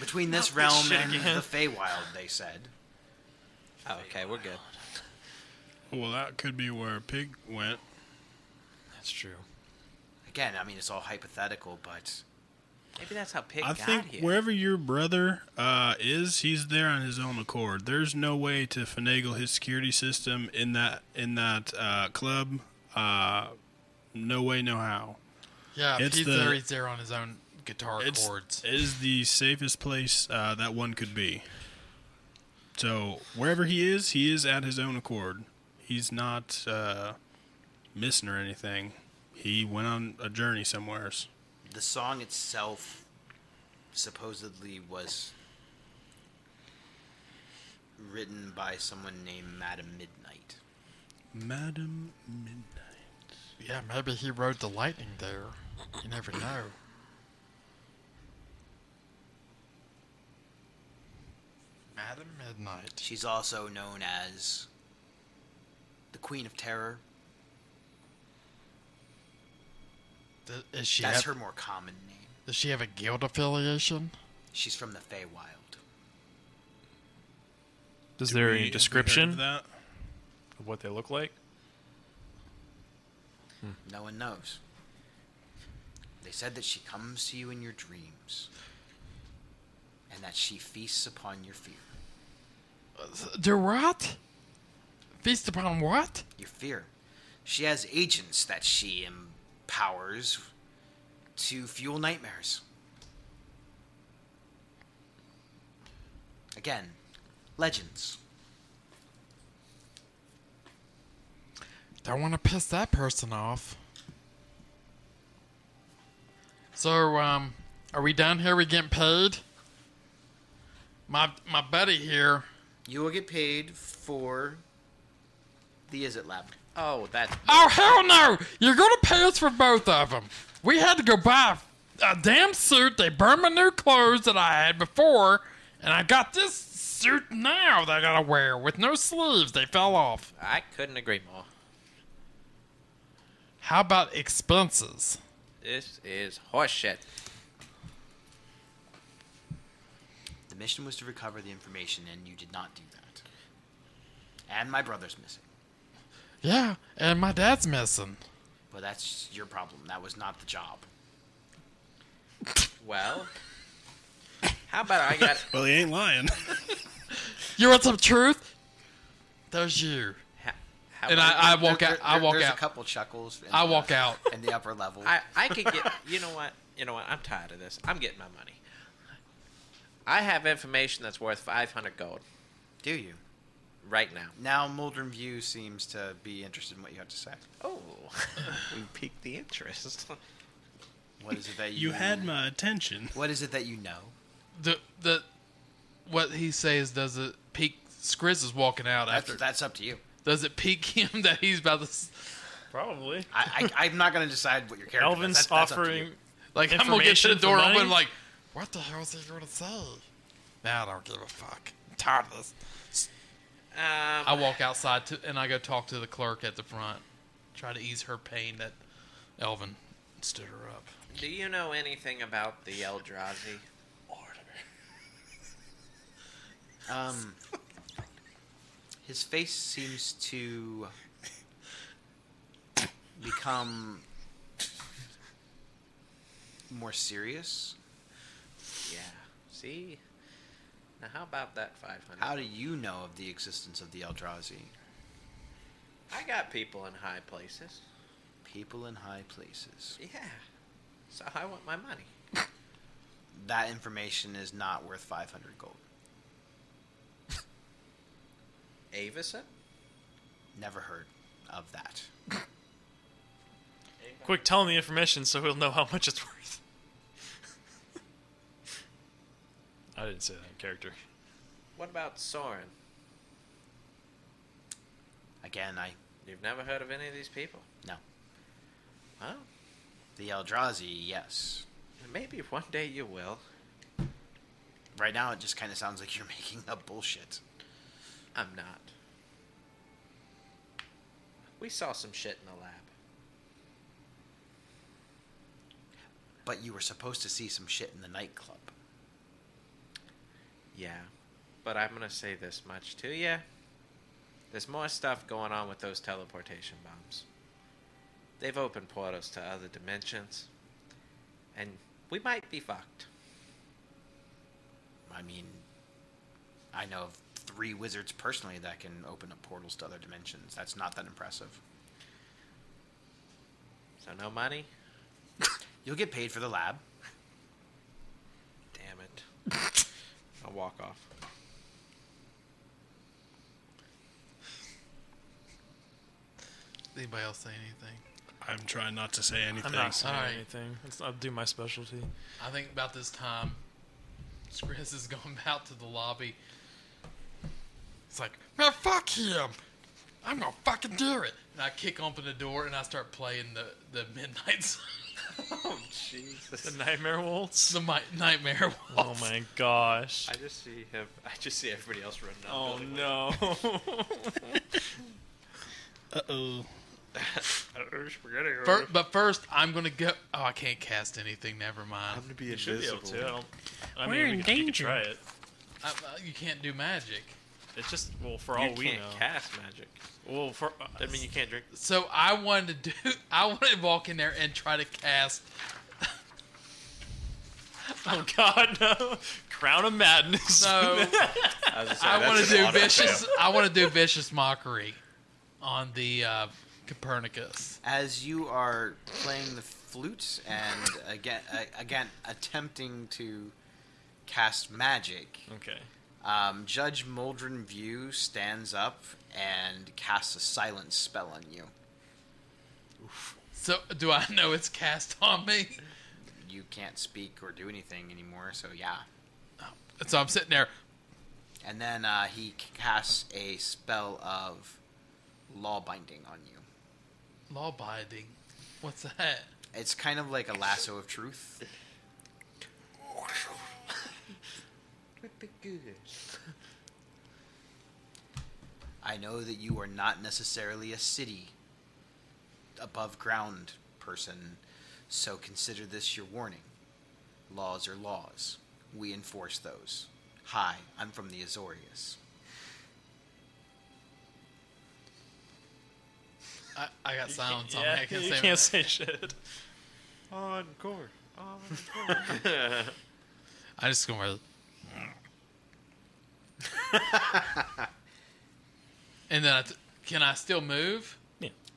between this realm and the Feywild. They said. okay, we're good. well, that could be where Pig went. That's true. Again, I mean, it's all hypothetical, but Maybe that's how Pig I got think here. wherever your brother uh, is, he's there on his own accord. There's no way to finagle his security system in that in that uh, club. Uh, no way, no how. Yeah, if It's he's the- there. He's there on his own guitar It's chords. it is the safest place uh, that one could be. So wherever he is, he is at his own accord. He's not uh, missing or anything. He went on a journey somewheres. the song itself supposedly was written by someone named Madame Midnight. Madam Midnight. yeah, maybe he rode the lightning there. You never know. Madam Midnight. She's also known as the Queen of Terror. Th- Is she That's her have, more common name. Does she have a guild affiliation? She's from the Feywild. Is there any description Of of that? what they look like? No one knows. They said that she comes to you in your dreams. and that she feasts upon your fear. Do what? Feast upon what? Your fear. She has agents that she empowers to fuel nightmares. Again, legends. Don't want to piss that person off. So, um, are we down here? We getting paid? My my buddy here. You will get paid for the Is It Lab. Oh, that's Oh hell no! You're gonna pay us for both of them. We had to go buy a damn suit. They burned my new clothes that I had before, and I got this suit now that I gotta wear with no sleeves. They fell off. I couldn't agree more. How about expenses? This is horseshit. The mission was to recover the information, and you did not do that. And my brother's missing. Yeah, and my dad's missing. But that's your problem. That was not the job. Well, how about I got Well, he ain't lying. You want some truth? There's you. how, how And about- I, I walk There- out. I there- walk there's a out. couple chuckles. in I the- walk out. In the upper level. I, I could get. You know what? You know what? I'm tired of this. I'm getting my money. I have information that's worth 500 gold do you? right now. Now Muldren View seems to be interested in what you have to say. Oh, we piqued the interest. What is it that you You had my attention. What is it that you know? The the what he says does it peak? Scrizz is walking out That's, after. that's up to you. Does it peak him that he's about to s- Probably. I, I, I'm not going to decide what your character. is. Elvin's That- that's up to offering. you. Like I'm gonna get to the Information door for and open money? like, what the hell is he gonna say? Now I don't give a fuck. I'm tired of this. I Um, walk outside to, and I go talk to the clerk at the front, try to ease her pain that Elvin stood her up. do you know anything about the Eldrazi order? Um, his face seems to become more serious. Yeah. See? Now, how about that 500? How do you know of the existence of the Eldrazi? I got people in high places. People in high places. Yeah. So I want my money. That information is not worth 500 gold. Avison? Never heard of that. Quick, tell him the information so he'll know how much it's worth. I didn't say that in character. What about Soren? Again, I You've never heard of any of these people? no. Well, The Eldrazi, yes. maybe one day you will. Right now, it just kind of sounds like you're making up bullshit. I'm not. We saw some shit in the lab. But you were supposed to see some shit in the nightclub. Yeah. But I'm going to say this much to you. There's more stuff going on with those teleportation bombs. They've opened portals to other dimensions. And we might be fucked. I mean, I know of three wizards personally that can open up portals to other dimensions. That's not that impressive. So no money? You'll get paid for the lab. Damn it. I'll walk off. Anybody else say anything? I'm trying not to say anything. I'm not saying Alright. anything. It's- I'll do my specialty. I think about this time, Chris is going out to the lobby. It's like, man, fuck him. I'm gonna fucking do it. And I kick open the door and I start playing the the midnight, Sun- Oh, The Nightmare Waltz? the mi- nightmare. Oh Waltz. my gosh. I just see him. I just see everybody else running up. Oh building. no. Uh oh. Fir- but first, I'm gonna go. Oh, I can't cast anything. Never mind. to be Should be able to. I, don't, I We're mean, in we could, you could danger. try it. I, uh, you can't do magic. It's just, well, for all You we can't know. cast magic. well, for. uh, I mean, you can't drink. So I wanted to do. I wanted to walk in there and try to cast. oh god, no. Crown of Madness. So I, was gonna say, I want to that's an do auto vicious. fail. I want to do vicious mockery on the uh, Copernicus. As you are playing the flute and again, uh, again attempting to cast magic, Okay. um, Judge Muldren View stands up and casts a silent spell on you. So do I know it's cast on me? You can't speak or do anything anymore, so yeah. So I'm sitting there. And then uh, he casts a spell of law binding on you. Law binding. What's that? It's kind of like a lasso of truth. I know that you are not necessarily a city above ground person, so consider this your warning. Laws are laws. We enforce those. Hi, I'm from the Azorius. I, I got silence on me. I yeah, can't you say can't say shit. Encore. I just gonna wear. and then I t- can I still move?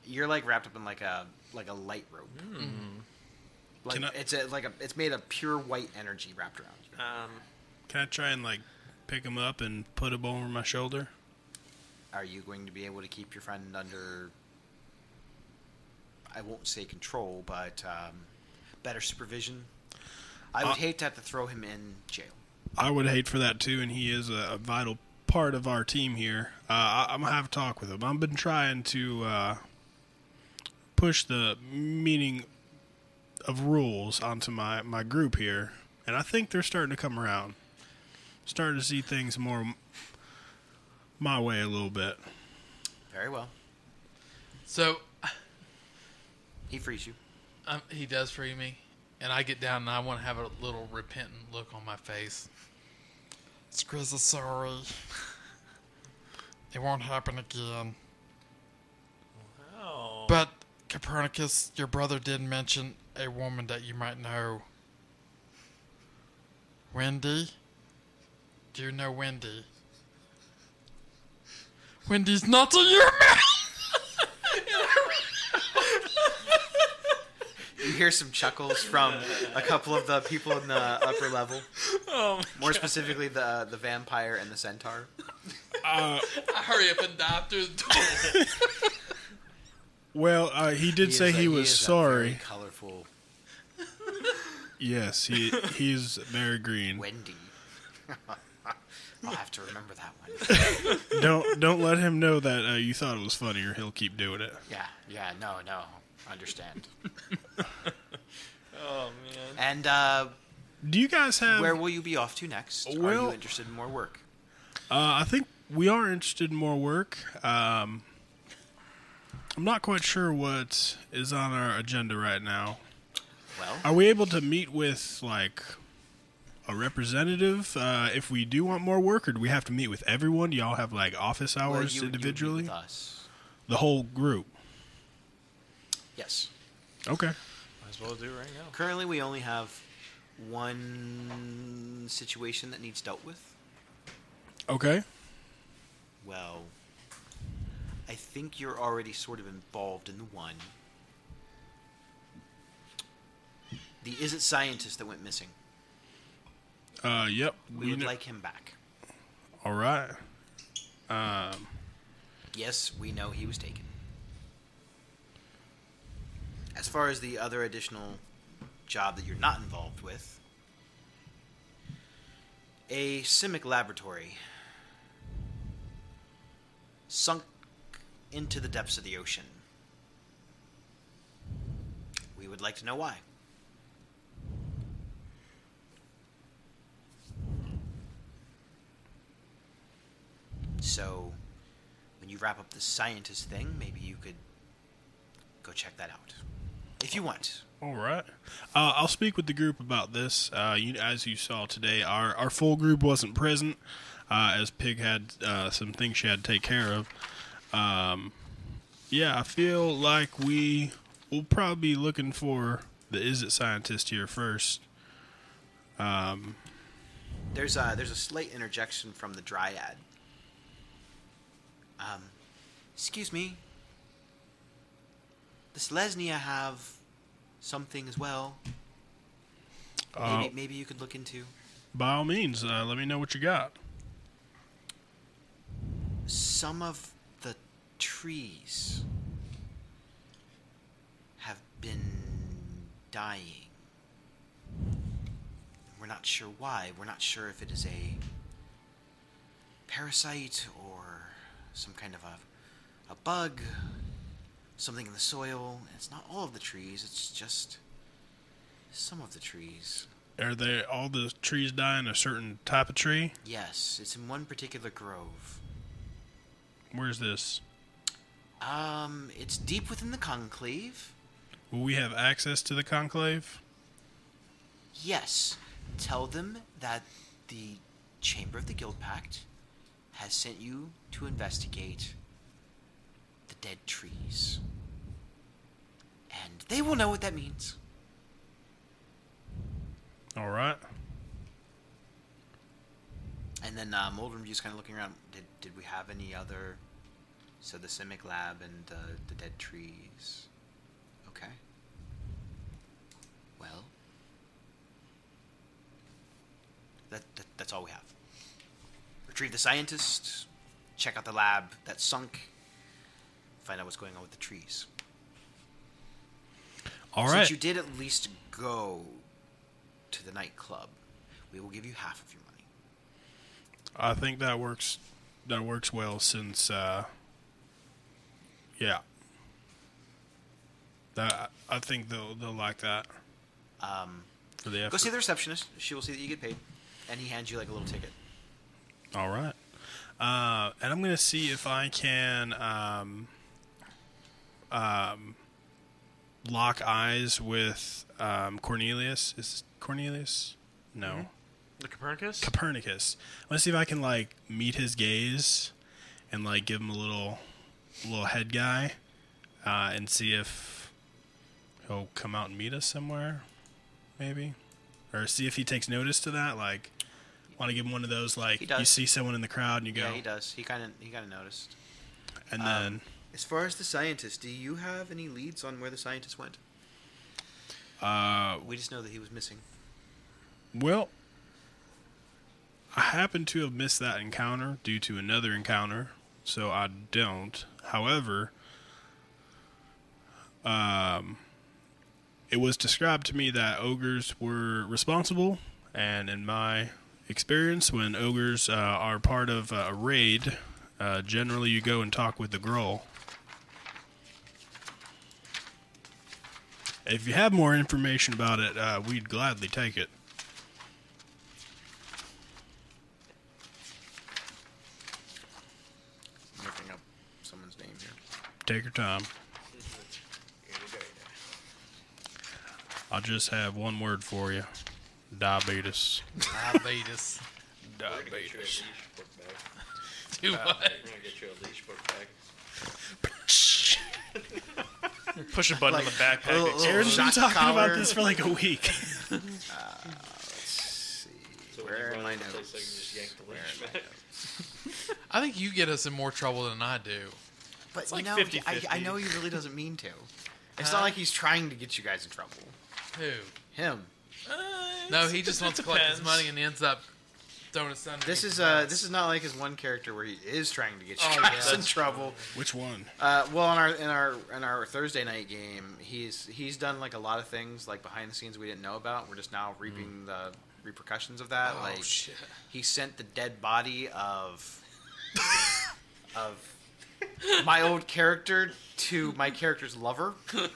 You're like wrapped up in like a like a light rope. Mm-hmm. Like Hmm. Can I- it's a, like a it's made of pure white energy wrapped around you. Um, Can I try and like pick him up and put him over my shoulder? Are you going to be able to keep your friend under? I won't say control, but um, better supervision. I would Uh, hate to have to throw him in jail. I would hate for that too, and he is a, a vital part of our team here. Uh, I, I'm gonna have a talk with him. I've been trying to uh, push the meaning of rules onto my my group here, and I think they're starting to come around. Starting to see things more m- my way a little bit. Very well. So He frees you. um, he does free me, and I get down and I want to have a little repentant look on my face. Scrizz sorry. It won't happen again. Oh. But Copernicus, your brother did mention a woman that you might know. Wendy? Do you know Wendy? Wendy's not a human! You hear some chuckles from a couple of the people in the upper level. Oh More specifically, the the vampire and the centaur. I hurry up and dive through the door. Well, uh, he did is say a- he was is a sorry. very colorful Yes, he he's very green. Wendy. I'll have to remember that one. Don't don't let him know that uh, you thought it was funny, or he'll keep doing it. Yeah, yeah, no, no, understand. Oh man. And uh, Do you guys have? where will you be off to next? Are Well- you interested in more work? Uh, I think we are interested in more work. Um, I'm not quite sure what is on our agenda right now. Well, Are we able to meet with like a representative uh, if we do want more work, or do we have to meet with everyone? Do y'all have like office well, hours you- you meet individually? with us. the whole group. Yes. Okay. Might as well do it right now. Currently, we only have one situation that needs dealt with. Okay. Well, I think you're already sort of involved in the one. The is it scientist that went missing. Uh, yep. We, would kn- like him back. All right. Yes, we know he was taken. As far as the other additional job that you're not involved with, a Simic laboratory sunk into the depths of the ocean. We would like to know why. So, when you wrap up the scientist thing, maybe you could go check that out. If you want. All right. Uh, I'll speak with the group about this. Uh, you, as you saw today, our, our full group wasn't present, uh, as Pig had uh, some things she had to take care of. Um, yeah, I feel like we will probably be looking for the is it scientist here first. Um, There's a there's a slight interjection from the dryad. Um, excuse me. The Selesnia have something as well. Uh, maybe maybe you could look into. by all means, uh, let me know what you got. some of the trees have been dying. We're not sure why. We're not sure if it is a parasite or some kind of a, a bug, something in the soil. It's not all of the trees, it's just some of the trees. Are they all the trees dying a certain type of tree? Yes, it's in one particular grove. Where's this? Um, it's deep within the conclave. Will we have access to the conclave? Yes. Tell them that the Chamber of the Guild Pact has sent you to investigate the dead trees. And they will know what that means. All right. And then uh, Mold Review's kind of looking around. Did, did we have any other. So the Simic Lab and uh, the dead trees. Okay. Well. That, that, that's all we have. Retrieve the scientist, check out the lab that sunk, find out what's going on with the trees. All Since right. you did at least go to the nightclub, we will give you half of your money. I think that works. That works well since. Uh, yeah. That I think they'll they'll like that Um, for the effort. Go see the receptionist. She will see that you get paid, and he hands you like a little ticket. All right. Uh, and I'm gonna see if I can um, um, lock eyes with um, Cornelius. Is it Cornelius? No. The Copernicus? Copernicus. I want to see if I can like meet his gaze and like give him a little little head guy uh, and see if he'll come out and meet us somewhere, maybe, or see if he takes notice to that. Like, want to give him one of those like He does. you see someone in the crowd and you go, Yeah, he does. He kind of he kind of noticed. and Um, then As far as the scientist, do you have any leads on where the scientist went? uh, We just know that he was missing. Well, I happen to have missed that encounter due to another encounter, so I don't. However, um, it was described to me that ogres were responsible, and in my experience, when ogres uh, are part of uh, a raid, uh, generally you go and talk with the growl. If you have more information about it, uh, we'd gladly take it. I'm looking up someone's name here. Take your time. I just have one word for you diabetes. Diabetes. Diabetes. Do what? We're gonna get you a leash book bag. Push a button on the backpack. uh, oh, oh. explodes. Aaron's been Shock talking collar. about this for like a week. So Where when you run am I out of place, notes? I can just yank the leash back. I think you get us in more trouble than I do. But like you know, 50-50. I, I know he really doesn't mean to. Uh, It's not Huh? like he's trying to get you guys in trouble. Who? Him. No, he just wants to collect his depends. money and ends up throwing us under. This is uh, this is not like his one character where he is trying to get you Oh, yeah. guys in That's trouble. Which one? Uh, well, in our in our in our Thursday night game, he's he's done like a lot of things like behind the scenes we didn't know about. We're just now reaping the repercussions of that. Oh, like shit. he sent the dead body of of my old character to my character's lover.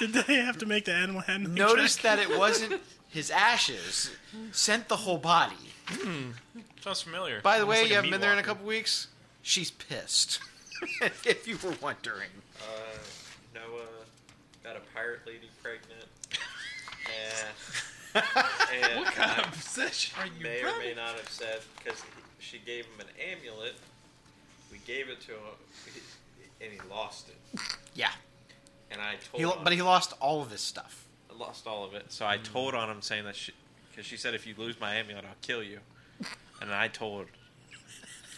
Did they have to make the animal handling? Noticed check? that it wasn't his ashes. Sent the whole body. Sounds familiar. By the Almost way, like you a haven't meat been there in a walker. couple weeks. She's pissed. if you were wondering. Uh, Noah got a pirate lady pregnant. And, and What kind I of obsession are you may or may running? not have said because she gave him an amulet. We gave it to him, and he lost it. Yeah. And I told He, lo- him, but he lost all of his stuff. I lost all of it. So I told on him saying that she, because she said if you lose my amulet, I'll kill you. And I told.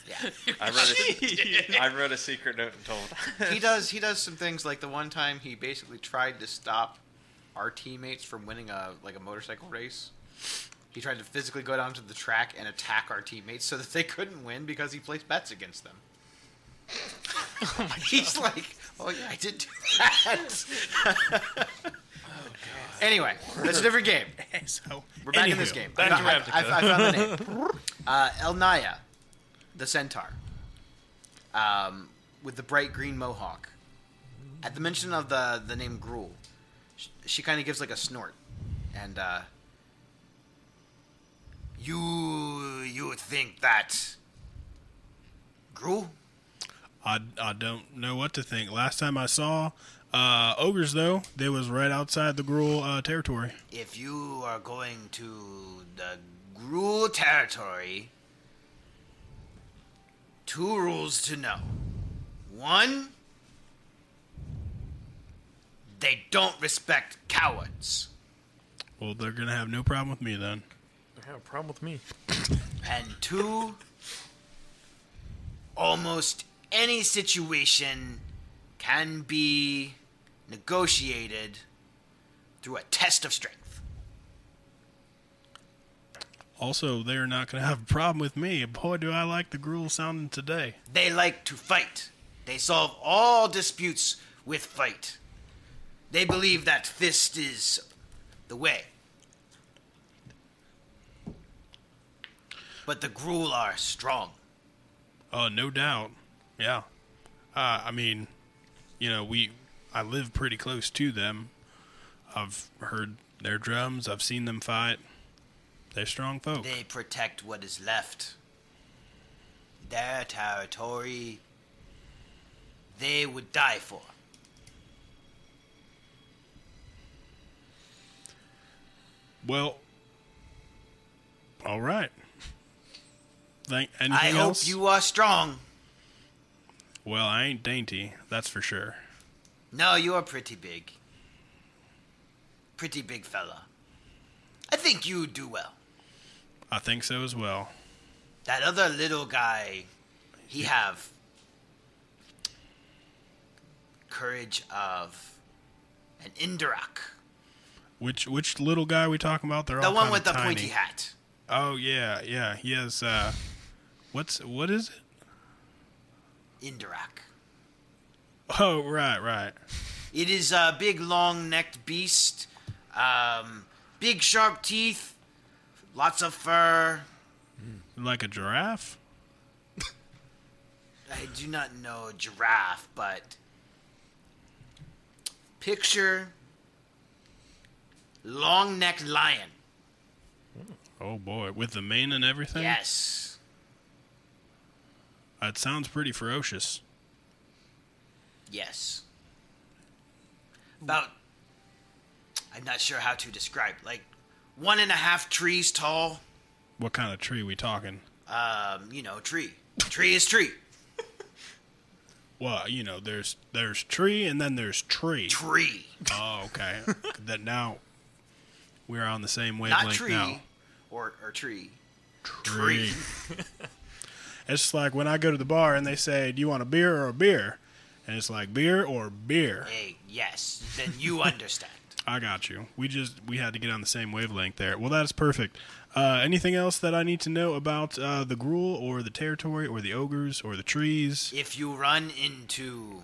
Yeah. I wrote a, I wrote a secret note and told. he does he does some things like the one time he basically tried to stop our teammates from winning a like a motorcycle race. He tried to physically go down to the track and attack our teammates so that they couldn't win because he placed bets against them. He's like, oh yeah, I did do that. Anyway, that's a different game. So We're back in this Anywho, game. back I, to found- I, I, I found the name. Uh, Elnaya, the centaur, um, with the bright green mohawk. At the mention of the the name Gruul, she, she kind of gives like a snort, and uh, you you think that Gruul? I, I don't know what to think. Last time I saw uh, ogres, though, they was right outside the Gruul uh, territory. If you are going to the Gruul territory, Two rules to know. One, they don't respect cowards. Well, they're gonna have no problem with me then. I have a problem with me. and two almost any situation can be negotiated through a test of strength. Also, they are not gonna have a problem with me. Boy, do I like the Gruul sounding today. They like to fight. They solve all disputes with fight. They believe that fist is the way. But the Gruul are strong. Oh, no doubt. Yeah. Uh, I mean, you know, we I live pretty close to them. I've heard their drums. I've seen them fight. They're strong folk. They protect what is left. Their territory they would die for. Well, all right. Thank. Anything I else? hope you are strong. Well, I ain't dainty. That's for sure. No, you are pretty big. Pretty big fella. I think you do well. I think so as well. That other little guy, he have courage of an Indirak. Which which little guy we talking about? They're The all one Oh, kinda with the tiny. pointy hat. Oh yeah, yeah. He has. Uh, what's what is it? Indirak. Oh right, right. It is a big, long-necked beast. Um, big, sharp teeth. Lots of fur. Like a giraffe. I do not know giraffe, but picture long necked lion. Oh boy, with the mane and everything. Yes. That sounds pretty ferocious. Yes. About I'm not sure how to describe. Like one and a half trees tall. What kind of tree we talking? Um, you know, tree. Tree is tree. Well, you know, there's there's tree and then there's tree. Tree. Oh, okay. that now we're on the same wavelength not tree now. or, or tree Tree. it's just like when I go to the bar and they say, "Do you want a beer or a beer?" And it's like beer or beer. Hey, yes. Then you understand. I got you. We just we had to get on the same wavelength there. Well, that's perfect. Uh, anything else that I need to know about uh, the gruel or the territory or the ogres or the trees? If you run into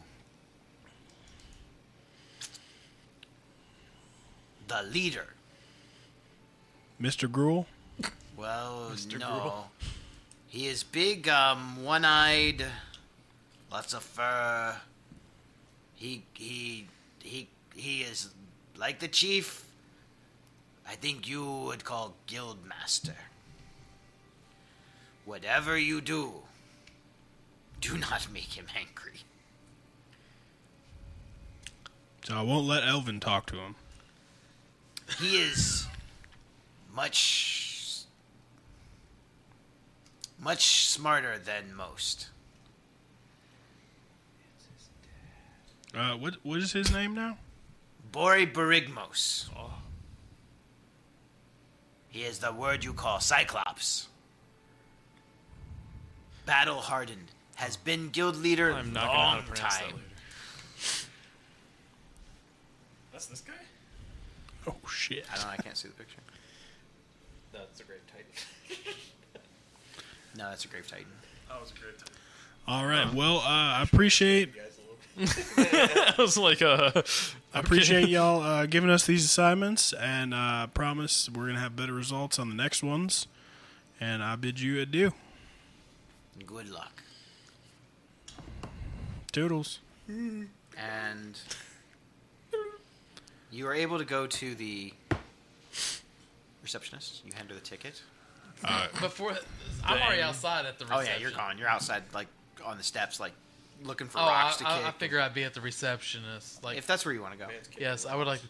the leader, Mr. Gruel? well, no, he is big, um, one-eyed, lots of fur. He he he he is like the chief. I think you would call guild master. Whatever you do, do not make him angry. So I won't let Elvin talk to him. he is much much smarter than most Uh, what what is his name now? bori berigmos He is the word you call Cyclops. Battle hardened. Has been guild leader a I'm not gonna know how long to pronounce that time. later. That's this guy. Oh shit! I don't know. I can't see the picture. That's a great titan. No, that's a Grave Titan. All right. Well, uh, I appreciate I was like, uh, I appreciate y'all uh, giving us these assignments, and uh, promise we're gonna have better results on the next ones. And I bid you adieu. Good luck. Toodles. and you are able to go to the receptionist. You hand her the ticket. Before I'm already outside at the Oh reception. yeah, you're gone. You're outside, like on the steps, like looking for Oh, I, rocks to I, kick. I figure I'd be at the receptionist. Like, if that's where you want to go, yes, I would like.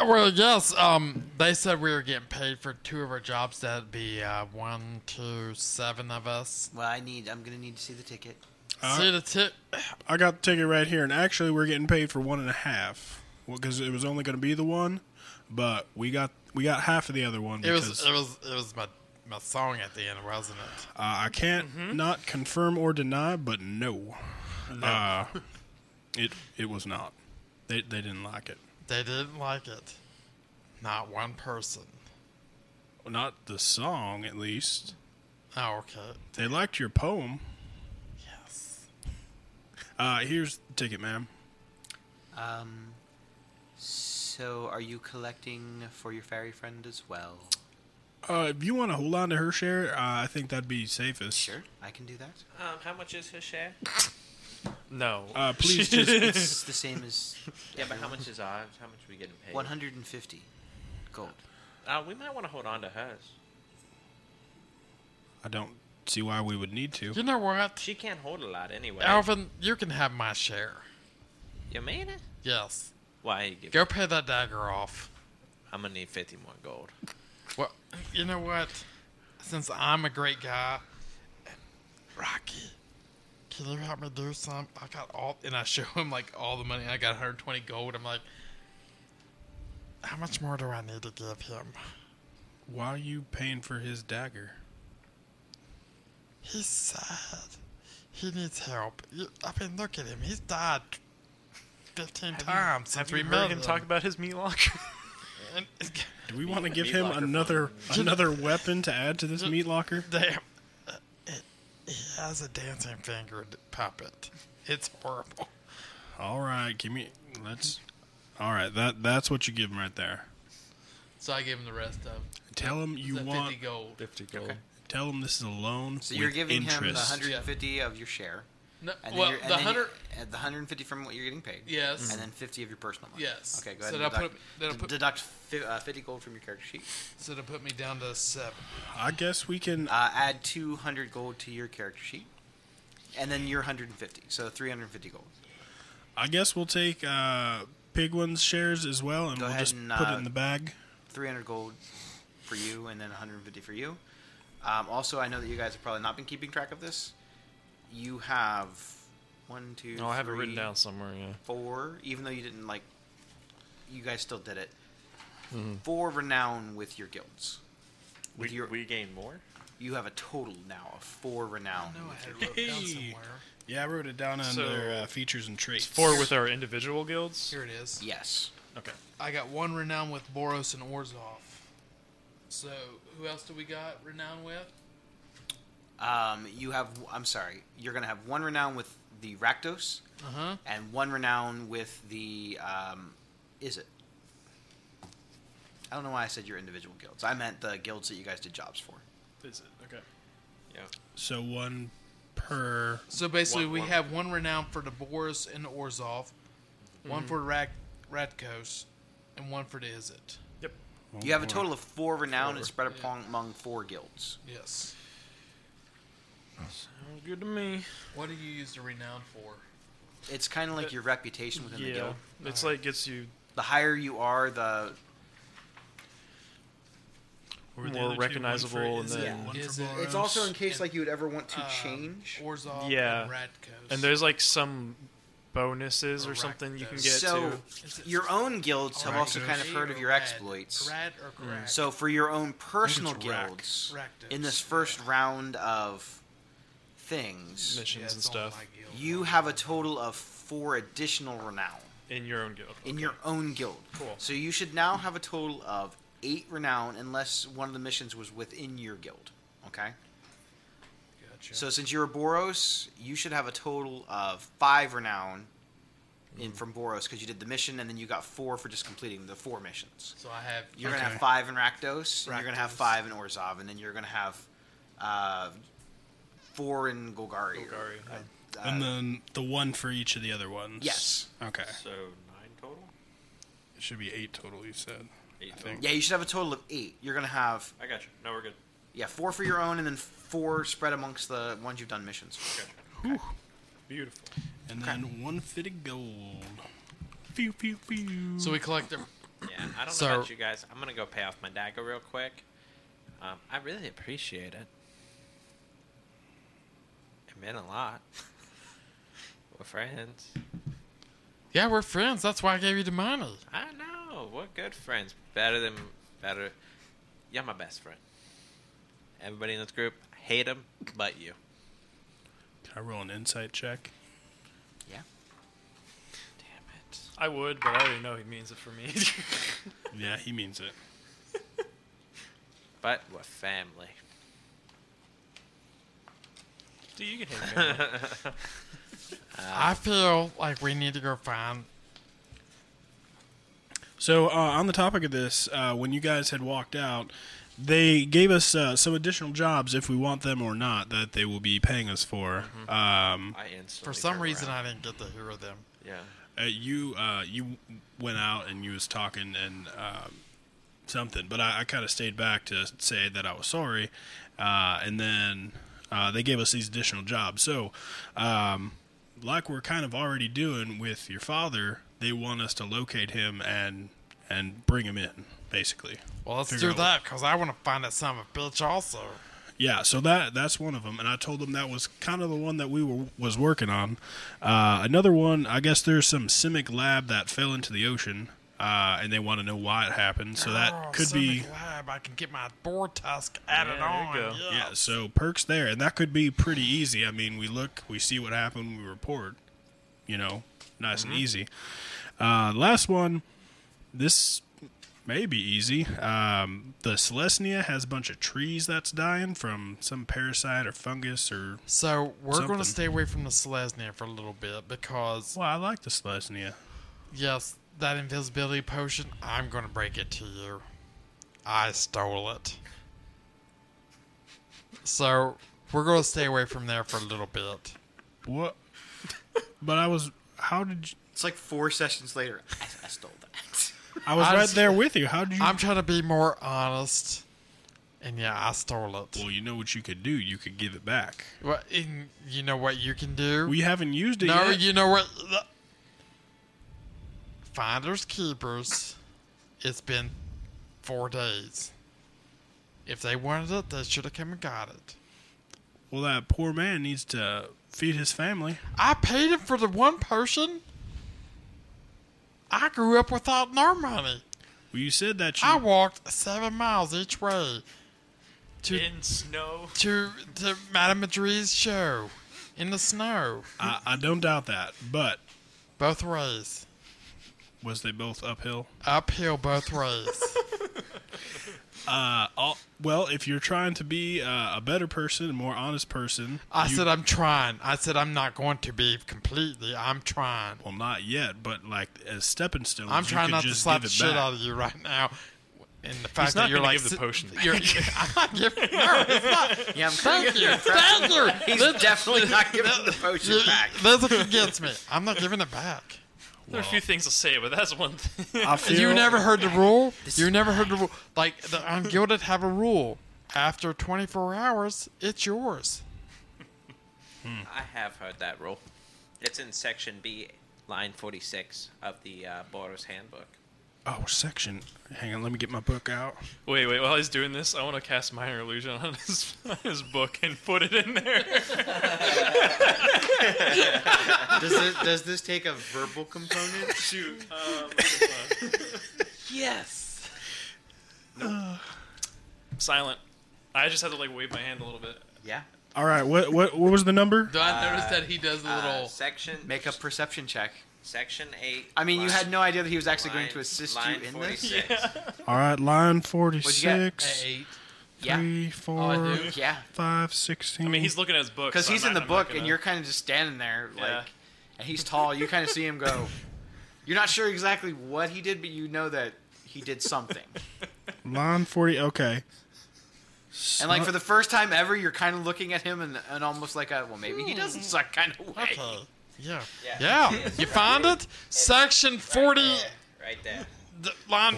Well, yes. Um, they said we were getting paid for two of our jobs. That'd be uh, one, two, seven of us. well, I need. I'm gonna need to see the ticket. See the tip. I got the ticket right here, and actually, we're getting paid for one and a half because it was only going to be the one, but we got we got half of the other one It because was. It was. It was my my song at the end, wasn't it? uh, I can't not confirm or deny, but no, Uh, it it was not. They they didn't like it. They didn't like it. Not one person. Not the song, at least. Oh, okay. They liked your poem. Yes. Uh, here's the ticket, ma'am. Um, so are you collecting for your fairy friend as well? Uh, if you want to hold on to her share, uh, I think that'd be safest. I can do that. Um, how much is his share? no. Uh, please just It's the same as Yeah, but how much is ours? How much are we getting paid? 150 gold. Uh, we might want to hold on to hers. I don't see why we would need to. You know what, She can't hold a lot anyway. Alvin? You can have my share. You mean it? Yes. Why? You give Go pay that dagger off. I'm gonna need 50 more gold. Well, you know what? Since I'm a great guy, Rocky, can you help me do something? I got all, and I show him like all the money. I got 120 gold. I'm like, how much more do I need to give him? Why are you paying for his dagger? He's sad. He needs help. You, I mean, look at him. He's died 15 times since Have we you met heard him. him talk about his meat locker? And- Do we want to give him another another weapon to add to this meat locker? Damn. Uh, it- He has a dancing fingered puppet. It's horrible. All right, give me. Let's. All right, that that's what you give him right there. So I gave him the rest of Tell him you the want. 50 gold. Fifty gold. Tell him this is a loan. So you're with giving interest. him the 150 of your share. No, And then well, you're- and the then you- hundred. uh, the 150 from what you're getting paid. Yes. And then 50 of your personal money. Yes. Okay, go ahead and So then I'll deduct, put- then I'll d- put- deduct fi- uh, 50 gold from your character sheet. So to put me down to seven. I guess we can. Uh, add 200 gold to your character sheet. And then your 150. So 350 gold. I guess we'll take uh, Pigwin's shares as well, and Go we'll ahead just and, put it uh, in the bag. 300 gold for you and then 150 for you. Um, also, I know that you guys have probably not been keeping track of this. You have one, two, No, I have it written three, down somewhere. Yeah. four, even though you didn't like, you guys still did it. Mm-hmm. Four renown with your guilds. We, With your, we gain more? you have a total now of four renown. with your- wrote down somewhere. Yeah, I wrote it down under So- uh, features and traits. Four with our individual guilds. Here it is. yes. Okay. I got one renown with Boros and Orzov. So who else do we got renown with? Um, you have. I'm sorry. You're gonna have one renown with the Rakdos Uh Uh-huh. huh. and one renown with the. Um, is it? I don't know why I said your individual guilds. I meant the guilds that you guys did jobs for. Is it okay? So one per. So basically, One- we one. have one renown for the Boros and the Orzov, Mm-hmm. one for Rat Ratkos, and one for the Izzet. Oh, You have a total of four renown and spread upon among four guilds. Yes. Sounds Mm, good to me. What do you use the renown for? It's kind of like your reputation within the Uh, Yeah. guild. It's like gets you The higher you are, the Or more the other two, one for recognizable and Izzy, then- one for Is it- Boros. it's also in case like, you would ever want Um, Orzov Yeah. and Ratkos. and there's like some bonuses or something you can get so to. your own guilds have also Correctos. kind of heard of your exploits. Red or Mm. correct. So for your own personal it's rack. guilds, Correctos. in this first round of things, missions Yeah, and it's all stuff my guild. you have a total of four additional renown in your own guild. in your own guild. Cool. So you should now have a total of eight renown, unless one of the missions was within your guild. Okay. Gotcha. So since you're a Boros, you should have a total of five renown in from Boros because you did the mission and then you got four for just completing the four missions. So I have. You're okay. gonna have five in Rakdos, and you're gonna have Rakdos. five in Orzov, and then you're gonna have uh, four in Golgari. Golgari, Uh, uh, and then the one for each of the other ones. Yes. Okay. So nine total. It should be eight total. You said. Eight I total. think. yeah, you should have a total of eight. You're gonna have I got you. No, we're good. yeah four for your own, and then four spread amongst the ones you've done missions. Beautiful. And then one fit of gold. Pew pew pew. So we collect them. Yeah, I don't So- know about you guys. I'm gonna go pay off my dagger real quick. Um, I really appreciate it. It meant a lot. We're friends. Yeah, we're friends. That's why I gave you the money. I know. We're good friends. Better than better. You're my best friend. Everybody in this group, I hate him, but you. Can I roll an insight check? Yeah. Damn it. I would, but I already know he means it for me. Yeah, he means it. But we're family. Dude, you can hit me. Uh, I feel like we need to go find. So uh, on the topic of this, uh, when you guys had walked out, they gave us uh, some additional jobs if we want them or not that they will be paying us for. Hmm? Um, I instantly. For some turned reason, around. I didn't get to hear them. Yeah. uh, you uh, you went out and you was talking and um, something, but I, I kind of stayed back to say that I was sorry, uh, and then uh, they gave us these additional jobs. So, um, like we're kind of already doing with your father, they want us to locate him and and bring him in, basically. Well, let's Figure do out what- that because I want to find that son of a bitch also. Yeah, so that that's one of them, and I told them that was kind of the one that we were was working on. Uh, another one, I guess there's some Simic lab that fell into the ocean, uh, and they want to know why it happened. So that Oh, could so be glad I can get my boar tusk added Yeah, on. there you go. Yeah. yeah. So perks there, and that could be pretty easy. I mean, we look, we see what happened, we report. You know, nice and easy. Uh, last one. This may be easy. Um, the Celestia has a bunch of trees that's dying from some parasite or fungus or So we're going Something. to stay away from the Selesnya for a little bit because Well, I like the Slesnia. yes, that invisibility potion. I'm going to break it to you. I stole it. So we're going to stay away from there for a little bit. What? but I was. How did you, It's like four sessions later. I, I stole that. I was I right was- there with you? How did you? I'm trying to be more honest, and yeah, I stole it. well, you know what you could do. You could give it back. Well, and you know what you can do? We haven't used it No, yet. you know what? The- Finders keepers. It's been four days. If they wanted it, they should have come and got it. well, that poor man needs to feed his family. I paid him for the one person. I grew up without no money. Well, you said that you. I walked seven miles each way to In snow. to to Madame Madrid's show in the snow, I, I don't doubt that, but both ways, was they both uphill? uphill both ways. Uh, Oh. all, well, if you're trying to be uh, a better person, a more honest person, I you- said I'm trying. I said I'm not going to be completely. I'm trying. well, not yet, but like as stepping stones, I'm you trying could not to just slap the give it shit back. out of you right now. And the fact not that you're gonna like give the sit- potion back. You're, I'm not giving. No, it's not. Yeah, I'm Thank you. Thank you. He's This- definitely not giving the potion you- back. That's what gets me. I'm not giving it back. There are a few things I'll say, but that's one thing. I feel, You never heard the rule. You never heard the rule. Like the ungilded have a rule. After 24 hours, it's yours. I have heard that rule. It's in section B, line 46 of the uh, Boros Handbook. Oh, section. Hang on, let me get my book out. wait, wait. While he's doing this, I want to cast minor illusion on his on his book and put it in there. Does this, does this take a verbal component? Shoot. Um, Yes. silent. I just had to like wave my hand a little bit. Yeah. All right. What what what was the number? Don noticed that he does a Uh, little. section Make a perception check. section eight. I mean, you line- had no idea that he was actually going line- to assist line you in this. 46. All right. Line forty get? six. eight. Uh, Yeah. Three, four, Oh, I do. Yeah. five, sixteen. I mean, he's looking at his book Because so he's I'm in the not- I'm not book and gonna- you're kind of just standing there, like, Yeah. and he's tall. You kind of see him go. You're not sure exactly what he did, but you know that he did something. line forty. Okay. And like for the first time ever, you're kind of looking at him and, and almost like a well, maybe Hmm. he doesn't suck kind of way. Uh, yeah. Yeah. Yeah. You found it? Section 40, Yeah, right there. th- line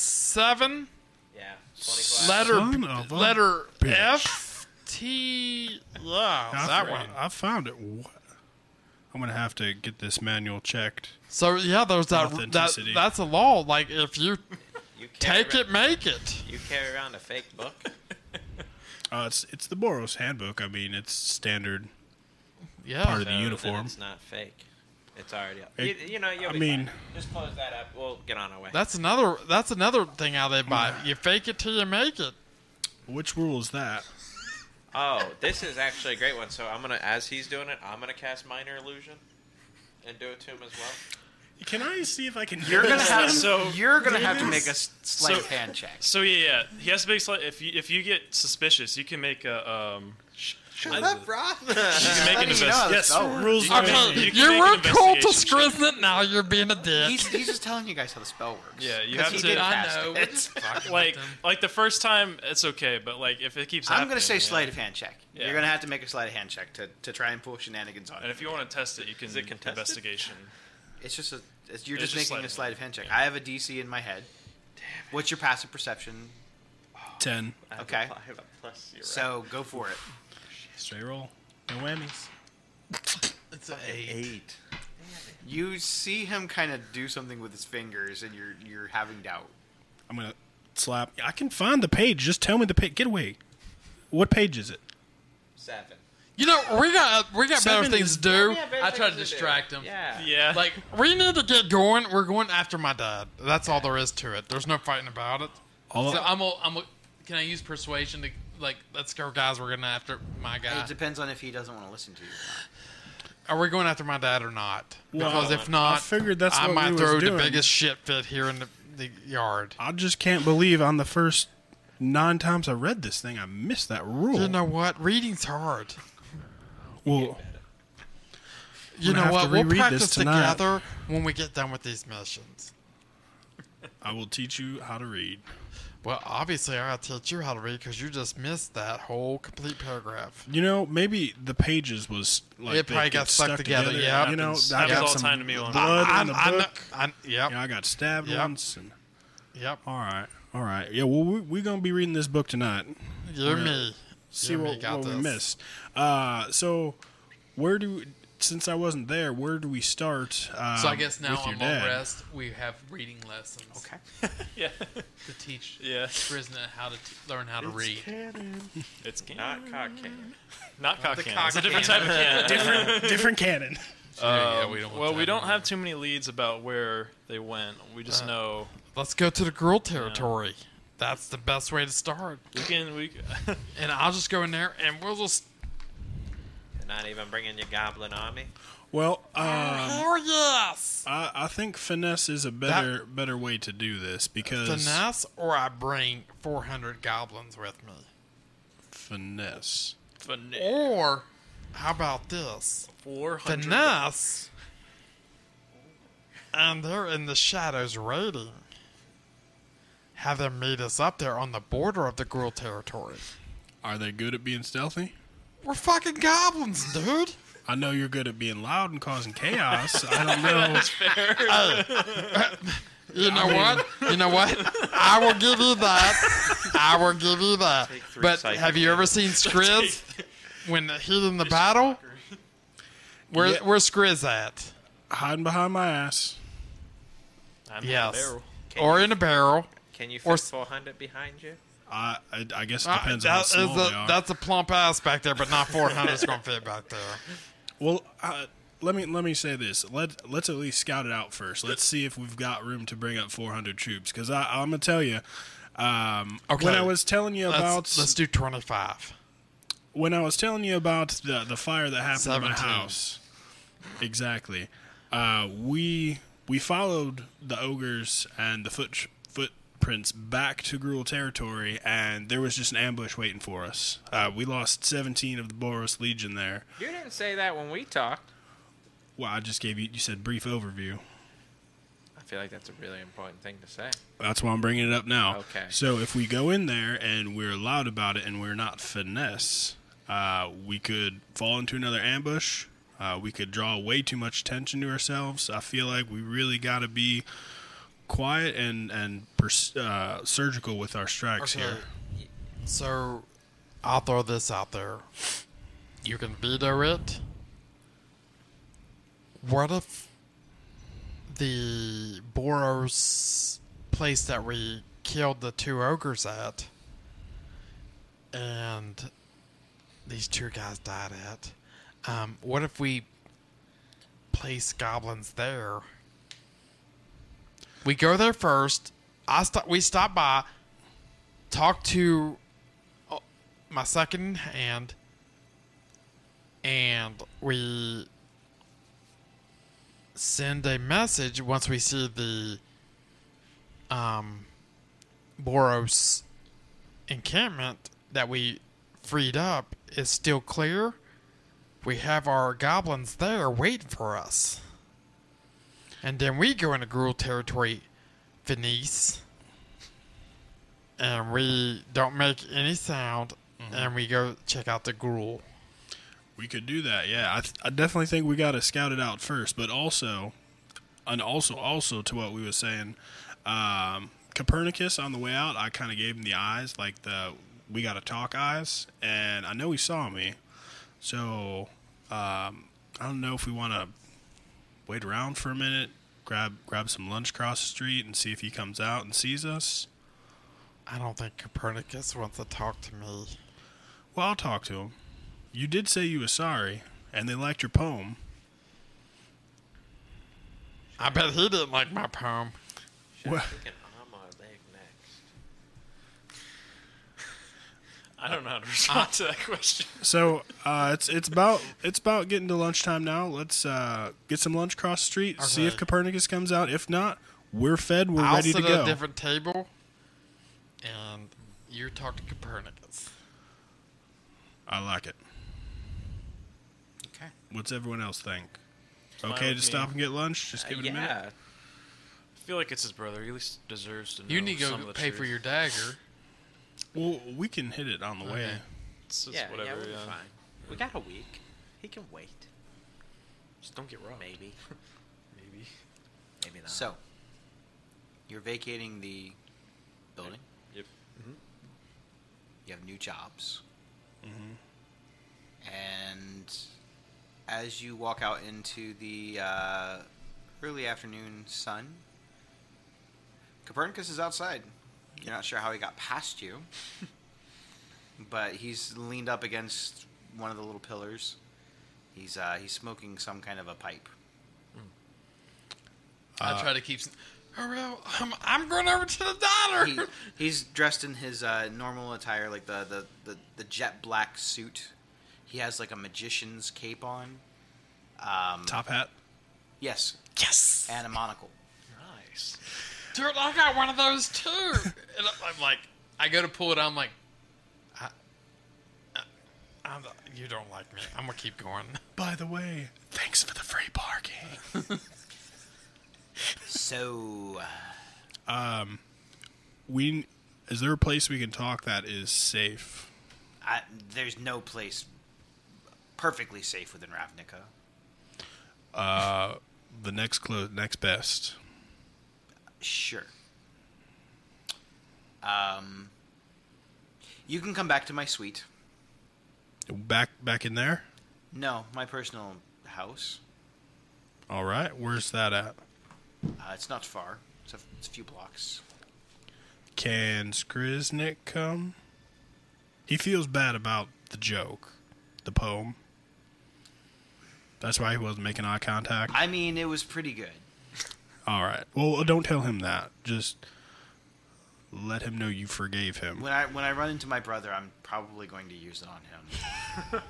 7, Yeah. 25. letter, Son B- of a letter bitch. F, T. Yeah, I that fo- one. I found it. What? I'm gonna have to get this manual checked. So, yeah, there's that, that. Authenticity. That's a law. Like, if you You carry take ar- it, make it. You carry around a fake book. Uh, it's it's the Boros handbook. I mean, it's standard part Yeah. of the so then uniform. It's not fake. It's already up. It- you, you know, you'll I be mean- fine. just close that up. We'll get on our way. That's another. That's another thing how they buy. it. You fake it till you make it. Which rule is that? Oh, this is actually a great one. So I'm gonna, as he's doing it, I'm gonna cast minor illusion, and do it to him as well. Can I see if I can? You're gonna have So- you're gonna have to make a s- slight So- hand check. So yeah, yeah, he has to make slight. If you if you get suspicious, you can make a um. Shut up, You can How do you make an know investigation. that's Yes, over? rules. are Okay, you can you, make were an cool to investigation Skriznit. Now you're being a dick. He's, he's just telling you guys how the spell works. Yeah, you 'Cause have he to- did I cast know, it. we're just Like like the first time, it's okay, but like if it keeps. I'm gonna happening, say yeah. sleight of hand check. Yeah. You're gonna have to make a sleight of hand check to, to try and pull shenanigans on. And it. if you want to test it, you can it contested? investigation. It's just a it's, you're It's just, just making a sleight sleight of of hand check. yeah. I have a DC in my head. What's your passive perception? Ten. I Okay. I have a plus zero. So go for it. Straight roll. No whammies. It's an eight. eight. You see him kind of do something with his fingers, and you're you're having doubt. I'm gonna slap. I can find the page. Just tell me the page. Get away. What page is it? Seven. You know, we got we got better Seven things is- to do. Yeah, better I try things to do. distract him. Yeah. Yeah. Like we need to get going. We're going after my dad. That's all there is to it. There's no fighting about it. All So I'm a, I'm a, can I use persuasion to like let's go guys, we're going after my guy. It depends on if he doesn't want to listen to you. or Are we going after my dad or not? Well, Because if I not, figured that's I what might we throw was the doing. biggest shit fit here in the, the yard. I just can't believe on the first nine times I read this thing, I missed that rule. You know what? Reading's hard. well, You gonna have know what? to We'll reread practice this tonight. together when we get done with these missions. I will teach you how to read. Well, obviously, I gotta teach you how to read because you just missed that whole complete paragraph. You know, maybe the pages was like It they probably get got stuck together, yeah. you know, Happens- I happens got all some the time to me when I'm- blood I, in the I, book. I, yep, You know, I got stabbed Yep. once. And, yep. all right, all right. Yeah, well, we're we gonna be reading this book tonight. You're me. See You're me, what, got what we this. missed. Uh, so, where do since I wasn't there, where do we start? Um, So I guess now with your on dad? low rest, we have reading lessons Okay. Yeah, to teach yeah. Krisna how to t- learn how to read. Um, It's can not, Not cocaine. cock the can. cock It's a different can. type of can. Different canon. Yeah, yeah, we don't want well, that we don't anymore. have too many leads about where they went. We just Uh-huh. know Let's go to the girl territory. That's the best way to start. we can. We And I'll just go in there and we'll just. You're not even bringing your goblin army. Well, um, oh, yes! I, I think finesse is a better better way to do this because Finesse, or I bring 400 goblins with me. finesse. Or, how about this? four hundred. Finesse. And they're in the shadows raiding. Have them meet us up there on the border of the Gruel territory. Are they good at being stealthy? We're fucking goblins, dude. I know you're good at being loud and causing chaos. I don't know. You know what? You know what? I will give you that. I will give you that. three But psychic have you ever seen Skriz when he's in the battle? Where Yeah. where's Skriz at? Hiding behind my ass. I'm Yes. barrel. Or in a barrel? Can you Or fit s- 400 behind you? I, I, I guess it Uh, depends on that how is small a- they are. that's a plump ass back there, but not 400 is going to fit back there. Well, uh, let me let me say this. Let let's at least scout it out first. Let's see if we've got room to bring up 400 troops. Because I'm gonna tell you, um, Okay. when I was telling you Let's, about let's do 25. when I was telling you about the the fire that happened in my 17. house, exactly. Uh, we we followed the ogres and the foot footprints back to Gruel territory, and there was just an ambush waiting for us. Uh, we lost seventeen of the Boros Legion there. You didn't say that when we talked. Well, I just gave you you said brief overview. I feel like that's a really important thing to say. That's why I'm bringing it up now. Okay. So if we go in there and we're loud about it and we're not finesse, uh, we could fall into another ambush. Uh, we could draw way too much attention to ourselves. I feel like we really got to be quiet and and pers- uh, surgical with our strikes Okay. here. So I'll throw this out there. You can veto it. What if the Boros place that we killed the two ogres at and these two guys died at? Um, what if we place goblins there? We go there first. I stop. We stop by talk to uh, my second in hand, and we send a message once we see the um, Boros encampment that we freed up is still clear. We have our goblins there waiting for us. And then we go into Gruel territory, Venice and we don't make any sound, and we go check out the gruel. We could do that. Yeah, I, th- I definitely think we got to scout it out first, but also, and also, also to what we were saying, um, Copernicus on the way out, I kind of gave him the eyes, like the we got to talk eyes, and I know he saw me, so um, I don't know if we want to wait around for a minute, grab grab some lunch across the street, and see if he comes out and sees us. I don't think Copernicus wants to talk to me. Well, I'll talk to him. You did say you were sorry, and they liked your poem. I bet he didn't like my poem. Well- Freaking armor leg next. I don't know how to respond to that question. So uh, it's it's about it's about getting to lunchtime now. Let's uh, get some lunch across the street. See Okay. if Copernicus comes out. If not, we're fed. We're I'll ready sit to at go. a different table, and you talk to Copernicus. I like it. Okay. What's everyone else think? fine okay, with to me. stop and get lunch. Just Uh, give it a minute. yeah. I feel like it's his brother. He at least deserves to know. you need to go Oh, some of the pay for truth. your dagger. Well, we can hit it on the way. Okay. It's just Yeah, yeah, whatever. we'll be yeah. fine. We got a week. He can wait. Just don't get robbed. Maybe. Maybe. Maybe not. So, You're vacating the building. Yep. You have new jobs. Mm-hmm. And as you walk out into the uh, early afternoon sun, Copernicus is outside. You're not sure how he got past you, but he's leaned up against one of the little pillars. He's uh, he's smoking some kind of a pipe. I try to keep. s- Hurry up, I'm, I'm going over to the dollar. he, he's dressed in his uh, normal attire, like the, the, the, the jet black suit. He has like a magician's cape on. Um, Top hat. yes, yes, and a monocle. Nice. dude, I got one of those too. and I'm I'm like, I go to pull it. out, I'm like, I, I, am you don't like me. I'm gonna keep going. By the way, thanks for the free parking. So, uh, We is there a place we can talk that is safe? I, there's no place perfectly safe within Ravnica. The next close, next best. Sure. Um, you can come back to my suite. Back back in there. No, my personal house. All right. Where's that at? Uh, it's not far. It's a, it's a few blocks. Can Skriznik come? He feels bad about the joke, the poem. That's why he wasn't making eye contact. I mean, it was pretty good. All right. Well, don't tell him that. Just let him know you forgave him. When I when I run into my brother, I'm probably going to use it on him.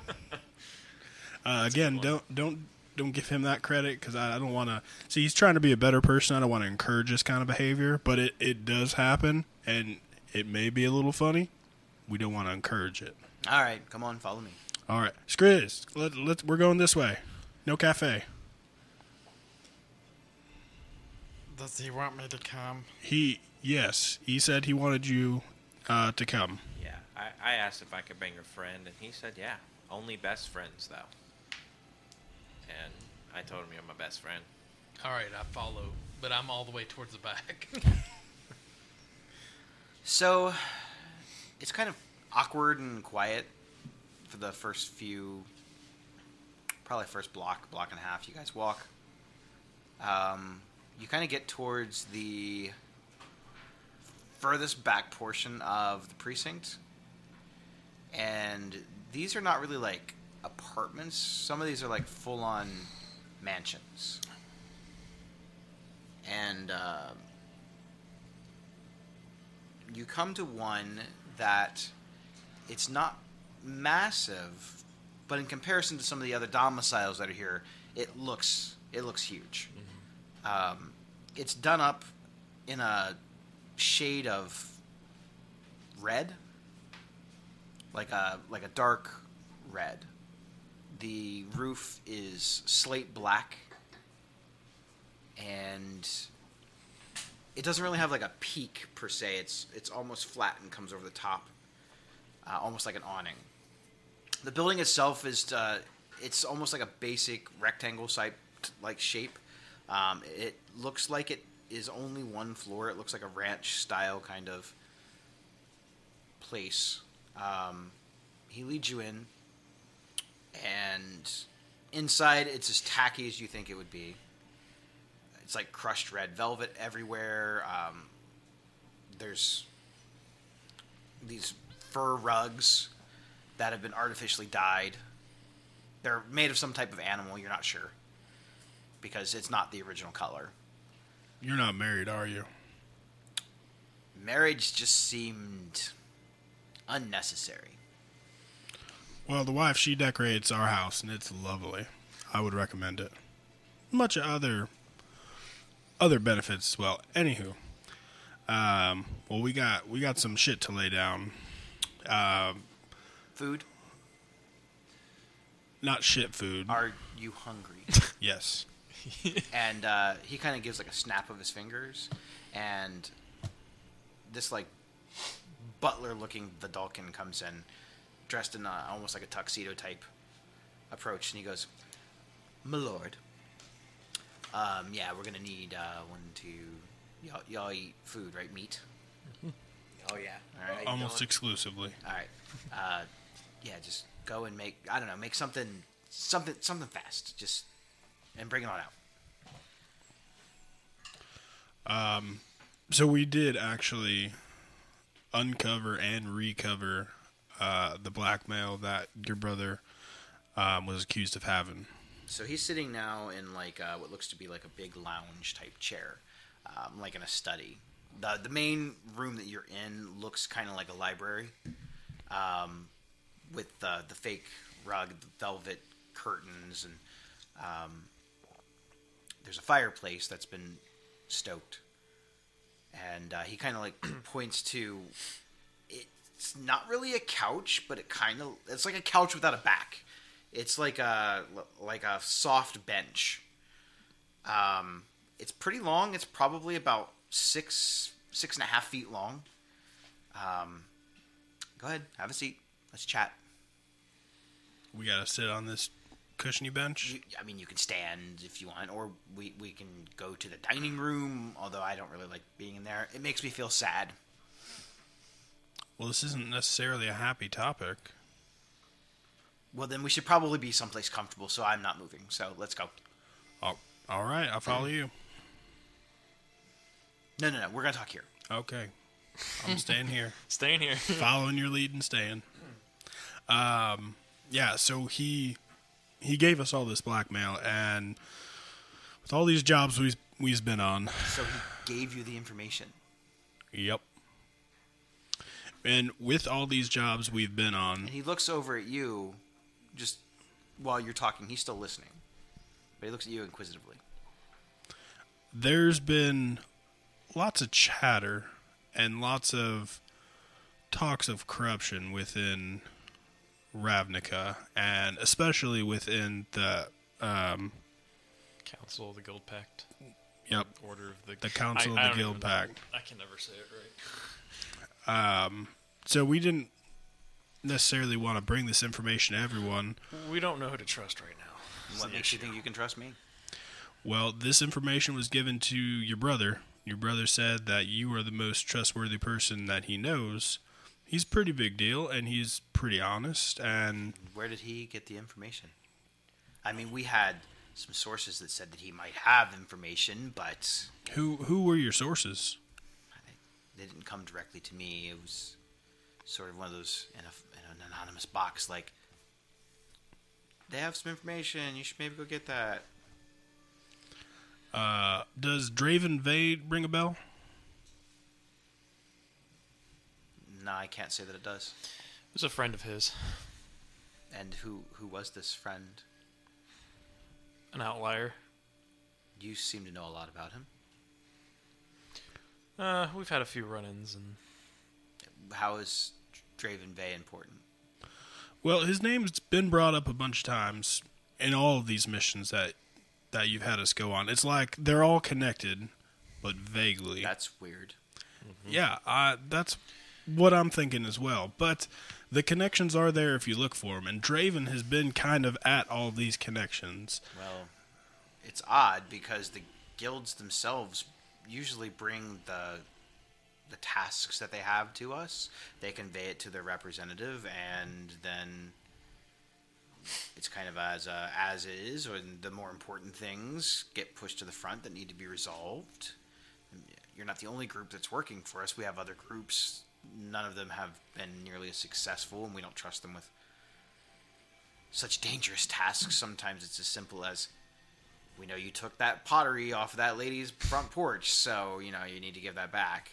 Uh, again, don't don't don't give him that credit because I, I don't want to. See, he's trying to be a better person. I don't want to encourage this kind of behavior, but it it does happen, and it may be a little funny. We don't want to encourage it. All right, come on, follow me. All right, Skriz, let, let we're going this way. No cafe. Does he want me to come? He yes, he said he wanted you uh, to come. Yeah, I, I asked if I could bring a friend, and he said, yeah, only best friends, though. And I told him you're my best friend. All right, I follow, but I'm all the way towards the back. So, it's kind of awkward and quiet for the first few, probably first block, block and a half. You guys walk. Um, you kind of get towards the furthest back portion of the precinct, and these are not really like apartments. Some of these are like full-on mansions, and. Uh, you come to one that it's not massive, but in comparison to some of the other domiciles that are here, it looks it looks huge. Um, it's done up in a shade of red, like a like a dark red. The roof is slate black, and it doesn't really have like a peak per se. It's it's almost flat and comes over the top, uh, almost like an awning. The building itself is uh, it's almost like a basic rectangle type like shape. Um, it looks like it is only one floor. It looks like a ranch style kind of place. Um, he leads you in, and inside it's as tacky as you think it would be it's like crushed red velvet everywhere. Um, there's these fur rugs that have been artificially dyed. They're made of some type of animal. You're not sure because it's not the original color. You're not married, are you? Marriage just seemed unnecessary. Well, the wife she decorates our house, and it's lovely. I would recommend it. Much other other benefits as well. Anywho, um, well we got we got some shit to lay down. Um, Food? not shit food. Are you hungry? Yes. and uh, he kind of gives like a snap of his fingers, and this like butler-looking Vidalkin comes in, dressed in a, almost like a tuxedo type approach, and he goes, "My lord, um, yeah, we're gonna need uh, one, two. Y'all, y'all eat food, right? Meat. Oh, yeah. All right. Almost exclusively. All right. Uh, yeah, just go and make I don't know, make something something something fast. Just and bring it on out. So we did actually uncover and recover uh, the blackmail that your brother um, was accused of having. So he's sitting now in like uh, what looks to be like a big lounge type chair, um, like in a study. the The main room that you're in looks kind of like a library, um, with uh, the fake rug, the velvet curtains, and um, there's a fireplace that's been stoked. And uh, he kind of like points to it's not really a couch, but it kind of it's like a couch without a back. It's like a like a soft bench. Um, it's pretty long. It's probably about six six and a half feet long. Um, go ahead, have a seat. Let's chat. We gotta sit on this cushiony bench. You, I mean, you can stand if you want, or we we can go to the dining room. Although I don't really like being in there. It makes me feel sad. Well, this isn't necessarily a happy topic. Well, then we should probably be someplace comfortable. So I'm not moving. So let's go. Oh, all right, I'll follow you. No, no, no. We're gonna talk here. Okay, I'm staying here. Staying here. following your lead and staying. Um, yeah, so he he gave us all this blackmail, and with all these jobs we've we've been on, So he gave you the information. yep. And with all these jobs we've been on, And he looks over at you just while you're talking. He's still listening. But he looks at you inquisitively. there's been lots of chatter and lots of talks of corruption within Ravnica, and especially within the um, Council of the Guild Pact. yep Order of the, The Council of the don't Guild even know. Pact. I can never say it right. So we didn't necessarily want to bring this information to everyone. We don't know who to trust right now. What makes you think you can trust me? Well, this information was given to your brother. Your brother said that you are the most trustworthy person that he knows. He's a pretty big deal and he's pretty honest and Where did he get the information? I mean, we had some sources that said that he might have information, but who who were your sources? they didn't come directly to me. It was sort of one of those in, a, in an anonymous box, like they have some information. You should maybe go get that. Uh does Draven Vade ring a bell? No, I can't say that it does. It was a friend of his, And who who was this friend? an outlier. You seem to know a lot about him. Uh, we've had a few run-ins, and How is Draven Bay important? Well, his name's been brought up a bunch of times in all of these missions that that you've had us go on. It's like they're all connected, but vaguely. That's weird. Yeah, uh, that's what I'm thinking as well. But the connections are there if you look for them, and Draven has been kind of at all these connections. Well, it's odd because the guilds themselves usually bring the the tasks that they have to us. They convey it to their representative, and then it's kind of as uh, as it is, or the more important things get pushed to the front that need to be resolved. You're not the only group that's working for us. We have other groups. None of them have been nearly as successful, and we don't trust them with such dangerous tasks. Sometimes it's as simple as we know you took that pottery off of that lady's front porch, so you know you need to give that back.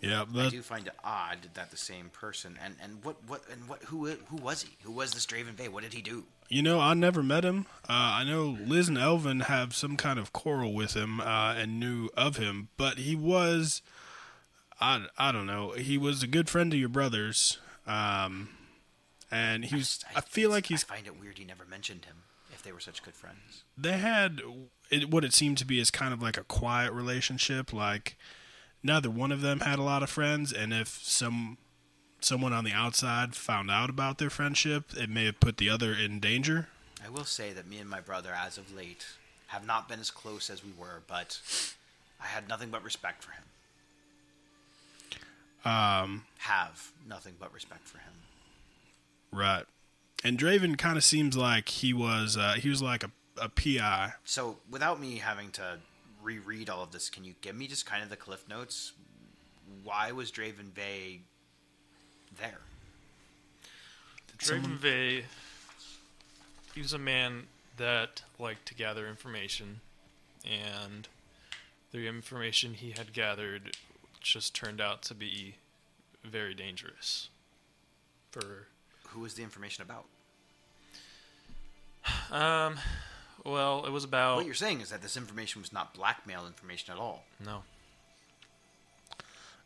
Yeah, I that, do find it odd that the same person and and what what and what who who was he? Who was this Draven Bay? What did he do? you know, I never met him. Uh, I know Liz and Elvin have some kind of quarrel with him uh, and knew of him, but he was, I, I don't know, he was a good friend of your brother's. Um, and he was, I feel like he's I find it weird he never mentioned him. If they were such good friends, they had it, what it seemed to be is kind of like a quiet relationship. Like neither one of them had a lot of friends, and if some someone on the outside found out about their friendship, it may have put the other in danger. I will say that me and my brother, as of late, have not been as close as we were, but I had nothing but respect for him. Um, have nothing but respect for him. Right. And Draven kind of seems like he was uh, he was like a, a PI. So, without me having to reread all of this, can you give me just kind of the cliff notes? Why was Draven Bay there? Draven Vey, he was a man that liked to gather information, and the information he had gathered just turned out to be very dangerous for Who was the information about? Um, well, it was about Oh. What you're saying is that this information was not blackmail information at all. no.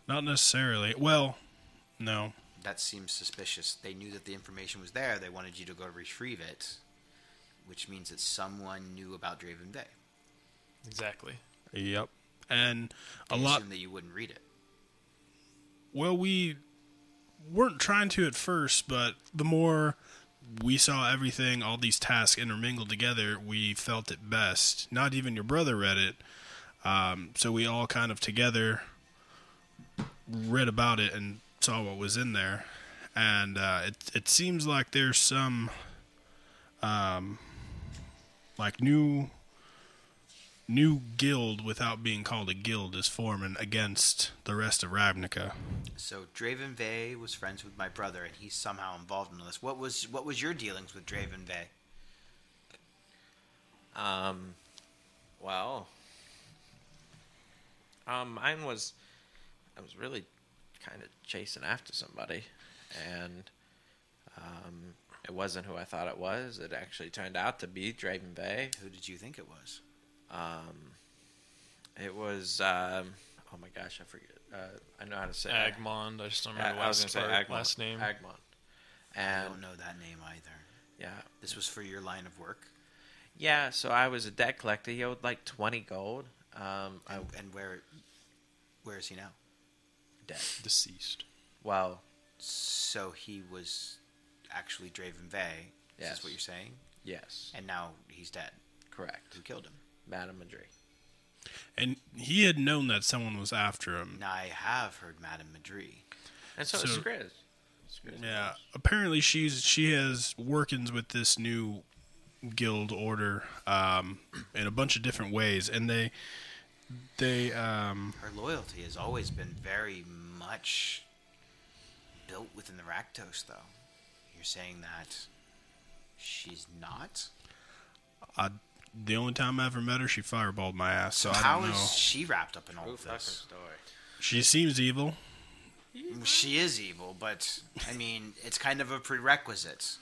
Not necessarily. Well, no. That seems suspicious. They knew that the information was there. They wanted you to go retrieve it, which means that someone knew about Draven Bay. Exactly. Yep. And a They lot assumed that you wouldn't read it. Well, we weren't trying to at first, but the more we saw everything, all these tasks intermingled together, we felt it best. Not even your brother read it. Um, so we all kind of together read about it and saw what was in there. And uh, it, it seems like there's some um, like new new guild without being called a guild is forming against the rest of Ravnica. So Draven Vey was friends with my brother, and he's somehow involved in this. What was what was your dealings with Draven Vey? Um, well, um, mine was, I was really kind of chasing after somebody, and um, it wasn't who I thought it was. It actually turned out to be Draven Bay. Who did you think it was? Um, it was, um, oh my gosh, I forget. Uh, I know how to say. it. Agmond. I just don't I, remember I was last, gonna say part- Agmon. last name. Agmon. I And don't know that name either. yeah, This was for your line of work, yeah. So I was a debt collector. He owed like twenty gold. Um, I and, and where where is he now? debt. Deceased. Well, So he was actually Draven Vey. Is Yes. this what you're saying? yes, And now he's dead. correct. Who killed him? Madame Madrid. And he had known that someone was after him. Now I have heard Madame Madri. And so, it's So- Grizz. Scrizz. Yeah. Apparently she's she has workings with this new guild order um, in a bunch of different ways and they they um, Her loyalty has always been very much built within the Rakdos, though. You're saying that she's not? I, the only time I ever met her she fireballed my ass so I How don't know. is she wrapped up in all True of fucking this? story. She seems evil. She is evil, but I mean, it's kind of a prerequisite.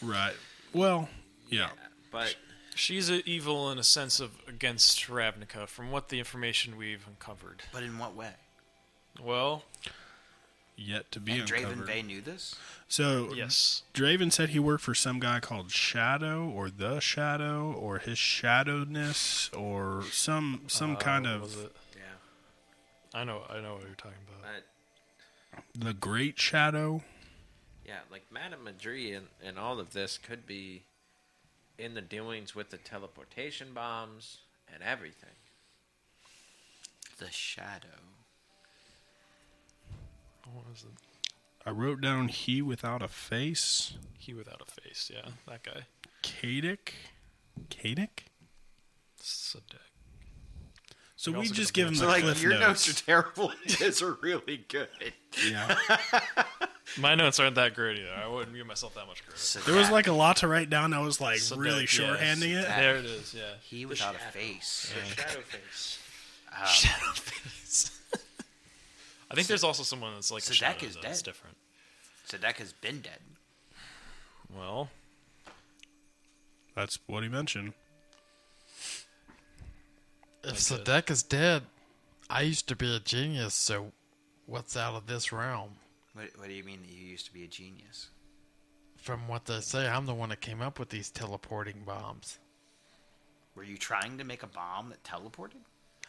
Right. Well, yeah. But She's uh, evil in a sense of against Ravnica, from what the information we've uncovered. But in what way? Well, Yet to be And Draven uncovered. Bay knew this? So yes. Draven said he worked for some guy called Shadow or the Shadow or his shadowedness or some some Uh, kind what was of it? yeah, I know, I know what you're talking about. but the Great Shadow. yeah, like Madame Madrid and, and all of this could be in the dealings with the teleportation bombs and everything. The shadow. Oh, What was it? I wrote down he without a face. He without a face. Yeah, that guy. Kadic. Kadic. Subdeck. So We we also just get give a him bonus. the So, like, cliff your notes. notes. are terrible. His are really good. yeah. My notes aren't that great either. I wouldn't give myself that much credit. There was like a lot to write down. I was like Subdeck, really yeah, shorthanding it. Subdeck. There it is. Yeah. he without a face. Shadowface. Shadow face. I think there's also someone that's like a Sadek shadow, is though. That's dead. different. Sadek has been dead. Well, That's what he mentioned. If Sadek is dead, I used to be a genius, so what's out of this realm? What, what do you mean that you used to be a genius? From what they say, I'm the one that came up with these teleporting bombs. Were you trying to make a bomb that teleported?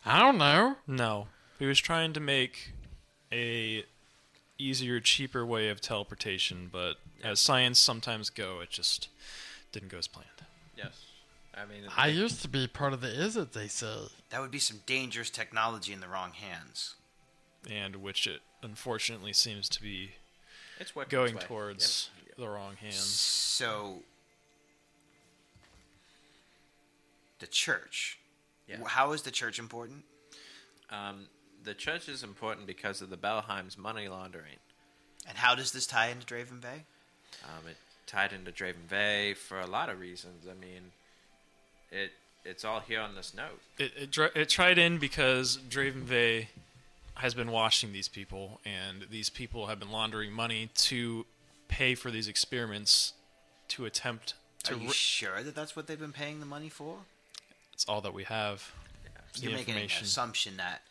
I don't know. no. He was trying to make a easier, cheaper way of teleportation, but as science sometimes go, it just didn't go as planned. Yes, I mean I used to be part of the is it they say. That would be some dangerous technology in the wrong hands. And which it unfortunately seems to be it's what going towards the wrong hands. So, the church. Yeah. Wh- How is the church important? Um, the church is important because of the Bellheim's money laundering. And how does this tie into Draven Bay? Um, it tied into Draven Bay for a lot of reasons. I mean, it it's all here on this note. It, it, dr- it tried in because Draven Vey has been watching these people, and these people have been laundering money to pay for these experiments to attempt to. Are you re- sure that that's what they've been paying the money for? it's all that we have. It's You're the making an information. assumption that,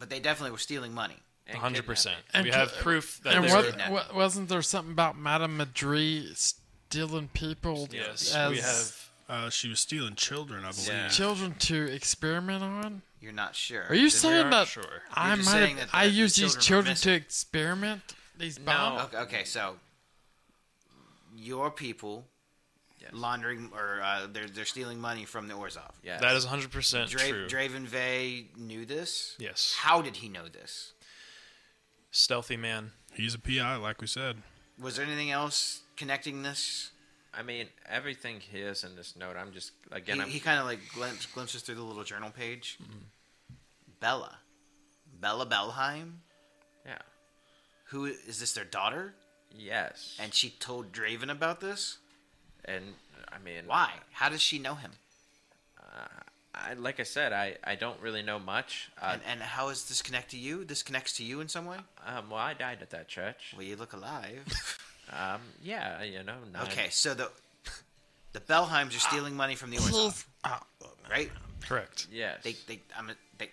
but they definitely were stealing money. And hundred percent. kidnapping. And We ki- have proof that and they wa- were- kidnapping. wa- wasn't there something about Madame Madri stealing people yes, as we have. Uh, she was stealing children, I believe. Yeah. children to experiment on? You're not sure. Are you We saying aren't that sure. I You're might just have, saying that I the- the use children these were children to missing. experiment these bombs? Okay, okay, so your people Yes. laundering or uh, they're they're stealing money from the Orzov. Yes. That is hundred percent Dra- true. Draven Vey knew this. Yes. How did he know this? Stealthy man. He's a PI, like we said. Was there anything else connecting this? I mean, everything he is in this note. I'm just again. he I'm, he kind of like glimpse, glimpses through the little journal page. Mm-hmm. Bella, Bella Bellheim. yeah. Who is this? Their daughter, Yes. and she told Draven about this. and I mean, Why? How does she know him? I, like I said, I, I don't really know much. Uh, and and how does this connect to you? This connects to you in some way. um, well, I died at that church. Well, you look alive. Um, yeah, you know. nine- okay, so the the Bellheims are stealing money from the Orzov, right? Correct. Yes. They they I'm a, they,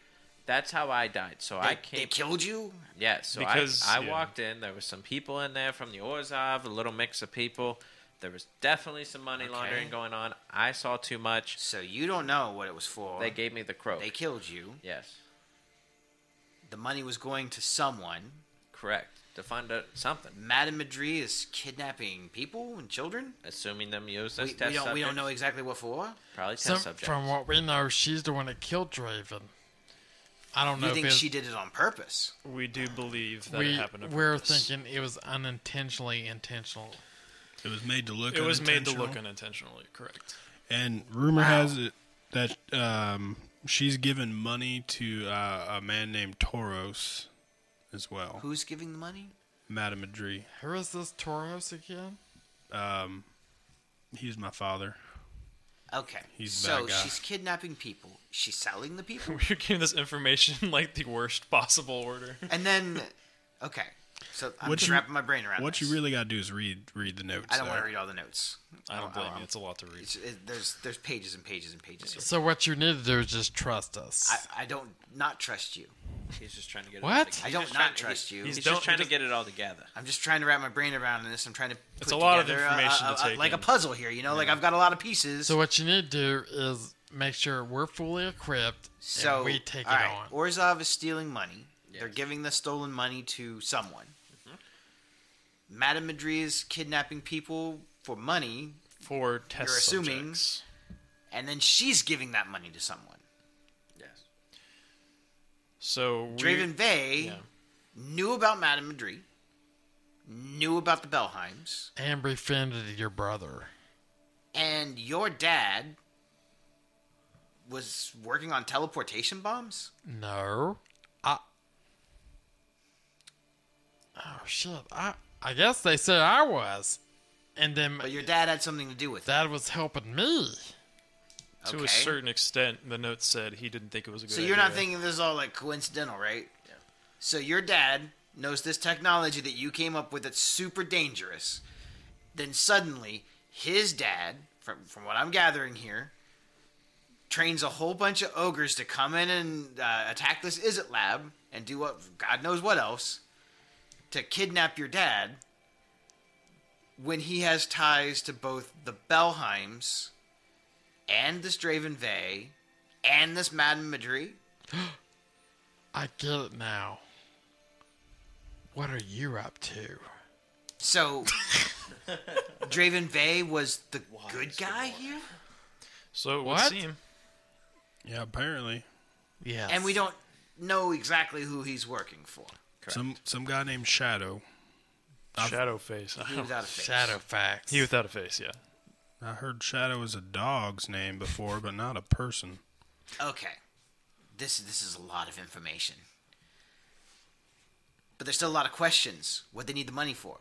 That's how I died. So I they, came. they killed you. Yes, so Because- I, I yeah. walked in. There was some people in there from the Orzov, a little mix of people. There was definitely some money laundering going on. I saw too much. So you don't know what it was for. They gave me the croak. they killed you. yes, The money was going to someone. correct. To find out something, Madame Madrid is kidnapping people and children. assuming them used as We, we test don't we don't subjects. know exactly what for. Probably test So, subjects. from what we know, she's the one that killed Draven. I don't You know think if it- she did it on purpose? We do believe that it we, happened. on we're purpose. thinking it was unintentionally intentional. It was made to look. it was made to look unintentional. unintentionally. Correct. And rumor has it that um, she's given money to uh, a man named Toros as well. Who's giving the money? Madame Madri. Who is this Tauros again? Um, he's my father. Okay, He's a bad so guy. she's kidnapping people. She's selling the people, We're giving this information in, like the worst possible order. and then okay. So I'm What just you- wrapping my brain around. What this. you really got to do is read read the notes. I don't want there. to read all the notes. I don't blame I'm- you. It's a lot to read. It's, it, there's there's pages and pages and pages. here. So what you need to do is just trust us. I, I don't not trust you. he's just trying to get What? It all I I together. don't just not trying to- trust you. he's He's Don't- just trying just- to get it all together. I'm just trying to wrap my brain around this. I'm trying to. Put It's a lot of together information a, to a- a- take like a in. puzzle here. You know, like I've got a lot of pieces. so what you need to do is make sure we're fully equipped So and we take it all right, on. Orzov is stealing money. They're Yes. giving the stolen money to someone. Mm-hmm. Madame Madri is kidnapping people for money, For test You're assuming- subjects. and then she's giving that money to someone. Yes. So we, Draven Vey yeah. knew about Madame Madri, knew about the Bellheims, and befriended your brother. and your dad was working on teleportation bombs. No. I. Oh shit! I I guess they said I was, and then But your dad had something to do with it. that was helping me. to okay. a certain extent, the note said he didn't think it was a good. So you're not idea. thinking this is all like coincidental, right? Yeah. So your dad knows this technology that you came up with that's super dangerous. Then suddenly, his dad, from from what I'm gathering here, trains a whole bunch of ogres to come in and uh, attack this Izzet lab and do what God knows what else to kidnap your dad. When he has ties to both the Bellheims and this Draven Vey and this Madame Madri. I get it now. What are you up to? So, Draven Vey was the good guy here, So it would What? seem. Yeah, apparently Yes. and we don't know exactly who he's working for. some some guy named Shadow. Shadow face. I He don't- was out of face. shadow facts. He without a face. Yeah. I heard Shadow is a dog's name before, but not a person. Okay, this this is a lot of information, but there's still a lot of questions. What they need the money for?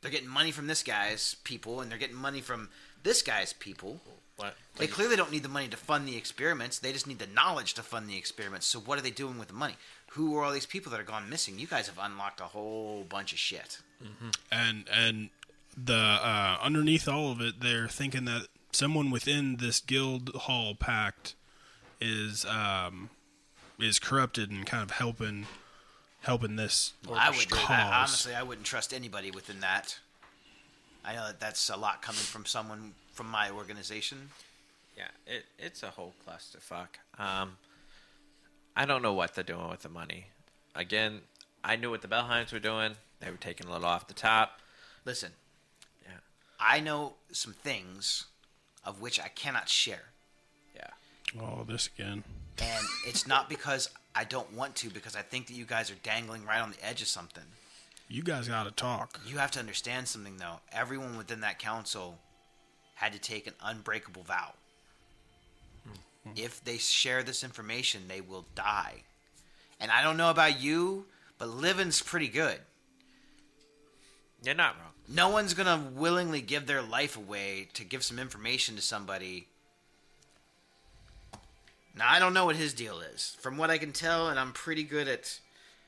They're getting money from this guy's people, and they're getting money from this guy's people. What? They clearly don't need the money to fund the experiments. They just need the knowledge to fund the experiments. So what are they doing with the money? Who are all these people that are gone missing? You guys have unlocked a whole bunch of shit. and and the uh, underneath all of it, they're thinking that someone within this guild hall pact is um, is corrupted and kind of helping helping this. I would cause. I, honestly, I wouldn't trust anybody within that. I know that that's a lot coming from someone from my organization. Yeah, it, it's a whole clusterfuck. Um, I don't know what they're doing with the money. Again, I knew what the Bellheims were doing. They were taking a little off the top. Listen, Yeah, I know some things of which I cannot share, yeah. Oh, this again. and it's not because I don't want to, because I think that you guys are dangling right on the edge of something. You guys got to talk. You have to understand something, though. Everyone within that council had to take an unbreakable vow. If they share this information, they will die. And I don't know about you, but living's pretty good. You're not wrong. No one's going to willingly give their life away to give some information to somebody. Now, I don't know what his deal is. From what I can tell, and I'm pretty good at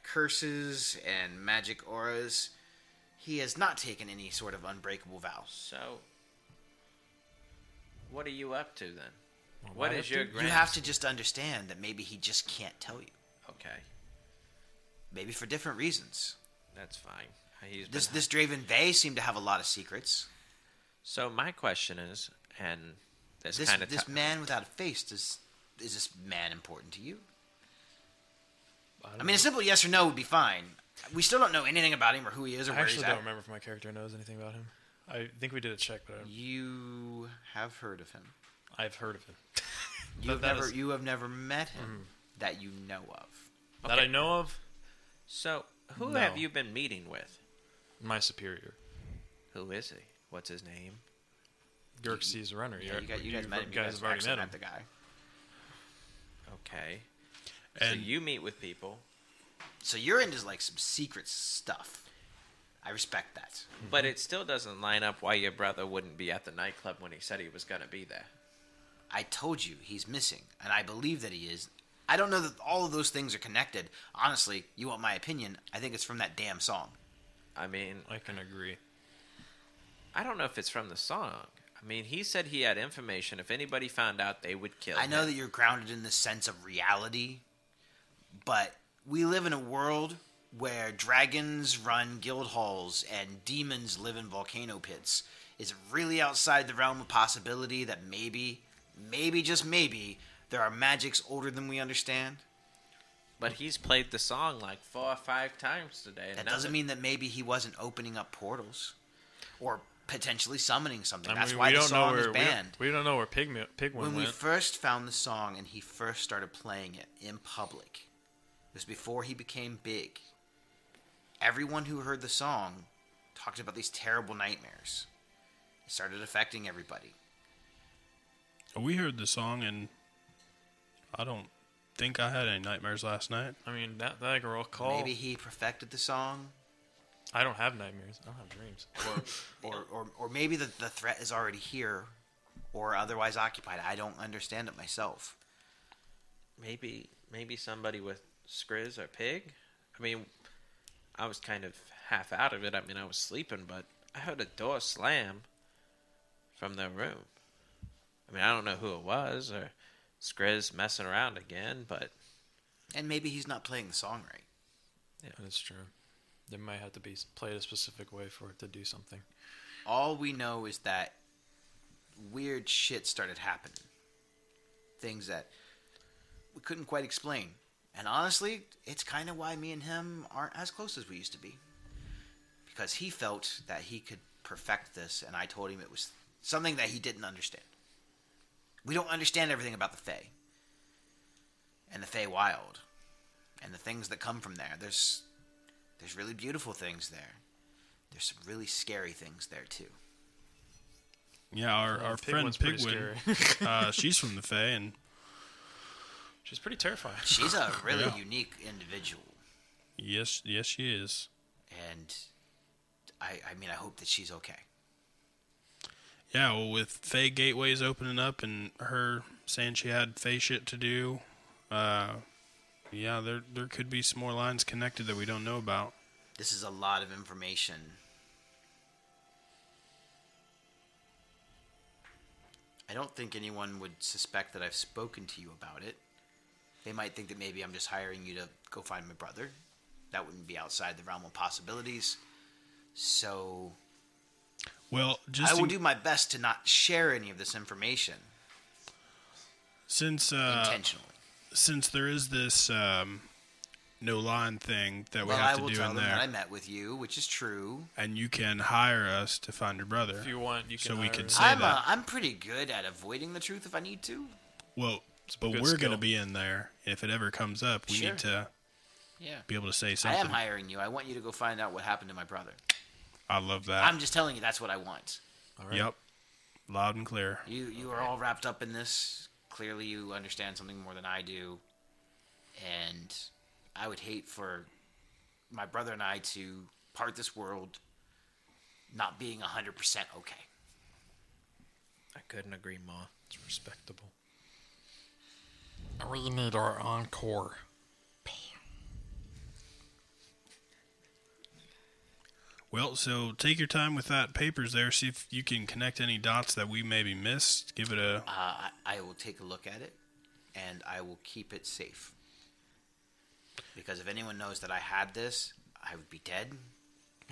curses and magic auras, he has not taken any sort of unbreakable vows. So, what are you up to then? what I is have your to- grand? You have to just understand that maybe he just can't tell you. Okay, Maybe for different reasons. that's fine. He's been This this Draven they seem to have a lot of secrets. So my question is, and this, This kind of this man without a face does is this man important to you? I, mean, a simple yes or no would be fine. We still don't know anything about him or who he is or I where he's actually at. don't remember if my character knows anything about him. I think we did a check, but I- You have heard of him. I've heard of him. You But have that Mm-hmm. never is- you have never met him that you know of. That I know of, so who No. have you been meeting with? my superior. Who is he? What's his name? Gerxie's runner. Yeah, you, got, you guys met him. You guys guys, have already actually met met him. the guy. Okay, so And you meet with people, So you're into like some secret stuff. I respect that. but it still doesn't line up why your brother wouldn't be at the nightclub when he said he was going to be there. I told you he's missing, and I believe that he is. I don't know that all of those things are connected. Honestly, you want my opinion? I think it's from that damn song. I mean, I can agree. I don't know if it's from the song. I mean, he said he had information. If anybody found out, they would kill. I know him. that you're grounded in the sense of reality, but we live in a world where dragons run guild halls and demons live in volcano pits. Is it really outside the realm of possibility that maybe, maybe just maybe, there are magics older than we understand? but he's played the song like four or five times today. and That doesn't nothing- mean that maybe he wasn't opening up portals or potentially summoning something. I That's mean, why we the don't know song where is we don't- banned. We don't, know where Pigmi- Pigwin When went. we first found the song and he first started playing it in public, it was before he became big. Everyone who heard the song talked about these terrible nightmares. It started affecting everybody. we heard the song, and I don't think I had any nightmares last night. I mean, that that girl call. Maybe he perfected the song, I don't have nightmares. I don't have dreams. or, or, or maybe the, the threat is already here or otherwise occupied. I don't understand it myself. maybe maybe somebody with Skriz or Pig. I mean, I was kind of half out of it. I mean, I was sleeping, but I heard a door slam from the room. I mean, I don't know who it was or Skriz messing around again, but And maybe he's not playing the song right. That's true. They might have to be s- played a specific way for it to do something. all we know is that weird shit started happening. Things that we couldn't quite explain. And honestly, it's kind of why me and him aren't as close as we used to be. Because he felt that he could perfect this, and I told him it was something that he didn't understand. We don't understand everything about the Fae and the Fey Wild and the things that come from there. There's there's really beautiful things there. There's some really scary things there too. Yeah, our, our friend Pigwin's pretty Pigwin, uh, she's from the Fae, and She's pretty terrifying. She's a really Yeah. unique individual, yes, yes, she is. and I, I mean, I hope that she's okay. Yeah, well, with Faye Gateways opening up and her saying she had Faye shit to do, uh, yeah, there there could be some more lines connected that we don't know about. This is a lot of information. I don't think anyone would suspect that I've spoken to you about it. They might think that maybe I'm just hiring you to go find my brother. That wouldn't be outside the realm of possibilities. So Well, just I will in- do my best to not share any of this information since uh, intentionally. since there is this um, no line thing that we Well, I have to will do tell in them that I there, met with you, which is true. and you can hire us to find your brother. If you want, you can. So we hire can her. say- I'm that. uh, I'm pretty good at avoiding the truth if I need to. well, but good we're gonna skill. be in there. If it ever comes up, we Sure. need to Yeah. be able to say I something. am hiring you. I want you to go find out what happened to my brother. I love that. I'm just telling you that's what I want. All right. Yep, loud and clear. You you are all wrapped up in this. Clearly, you understand something more than I do, and I would hate for my brother and I to part this world, not being hundred percent okay. I couldn't agree more. It's respectable. We need our encore. Well, so take your time with that papers there. See if you can connect any dots that we maybe missed. Give it a. Uh, I, I will take a look at it, and I will keep it safe. Because if anyone knows that I had this, I would be dead.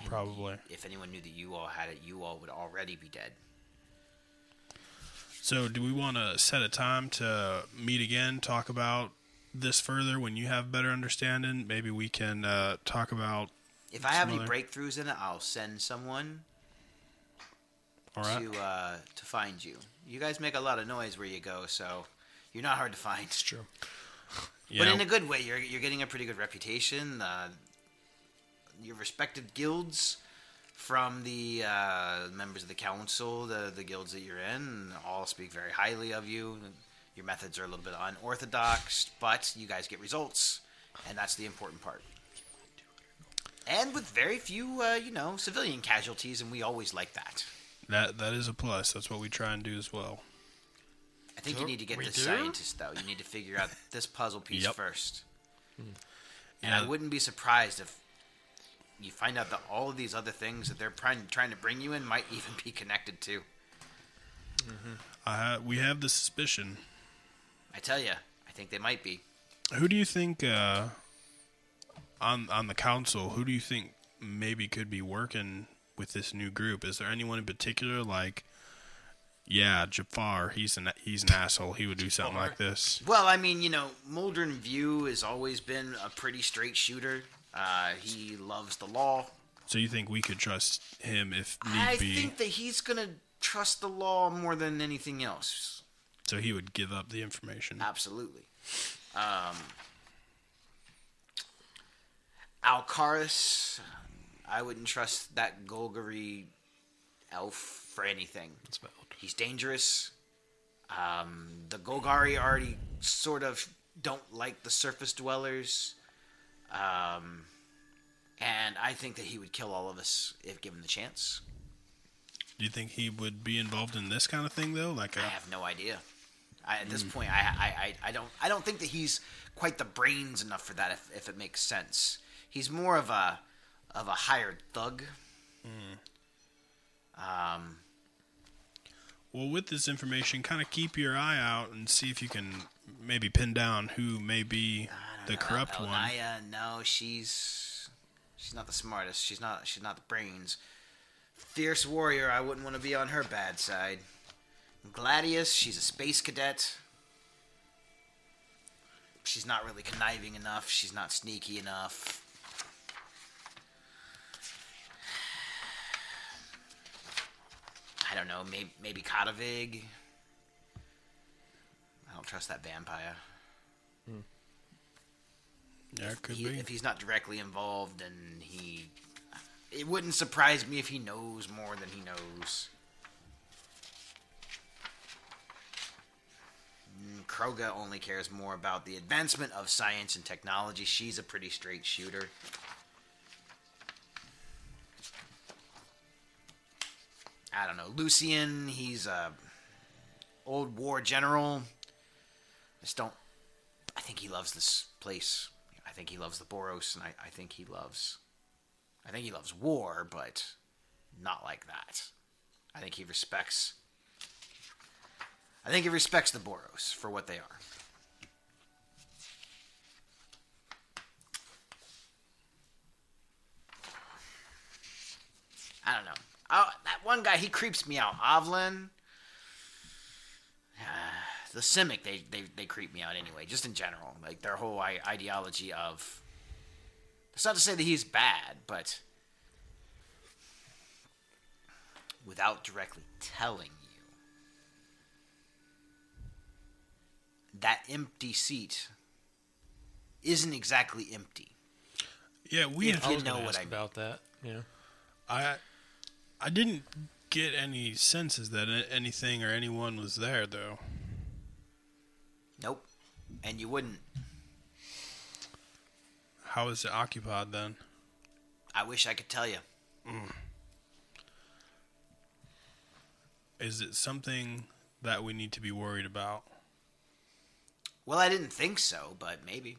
Probably. If anyone knew that you all had it, you all would already be dead. So, do we want to set a time to meet again, talk about this further when you have better understanding? Maybe we can uh, talk about. If I have any Smoother. breakthroughs in it, I'll send someone All right. to uh, to find you. You guys make a lot of noise where you go, so you're not hard to find. True. Yeah. But in a good way, you're you're getting a pretty good reputation. Uh, your respected guilds from the uh, members of the council, the the guilds that you're in, all speak very highly of you. Your methods are a little bit unorthodox, but you guys get results, and that's the important part. And with very few, uh, you know, civilian casualties, and we always like that. that that is a plus. That's what we try and do as well. I think So you need to get we the do? scientist though. You need to figure out this puzzle piece Yep. first. And I Yeah. wouldn't be surprised if you find out that all of these other things that they're trying trying to bring you in might even be connected to. I ha- we have the suspicion. I tell you, I think they might be. Who do you think uh, on on the council? Who do you think maybe could be working with this new group? Is there anyone in particular? Like, yeah, Jafar. He's an he's an asshole. He would do something like this. Well, I mean, you know, Muldern View has always been a pretty straight shooter. Uh, he loves the law. So you think we could trust him if need I be? think that he's gonna trust the law more than anything else. so he would give up the information. Uh, Absolutely. Um, Alcaris, I wouldn't trust that Golgari elf for anything. It's valid. He's dangerous. Um, the Golgari already sort of don't like the surface dwellers. Um, and I think that he would kill all of us if given the chance. Do you think he would be involved in this kind of thing though? Like, uh, I a, have no idea. I, at this point, I, I, I, I don't I don't think that he's quite the brains enough for that. If, if it makes sense, he's more of a of a hired thug. Um, well, with this information, kind of keep your eye out and see if you can maybe pin down who may be the corrupt El- one. Elnaya, no, she's she's not the smartest. She's not she's not the brains. Fierce warrior, I wouldn't want to be on her bad side. Gladius, she's a space cadet. She's not really conniving enough. She's not sneaky enough. I don't know. Maybe maybe Katavig. I don't trust that vampire Yeah, it could he, be. if he's not directly involved and he it wouldn't surprise me if he knows more than he knows Mm, Kroga only cares more about the advancement of science and technology. She's a pretty straight shooter. I don't know. Lucian, he's a old war general. Just don't I think he loves this place. I think he loves the Boros, and I, I think he loves. I think he loves war, but not like that. I think he respects. I think he respects the Boros for what they are. I don't know. Oh, that one guy, he creeps me out. Avlin the Simic, they, they they creep me out anyway. Just in general, like their whole I- ideology of. It's not to say that he's bad, but without directly telling you, that empty seat isn't exactly empty. yeah, we if have you I was know gonna what ask I mean. about that. Yeah. I I didn't get any senses that a- anything or anyone was there, though. Nope. And you wouldn't. How is it occupied then? I wish I could tell you. Is it something that we need to be worried about? Well, I didn't think so, but maybe.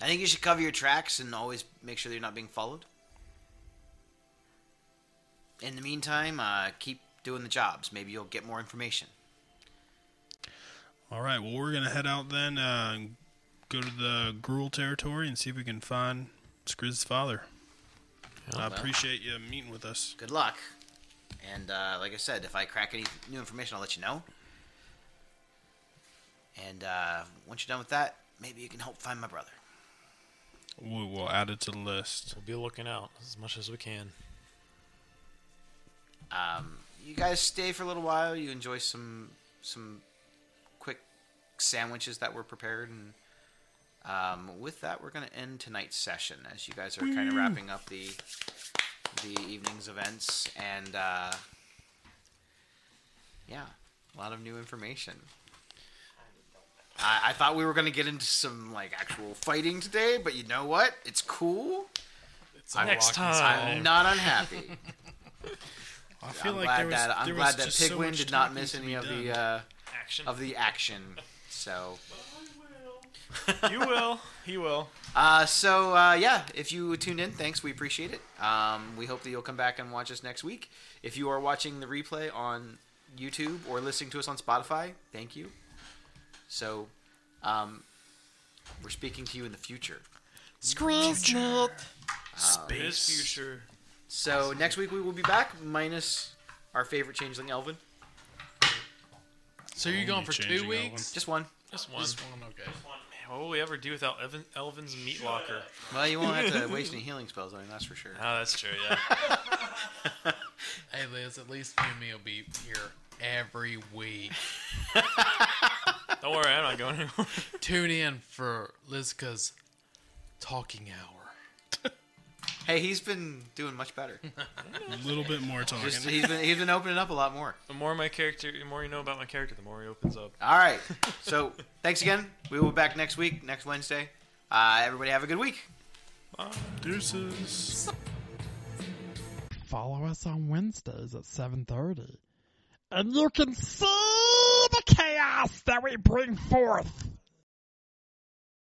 I think you should cover your tracks and always make sure that you're not being followed. In the meantime, uh, keep doing the jobs. Maybe you'll get more information. All right. Well, we're gonna head out then, uh, and go to the Gruel territory, and see if we can find Skriz's father. I appreciate you meeting with us. Good luck. And uh, like I said, if I crack any new information, I'll let you know. And uh, once you're done with that, maybe you can help find my brother. We will add it to the list. We'll be looking out as much as we can. you guys stay for a little while. You enjoy some some quick sandwiches that were prepared, and um, with that, we're going to end tonight's session as you guys are kind of wrapping up the the evening's events, and uh, yeah, a lot of new information. I, I thought we were going to get into some like actual fighting today, but you know what? It's cool. Next I'm time. not unhappy. I feel I'm like glad there was, that I'm there glad was that just so Pigwin much did not talking miss to any be of done. the uh, Action. of the action. So, you will. He will. uh, so uh, yeah, if you tuned in, thanks. We appreciate it. Um, we hope that you'll come back and watch us next week. If you are watching the replay on YouTube or listening to us on Spotify, thank you. So, um, we're speaking to you in the future. Scrizznut. His future. So next week we will be back, minus our favorite changeling Elvin. So you're going for two changing that weeks? Just one. Just one. Just one, okay. What will we ever do without Evan, Elvin's meat locker? Well, you won't have to waste any healing spells on him, that's for sure. Oh, that's true. Yeah. Hey Liz, at least you and me will be here every week. Don't worry, I'm not going anywhere. Tune in for Lizka's talking hour. Hey, he's been doing much better. A little bit more talking. Just, he's been he's been opening up a lot more. The more my character, the more you know about my character, the more he opens up. All right. So thanks again. We will be back next week, next Wednesday. Uh, everybody have a good week. Deuces. Follow us on Wednesdays at 7:30. And you can see the chaos that we bring forth.